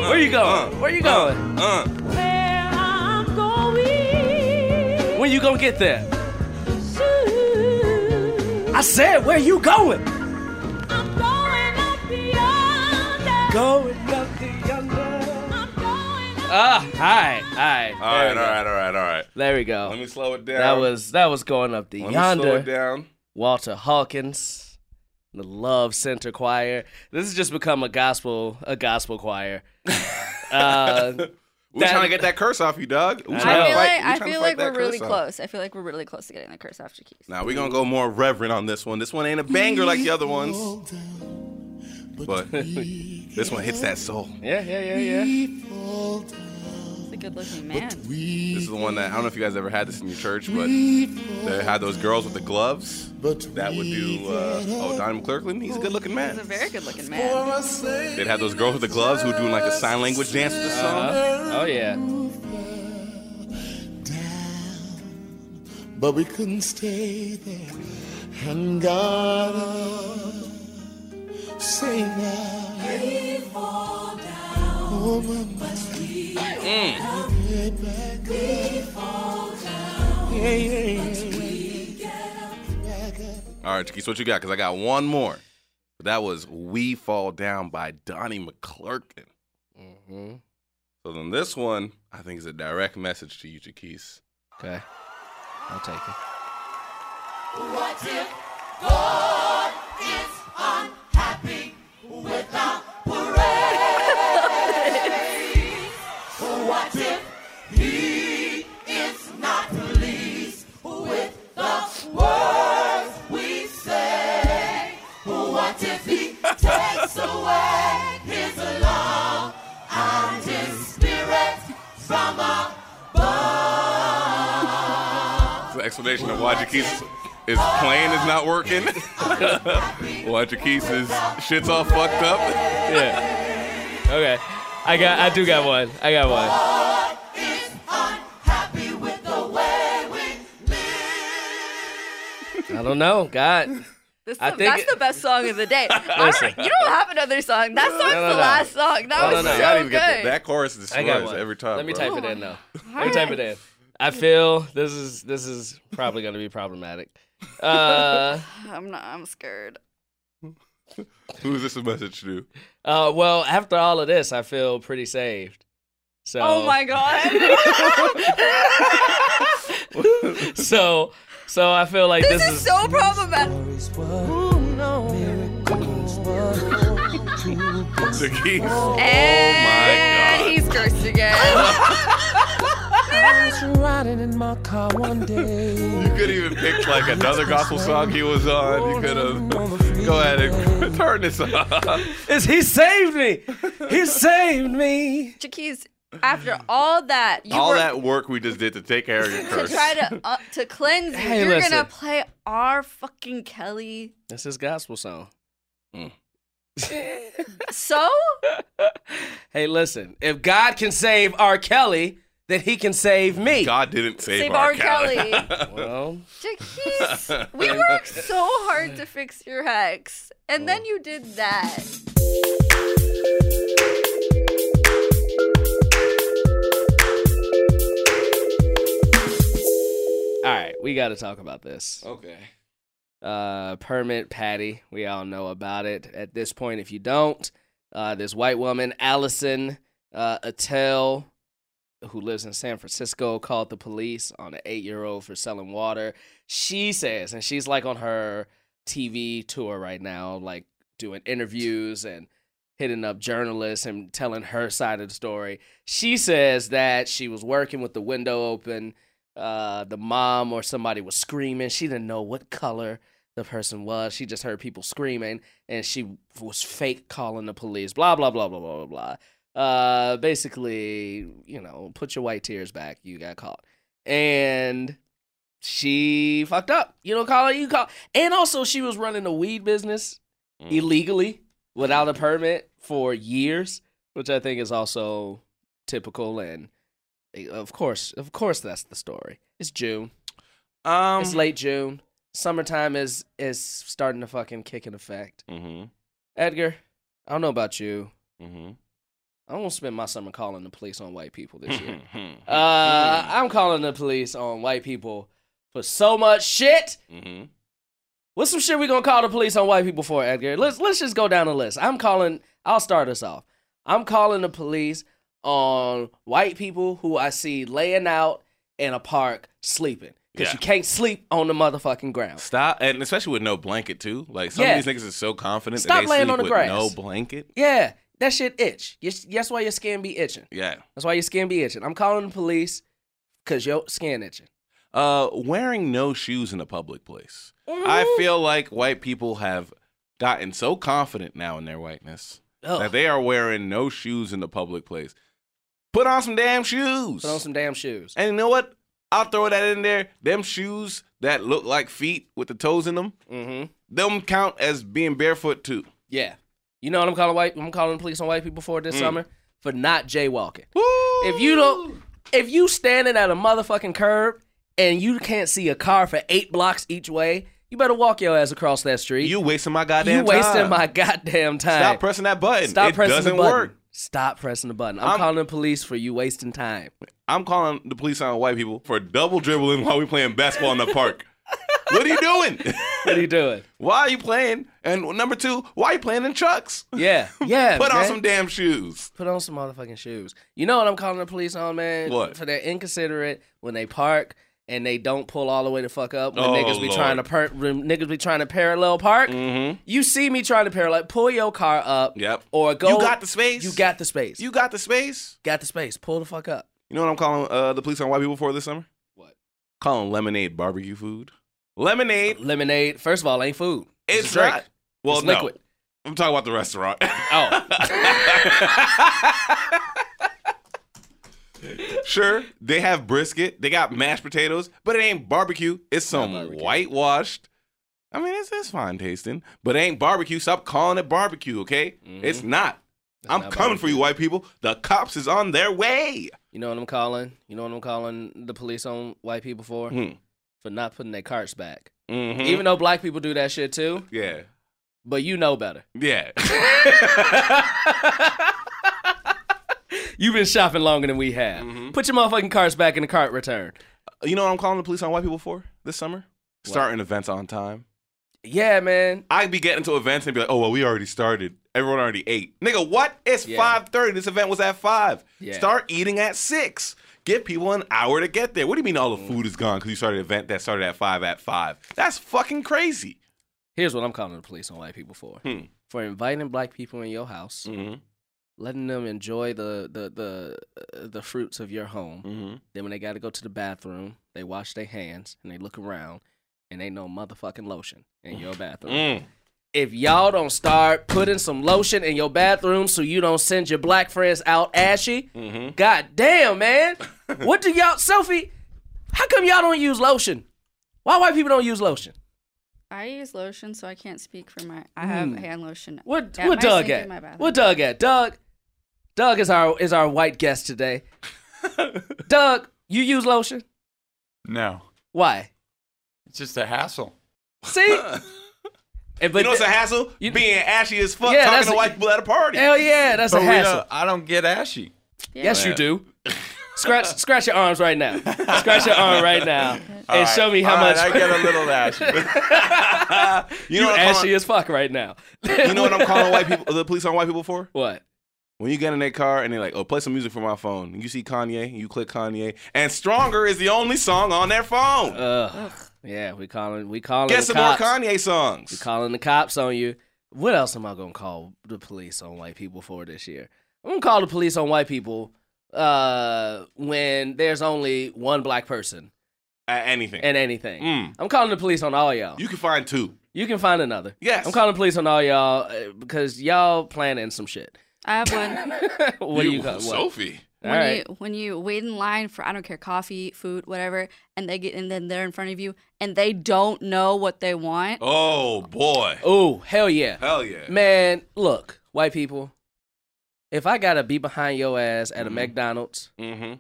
[SPEAKER 4] Where you
[SPEAKER 3] Uh-huh.
[SPEAKER 4] going? Where you going?
[SPEAKER 3] Uh,
[SPEAKER 4] When you gonna get there? I said, where you going? Going up the under. Ah, all right, all right.
[SPEAKER 3] all right, all right, all right, all right.
[SPEAKER 4] There we go.
[SPEAKER 3] Let me slow it down.
[SPEAKER 4] that was that was going up the
[SPEAKER 3] Let me slow it
[SPEAKER 4] yonder.
[SPEAKER 3] down.
[SPEAKER 4] Walter Hawkins, the Love Center Choir. This has just become a gospel a gospel choir. uh,
[SPEAKER 3] We're
[SPEAKER 4] That-
[SPEAKER 3] trying to get that curse off you, dog. We're
[SPEAKER 4] I
[SPEAKER 3] trying to
[SPEAKER 7] I
[SPEAKER 4] know.
[SPEAKER 7] feel
[SPEAKER 3] fight-
[SPEAKER 7] like
[SPEAKER 3] we're
[SPEAKER 7] I
[SPEAKER 3] trying to
[SPEAKER 7] feel
[SPEAKER 3] fight
[SPEAKER 7] like
[SPEAKER 3] that
[SPEAKER 7] we're really
[SPEAKER 3] curse off.
[SPEAKER 7] close. I feel like we're really close to getting the curse after keys.
[SPEAKER 3] Now we're gonna go more reverent on this one. This one ain't a banger like the other ones, but this one hits that soul.
[SPEAKER 4] yeah, yeah, yeah, yeah.
[SPEAKER 7] It's a good-looking man.
[SPEAKER 3] This is the one that I don't know if you guys ever had this in your church, but they had those girls with the gloves that would do. Uh, oh, Don McClurklin, he's a good-looking
[SPEAKER 7] He's a
[SPEAKER 3] man.
[SPEAKER 7] very good-looking man.
[SPEAKER 3] They'd have those girls with the gloves who do like a sign language dance with the song.
[SPEAKER 4] Oh yeah.
[SPEAKER 10] But we couldn't stay there and got up. Say that. Oh, my, my. Get back up. Yeah, yeah, yeah. Back up.
[SPEAKER 3] All right, Chiquis, what you got? Because I got one more. But that was We Fall Down by Donnie McClurkin.
[SPEAKER 4] Mm-hmm.
[SPEAKER 3] So then this one, I think, is a direct message to you, Chiquis.
[SPEAKER 4] Okay, I'll take it.
[SPEAKER 3] It's an explanation of why Chiquis is playing is not working. why Chiquis is shit's all fucked up.
[SPEAKER 4] Yeah. Okay. I got. I do got one. I got one. I don't know. God.
[SPEAKER 7] This
[SPEAKER 4] I think
[SPEAKER 7] that's
[SPEAKER 4] it-
[SPEAKER 7] the best song of the day. I
[SPEAKER 4] Listen.
[SPEAKER 7] don't, you don't have another song. That song's
[SPEAKER 4] no,
[SPEAKER 7] the
[SPEAKER 4] no.
[SPEAKER 7] last song. That
[SPEAKER 4] No, no,
[SPEAKER 7] was
[SPEAKER 4] no.
[SPEAKER 7] so
[SPEAKER 3] Y'all didn't even
[SPEAKER 7] good.
[SPEAKER 3] get that. That chorus
[SPEAKER 4] I got
[SPEAKER 3] destroys
[SPEAKER 4] one.
[SPEAKER 3] every time.
[SPEAKER 4] Let me
[SPEAKER 3] bro.
[SPEAKER 4] type it in though. Let me type it in. I feel this is this is probably gonna be problematic. Uh,
[SPEAKER 7] I'm not. I'm scared.
[SPEAKER 3] Who is this a message to?
[SPEAKER 4] uh, well, after all of this, I feel pretty saved. So.
[SPEAKER 7] Oh my god.
[SPEAKER 4] So, so I feel like this,
[SPEAKER 7] this is Oh so problematic.
[SPEAKER 3] Chiquis.
[SPEAKER 7] And
[SPEAKER 3] Oh God.
[SPEAKER 7] he's cursed again.
[SPEAKER 3] You could even pick like another gospel song he was on. You could have. Go ahead and turn this off.
[SPEAKER 4] is he saved me. He saved me.
[SPEAKER 7] Jaquez, after all that, you
[SPEAKER 3] All
[SPEAKER 7] were
[SPEAKER 3] that work we just did to take care of your
[SPEAKER 7] to
[SPEAKER 3] curse.
[SPEAKER 7] try to uh, to cleanse me.
[SPEAKER 4] Hey,
[SPEAKER 7] You're gonna
[SPEAKER 4] listen.
[SPEAKER 7] play our fucking Kelly.
[SPEAKER 4] That's his gospel song.
[SPEAKER 7] So
[SPEAKER 4] Hey, listen. If God can save R. Kelly, then He can save me.
[SPEAKER 3] God didn't save,
[SPEAKER 7] save
[SPEAKER 3] R.
[SPEAKER 7] our Kelly.
[SPEAKER 4] Well,
[SPEAKER 7] Jaquez, we worked so hard to fix your hex, and then you did that.
[SPEAKER 4] We got to talk about this.
[SPEAKER 6] Okay.
[SPEAKER 4] Uh, permit Patty. We all know about it at this point. If you don't, uh, this white woman, Allison uh, Attell, who lives in San Francisco, called the police on an eight-year-old for selling water. She says, and she's like on her TV tour right now, like doing interviews and hitting up journalists and telling her side of the story. She says that she was working with the window open. Uh, the mom or somebody was screaming. She didn't know what color the person was. She just heard people screaming and she was fake calling the police. Blah, blah, blah, blah, blah, blah, blah. Uh, basically, you know, put your white tears back. You got caught. And she fucked up. You know, call her, you call. And also, she was running a weed business illegally without a permit for years, which I think is also typical. And eh, of course, of course, that's the story. It's June.
[SPEAKER 3] Um,
[SPEAKER 4] it's late June. Summertime is is starting to fucking kick in effect.
[SPEAKER 3] Mm-hmm.
[SPEAKER 4] Edgar, I don't know about you.
[SPEAKER 3] Mm-hmm.
[SPEAKER 4] I won't spend my summer calling the police on white people this year.
[SPEAKER 3] hmm,
[SPEAKER 4] Uh, I'm calling the police on white people for so much shit.
[SPEAKER 3] mm-hmm.
[SPEAKER 4] What's some shit we gonna call the police on white people for, Edgar? Let's let's just go down the list. I'm calling. I'll start us off. I'm calling the police on white people who I see laying out in a park sleeping because
[SPEAKER 3] Yeah.
[SPEAKER 4] you can't sleep on the motherfucking ground.
[SPEAKER 3] Stop, and especially with no blanket too. Like some
[SPEAKER 4] Yeah.
[SPEAKER 3] of these niggas is so confident
[SPEAKER 4] Stop
[SPEAKER 3] that they
[SPEAKER 4] laying
[SPEAKER 3] sleep
[SPEAKER 4] on the
[SPEAKER 3] with
[SPEAKER 4] grass.
[SPEAKER 3] no blanket.
[SPEAKER 4] Yeah, that shit itch. You- That's why your skin be itching.
[SPEAKER 3] Yeah.
[SPEAKER 4] That's why your skin be itching. I'm calling the police because your skin itching.
[SPEAKER 3] Uh, wearing no shoes in a public place. I
[SPEAKER 4] Mm-hmm.
[SPEAKER 3] feel like white people have gotten so confident now in their whiteness that
[SPEAKER 4] Ugh.
[SPEAKER 3] they are wearing no shoes in the public place. Put on some damn shoes.
[SPEAKER 4] Put on some damn shoes.
[SPEAKER 3] And you know what? I'll throw that in there. Them shoes that look like feet with the toes in them,
[SPEAKER 4] Mm-hmm.
[SPEAKER 3] them count as being barefoot too.
[SPEAKER 4] Yeah. You know what I'm calling white? I'm calling the police on white people for this
[SPEAKER 3] Mm.
[SPEAKER 4] summer for not jaywalking. If you don't, if you standing at a motherfucking curb and you can't see a car for eight blocks each way, you better walk your ass across that street.
[SPEAKER 3] You wasting my
[SPEAKER 4] You
[SPEAKER 3] goddamn time.
[SPEAKER 4] wasting my goddamn time.
[SPEAKER 3] Stop pressing that button.
[SPEAKER 4] Stop
[SPEAKER 3] it
[SPEAKER 4] pressing
[SPEAKER 3] doesn't
[SPEAKER 4] the button.
[SPEAKER 3] work.
[SPEAKER 4] Stop pressing the button. I'm,
[SPEAKER 3] I'm-
[SPEAKER 4] calling the police for you wasting time.
[SPEAKER 3] I'm calling the police on white people for double dribbling while we playing basketball in the park. what are you doing?
[SPEAKER 4] What are you doing?
[SPEAKER 3] why are you playing? And number two, why are you playing in trucks?
[SPEAKER 4] Yeah, yeah.
[SPEAKER 3] Put on
[SPEAKER 4] man.
[SPEAKER 3] some damn shoes.
[SPEAKER 4] Put on some motherfucking shoes. You know what I'm calling the police on, man?
[SPEAKER 3] What?
[SPEAKER 4] For their inconsiderate when they park and they don't pull all the way the fuck up when
[SPEAKER 3] Oh,
[SPEAKER 4] niggas be
[SPEAKER 3] Lord.
[SPEAKER 4] trying to per- when niggas be trying to parallel park.
[SPEAKER 3] Mm-hmm.
[SPEAKER 4] You see me trying to parallel, pull your car up.
[SPEAKER 3] Yep.
[SPEAKER 4] Or go.
[SPEAKER 3] You got the space.
[SPEAKER 4] You got the space.
[SPEAKER 3] You got the space.
[SPEAKER 4] got the space. Pull the fuck up.
[SPEAKER 3] You know what I'm calling uh, the police on white people for this summer?
[SPEAKER 4] What?
[SPEAKER 3] Calling lemonade barbecue food. Lemonade.
[SPEAKER 4] Lemonade. First of all, ain't food.
[SPEAKER 3] It's,
[SPEAKER 4] a drink.
[SPEAKER 3] not. Well,
[SPEAKER 4] It's
[SPEAKER 3] no.
[SPEAKER 4] liquid. Oh.
[SPEAKER 3] I'm talking about the restaurant. sure, they have brisket. They got mashed potatoes, but it ain't barbecue. It's some whitewashed. I mean, it's, it's fine tasting, but it ain't barbecue. Stop calling it barbecue, okay? It's not. I'm
[SPEAKER 4] Mm-hmm. not
[SPEAKER 3] coming for you, white people. The cops is on their way.
[SPEAKER 4] You know what I'm calling? You know what I'm calling the police on white people for?
[SPEAKER 3] Hmm.
[SPEAKER 4] For not putting their carts back.
[SPEAKER 3] Mhm.
[SPEAKER 4] Even though black people do that shit too,
[SPEAKER 3] yeah,
[SPEAKER 4] but you know better.
[SPEAKER 3] yeah.
[SPEAKER 4] You've been shopping longer than we have.
[SPEAKER 3] Mm-hmm.
[SPEAKER 4] Put your motherfucking carts back in the cart return.
[SPEAKER 3] you know what I'm calling the police on white people for this summer? Starting events on time.
[SPEAKER 4] Yeah, man.
[SPEAKER 3] I'd be getting to events and be like, oh well, we already started. Everyone already ate. Nigga, what? It's
[SPEAKER 4] Yeah.
[SPEAKER 3] five thirty. This event was at five.
[SPEAKER 4] Yeah.
[SPEAKER 3] Start eating at six. Give people an hour to get there. What do you mean all
[SPEAKER 4] Mm.
[SPEAKER 3] the food is gone because you started an event that started at five at five? That's fucking crazy.
[SPEAKER 4] Here's what I'm calling the police on white people for.
[SPEAKER 3] Hmm.
[SPEAKER 4] For inviting black people in your house,
[SPEAKER 3] Mm-hmm.
[SPEAKER 4] letting them enjoy the the the uh, the fruits of your home.
[SPEAKER 3] Mm-hmm.
[SPEAKER 4] Then when they got to go to the bathroom, they wash their hands and they look around and ain't no motherfucking lotion in your bathroom.
[SPEAKER 3] Mm.
[SPEAKER 4] If y'all don't start putting some lotion in your bathroom so you don't send your black friends out ashy,
[SPEAKER 3] Mm-hmm.
[SPEAKER 4] God damn, man. what do y'all, Sophie? How come y'all don't use lotion? Why white people don't use lotion?
[SPEAKER 7] I use lotion, so I can't speak for my. I have hand lotion.
[SPEAKER 4] What
[SPEAKER 7] at
[SPEAKER 4] what
[SPEAKER 7] my
[SPEAKER 4] Doug
[SPEAKER 7] sink in my
[SPEAKER 4] at?
[SPEAKER 7] bathroom.
[SPEAKER 4] What Doug at? Doug, Doug is our is our white guest today. Doug, you use lotion?
[SPEAKER 10] No,
[SPEAKER 4] Why?
[SPEAKER 10] it's just a hassle.
[SPEAKER 4] See, and, but
[SPEAKER 3] You know it's a
[SPEAKER 4] th-
[SPEAKER 3] hassle?
[SPEAKER 4] You-
[SPEAKER 3] Being ashy as fuck
[SPEAKER 4] Yeah,
[SPEAKER 3] talking
[SPEAKER 4] that's
[SPEAKER 3] to
[SPEAKER 4] a-
[SPEAKER 3] white people at a party.
[SPEAKER 10] uh,
[SPEAKER 4] hell yeah, that's
[SPEAKER 10] But
[SPEAKER 4] a
[SPEAKER 10] we
[SPEAKER 4] hassle.
[SPEAKER 10] don't- I don't get ashy.
[SPEAKER 7] Yeah.
[SPEAKER 4] Yes, you do. Scratch, scratch your arms right now. Scratch your arm right now, and
[SPEAKER 10] All right.
[SPEAKER 4] show me
[SPEAKER 10] All
[SPEAKER 4] how
[SPEAKER 10] right,
[SPEAKER 4] much
[SPEAKER 10] I get a little ashy.
[SPEAKER 4] you,
[SPEAKER 3] know what I'm
[SPEAKER 4] ashy as fuck right now.
[SPEAKER 3] You know what I'm calling white people, the police on white people for?
[SPEAKER 4] What?
[SPEAKER 3] When you get in their car and they're like, "Oh, play some music from my phone," and you see Kanye, you click Kanye, and "Stronger" is the only song on their phone.
[SPEAKER 4] Ugh. Yeah, we calling we calling
[SPEAKER 3] Get
[SPEAKER 4] Uh, the
[SPEAKER 3] some
[SPEAKER 4] cops.
[SPEAKER 3] more Kanye
[SPEAKER 4] We
[SPEAKER 3] songs.
[SPEAKER 4] calling the cops on you. What else am I gonna call the police on white people for this year? I'm gonna call the police on white people uh, when there's only one black person
[SPEAKER 3] Uh, anything.
[SPEAKER 4] and anything.
[SPEAKER 3] Mm.
[SPEAKER 4] I'm calling the police on all y'all.
[SPEAKER 3] You can find two.
[SPEAKER 4] You can find another.
[SPEAKER 3] Yes.
[SPEAKER 4] I'm calling the police on all y'all uh, because y'all planning some shit.
[SPEAKER 7] I have one.
[SPEAKER 4] what do you call what?
[SPEAKER 3] Sophie?
[SPEAKER 4] All
[SPEAKER 7] when
[SPEAKER 4] right.
[SPEAKER 7] you when you wait in line for I don't care coffee, food, whatever, and they get and then they're in front of you and they don't know what they want.
[SPEAKER 3] Oh boy.
[SPEAKER 4] Oh, hell yeah.
[SPEAKER 3] Hell yeah.
[SPEAKER 4] Man, look, white people, if I gotta be behind your ass at a McDonald's
[SPEAKER 3] Mm-hmm.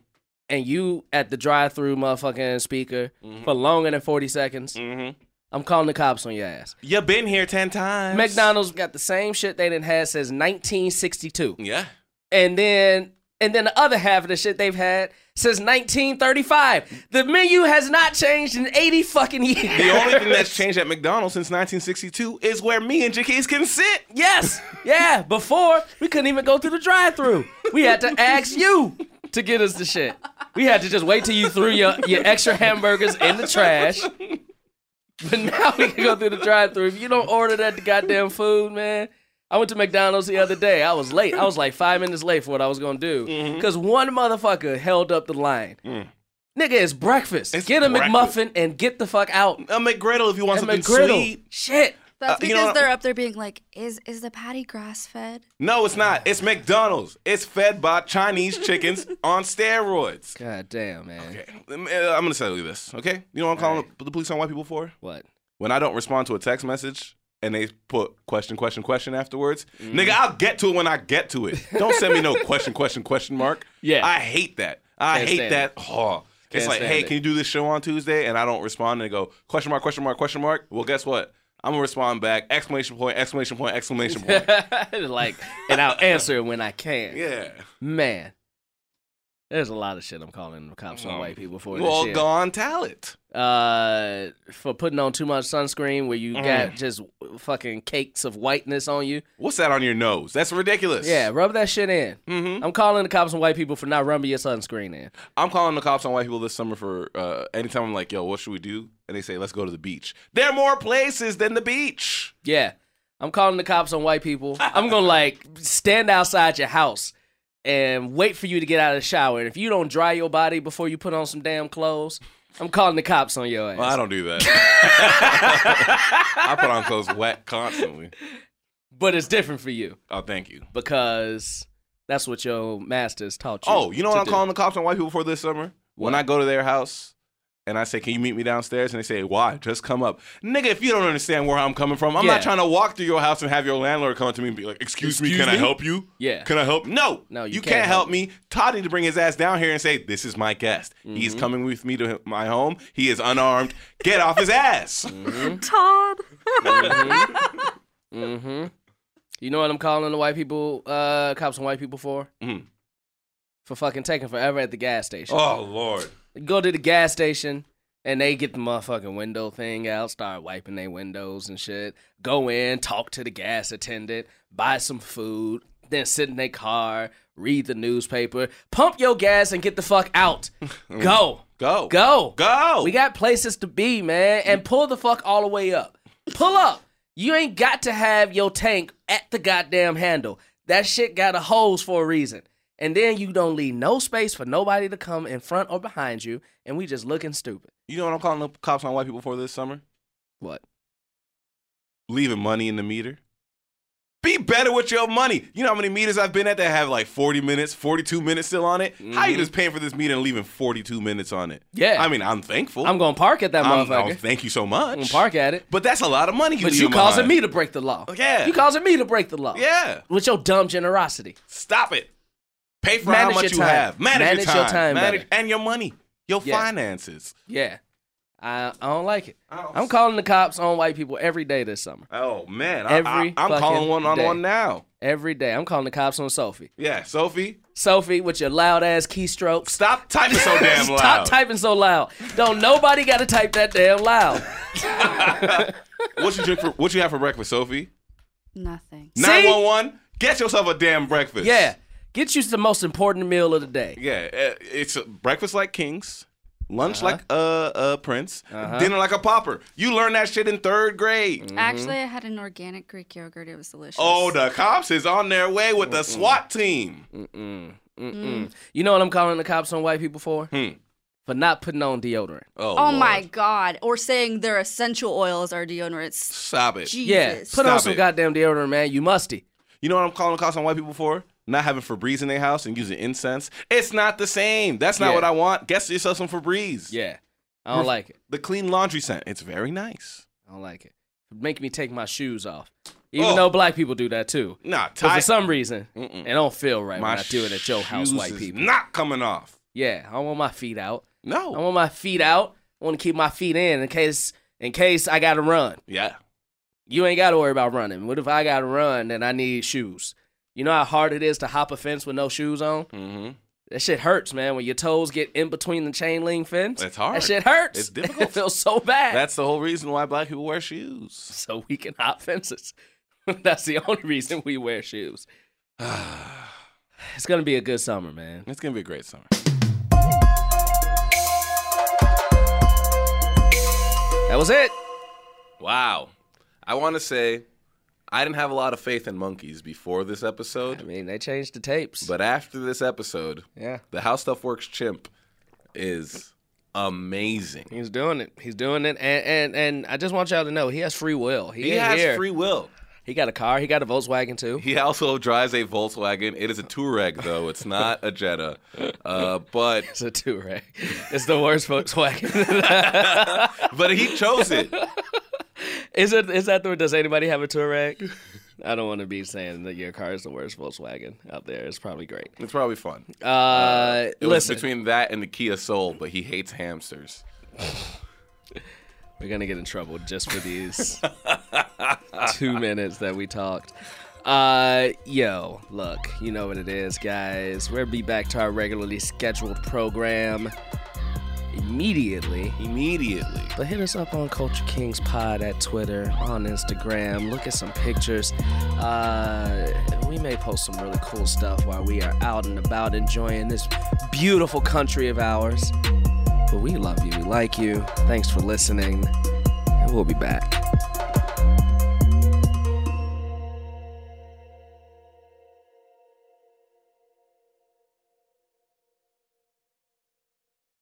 [SPEAKER 4] and you at the drive through motherfucking speaker for longer than 40 seconds,
[SPEAKER 3] Mm-hmm.
[SPEAKER 4] I'm calling the cops on your ass.
[SPEAKER 3] You been here ten times.
[SPEAKER 4] McDonald's got the same shit they didn't had since 1962.
[SPEAKER 3] Yeah.
[SPEAKER 4] And then and then the other half of the shit they've had since 1935. The menu has not changed in 80 fucking years.
[SPEAKER 3] The only thing that's changed at McDonald's since 1962 is where me and JK's can sit.
[SPEAKER 4] Yes. Yeah. Before we couldn't even go through the drive-through. We had to ask you to get us the shit. We had to just wait till you threw your, your extra hamburgers in the trash. But now we can go through the drive-through. If you don't order that goddamn food, man. I went to McDonald's the other day. I was late. I was like five minutes late for what I was gonna do.
[SPEAKER 3] Mm-hmm.
[SPEAKER 4] Because one motherfucker held up the line. Nigga, it's breakfast.
[SPEAKER 3] Mm. It's
[SPEAKER 4] get a
[SPEAKER 3] breakfast.
[SPEAKER 4] McMuffin and get the fuck out.
[SPEAKER 3] A McGriddle if you want
[SPEAKER 4] And
[SPEAKER 3] something
[SPEAKER 4] McGriddle.
[SPEAKER 3] sweet.
[SPEAKER 4] Shit.
[SPEAKER 7] That's
[SPEAKER 3] Uh,
[SPEAKER 7] because
[SPEAKER 3] you know what-
[SPEAKER 7] they're up there being like, "Is is the patty grass fed?"
[SPEAKER 3] No, it's not. It's McDonald's. It's fed by Chinese chickens on steroids.
[SPEAKER 4] God damn, man.
[SPEAKER 3] Um, uh, I'm gonna tell you this, okay? You know what I'm calling the police on white people for?
[SPEAKER 4] What?
[SPEAKER 3] When I don't respond to a text message and they put question, question, question afterwards,
[SPEAKER 4] Mm-hmm.
[SPEAKER 3] nigga, I'll get to it when I get to it. Don't send me no question, question, question mark.
[SPEAKER 4] Yeah.
[SPEAKER 3] I hate that. I
[SPEAKER 4] Can't
[SPEAKER 3] hate
[SPEAKER 4] stand
[SPEAKER 3] that. Oh. It's
[SPEAKER 4] Can't
[SPEAKER 3] like,
[SPEAKER 4] stand
[SPEAKER 3] hey,
[SPEAKER 4] it.
[SPEAKER 3] can you do this show on Tuesday? And I don't respond and they go, question mark, question mark, question mark. Well, guess what? I'm gonna respond back, exclamation point, exclamation point, exclamation point.
[SPEAKER 4] like, and I'll answer it when I can.
[SPEAKER 3] yeah.
[SPEAKER 4] Man, there's a lot of shit I'm calling the cops on white people for.
[SPEAKER 3] Well
[SPEAKER 4] this year.
[SPEAKER 3] Oh. gone talent.
[SPEAKER 4] Uh, for putting on too much sunscreen where
[SPEAKER 3] Mm.
[SPEAKER 4] you got just fucking cakes of whiteness on you.
[SPEAKER 3] What's that on your nose? That's ridiculous.
[SPEAKER 4] Yeah, rub that shit in.
[SPEAKER 3] Mm-hmm.
[SPEAKER 4] I'm calling the cops on white people for not rubbing your sunscreen in.
[SPEAKER 3] I'm calling the cops on white people this summer for uh, anytime I'm like, yo, what should we do? And they say, let's go to the beach. There are more places than the beach.
[SPEAKER 4] Yeah. I'm calling the cops on white people. I'm gonna like stand outside your house and wait for you to get out of the shower. And if you don't dry your body before you put on some damn clothes, I'm calling the cops on your ass.
[SPEAKER 3] Well, I don't do that. I put on clothes wet constantly.
[SPEAKER 4] But it's different for you
[SPEAKER 3] Oh, thank you.
[SPEAKER 4] because that's what your masters taught you.
[SPEAKER 3] Oh, you know what
[SPEAKER 4] to
[SPEAKER 3] I'm
[SPEAKER 4] do.
[SPEAKER 3] calling the cops on white people for this summer? When I go to their house and I say, can you meet me downstairs? And they say, why? Just come up. Nigga, if you don't understand where I'm coming from, I'm
[SPEAKER 4] Yeah.
[SPEAKER 3] not trying to walk through your house and have your landlord come up to me and be like, excuse, me,
[SPEAKER 4] Excuse
[SPEAKER 3] can I
[SPEAKER 4] me?
[SPEAKER 3] help you?
[SPEAKER 4] Yeah.
[SPEAKER 3] Can I help? No.
[SPEAKER 4] No, you
[SPEAKER 3] you
[SPEAKER 4] can't
[SPEAKER 3] can't, help me. Todd need to bring his ass down here and say, this is my guest. He's
[SPEAKER 4] Mm-hmm.
[SPEAKER 3] coming with me to my home. He is unarmed. Get off his ass.
[SPEAKER 7] Todd.
[SPEAKER 4] Mm-hmm. You know what I'm calling the white people, uh, cops on white people for?
[SPEAKER 3] Mhm.
[SPEAKER 4] For fucking taking forever at the gas station.
[SPEAKER 3] Oh, Lord.
[SPEAKER 4] Go to the gas station and they get the motherfucking window thing out, start wiping their windows and shit. Go in, talk to the gas attendant, buy some food, then sit in their car, read the newspaper, pump your gas and get the fuck out. Go.
[SPEAKER 3] Go.
[SPEAKER 4] Go.
[SPEAKER 3] Go.
[SPEAKER 4] We got places to be, man, and pull the fuck all the way up. Pull up. You ain't got to have your tank at the goddamn handle. That shit got a hose for a reason. And then you don't leave no space for nobody to come in front or behind you, and we just looking stupid.
[SPEAKER 3] you know what I'm calling the cops on white people for this summer?
[SPEAKER 4] What?
[SPEAKER 3] leaving money in the meter. Be better with your money. You know how many meters I've been at that have like 40 minutes, 42 minutes still on it? How you just paying for this meter and leaving 42 minutes on it?
[SPEAKER 4] Mm-hmm. Yeah.
[SPEAKER 3] I mean, I'm thankful.
[SPEAKER 4] I'm gonna park at that
[SPEAKER 3] Oh. I'm-
[SPEAKER 4] motherfucker.
[SPEAKER 3] oh,
[SPEAKER 4] I'm,
[SPEAKER 3] thank you so much.
[SPEAKER 4] gonna park at it.
[SPEAKER 3] But that's a lot of money you Oh,
[SPEAKER 4] But you causing me to break the law.
[SPEAKER 3] Yeah.
[SPEAKER 4] You causing me to break the law.
[SPEAKER 3] Yeah.
[SPEAKER 4] With your dumb generosity.
[SPEAKER 3] Stop it. Pay for
[SPEAKER 4] Manage
[SPEAKER 3] how
[SPEAKER 4] your
[SPEAKER 3] much you
[SPEAKER 4] time.
[SPEAKER 3] have. Manage,
[SPEAKER 4] Manage your time
[SPEAKER 3] Manage,
[SPEAKER 4] better.
[SPEAKER 3] and your money, your
[SPEAKER 4] Yeah.
[SPEAKER 3] finances.
[SPEAKER 4] Yeah. I, I don't like it. I'm calling the cops on white people every day this summer.
[SPEAKER 3] Oh man,
[SPEAKER 4] Every
[SPEAKER 3] I, I, I'm
[SPEAKER 4] fucking
[SPEAKER 3] calling one on
[SPEAKER 4] day.
[SPEAKER 3] one now.
[SPEAKER 4] Every day. I'm calling the cops on Sophie.
[SPEAKER 3] Yeah, Sophie,
[SPEAKER 4] Sophie with your loud ass keystrokes.
[SPEAKER 3] stop typing so damn loud.
[SPEAKER 4] Stop typing so loud. Don't nobody got to type that damn loud.
[SPEAKER 3] What you drink for? What you have for breakfast, Sophie?
[SPEAKER 7] Nothing.
[SPEAKER 4] Mm-hmm.
[SPEAKER 3] Nine one one. Get yourself a damn breakfast.
[SPEAKER 4] Yeah. Get you the most important meal of the day.
[SPEAKER 3] yeah. uh, It's a breakfast like kings, lunch
[SPEAKER 4] Uh-huh.
[SPEAKER 3] like a uh, uh, prince, dinner like a pauper. You learn that shit in third grade.
[SPEAKER 4] Mm.
[SPEAKER 7] Actually, I had an organic Greek yogurt. It was delicious.
[SPEAKER 3] Oh, the cops is on their way with the SWAT team.
[SPEAKER 4] You know what I'm calling the cops on white people for?
[SPEAKER 3] Hmm.
[SPEAKER 4] For not putting on deodorant.
[SPEAKER 3] Oh,
[SPEAKER 7] Oh
[SPEAKER 3] Lord.
[SPEAKER 7] my God. Or saying their essential oils are deodorants.
[SPEAKER 3] Stop it.
[SPEAKER 7] Jesus.
[SPEAKER 4] Yeah. Put on
[SPEAKER 3] Stop
[SPEAKER 4] some
[SPEAKER 3] it.
[SPEAKER 4] goddamn deodorant, man. You musty.
[SPEAKER 3] You know what I'm calling the cops on white people for? Not having Febreze in their house and using incense. It's not the same. That's not
[SPEAKER 4] Yeah.
[SPEAKER 3] what I want. Guess yourself some Febreze.
[SPEAKER 4] Yeah. I don't like it.
[SPEAKER 3] The clean laundry scent. It's very nice.
[SPEAKER 4] I don't like it. Make me take my shoes off. Even
[SPEAKER 3] Oh.
[SPEAKER 4] though black people do that too.
[SPEAKER 3] Nah,
[SPEAKER 4] Because
[SPEAKER 3] tie-
[SPEAKER 4] for some reason,
[SPEAKER 3] Mm-mm.
[SPEAKER 4] it don't feel right
[SPEAKER 3] My
[SPEAKER 4] when I do it at your house,
[SPEAKER 3] shoes
[SPEAKER 4] white
[SPEAKER 3] is
[SPEAKER 4] people.
[SPEAKER 3] Not coming off.
[SPEAKER 4] yeah, I want my feet out. I
[SPEAKER 3] No.
[SPEAKER 4] want my feet out. I want to keep my feet in in case in case I gotta run.
[SPEAKER 3] Yeah.
[SPEAKER 4] You ain't gotta worry about running. What if I gotta run and I need shoes? You know how hard it is to hop a fence with no shoes on?
[SPEAKER 3] Mm-hmm.
[SPEAKER 4] That shit hurts, man. When your toes get in between the chain link fence,
[SPEAKER 3] It's hard.
[SPEAKER 4] That shit hurts.
[SPEAKER 3] It's difficult.
[SPEAKER 4] it feels so bad.
[SPEAKER 3] That's the whole reason why black people wear shoes.
[SPEAKER 4] so we can hop fences. That's the only reason we wear shoes. it's gonna be a good summer, man.
[SPEAKER 3] It's gonna be a great summer.
[SPEAKER 4] That was it.
[SPEAKER 3] Wow. I want to say, I didn't have a lot of faith in monkeys before this
[SPEAKER 4] I
[SPEAKER 3] episode,
[SPEAKER 4] mean, they changed the tapes.
[SPEAKER 3] but after this episode,
[SPEAKER 4] yeah,
[SPEAKER 3] the How Stuff Works chimp is amazing.
[SPEAKER 4] he's doing it. He's doing it, and and and I just want y'all to know he has free will. He,
[SPEAKER 3] He
[SPEAKER 4] ain't
[SPEAKER 3] has
[SPEAKER 4] here.
[SPEAKER 3] free will.
[SPEAKER 4] He got a car. He got a Volkswagen too.
[SPEAKER 3] He also drives a Volkswagen. It is a Touareg, though. It's not a Jetta. Uh, but
[SPEAKER 4] It's a two Touareg. It's the worst Volkswagen.
[SPEAKER 3] but he chose it.
[SPEAKER 4] is it? Is that the? Does anybody have a Touareg? I don't want to be saying that your car is the worst Volkswagen out there. It's probably great.
[SPEAKER 3] It's probably fun.
[SPEAKER 4] Uh,
[SPEAKER 3] It
[SPEAKER 4] listen,
[SPEAKER 3] was between that and the Kia Soul, but he hates hamsters.
[SPEAKER 4] We're gonna get in trouble just for these two minutes that we talked. Uh, yo, look, you know what it is, guys. We'll be back to our regularly scheduled program immediately.
[SPEAKER 3] Immediately.
[SPEAKER 4] But hit us up on Culture Kings Pod at Twitter, on Instagram. Look at some pictures. Uh, we may post some really cool stuff while we are out and about enjoying this beautiful country of ours. But we love you. We like you. Thanks for listening. And we'll be back.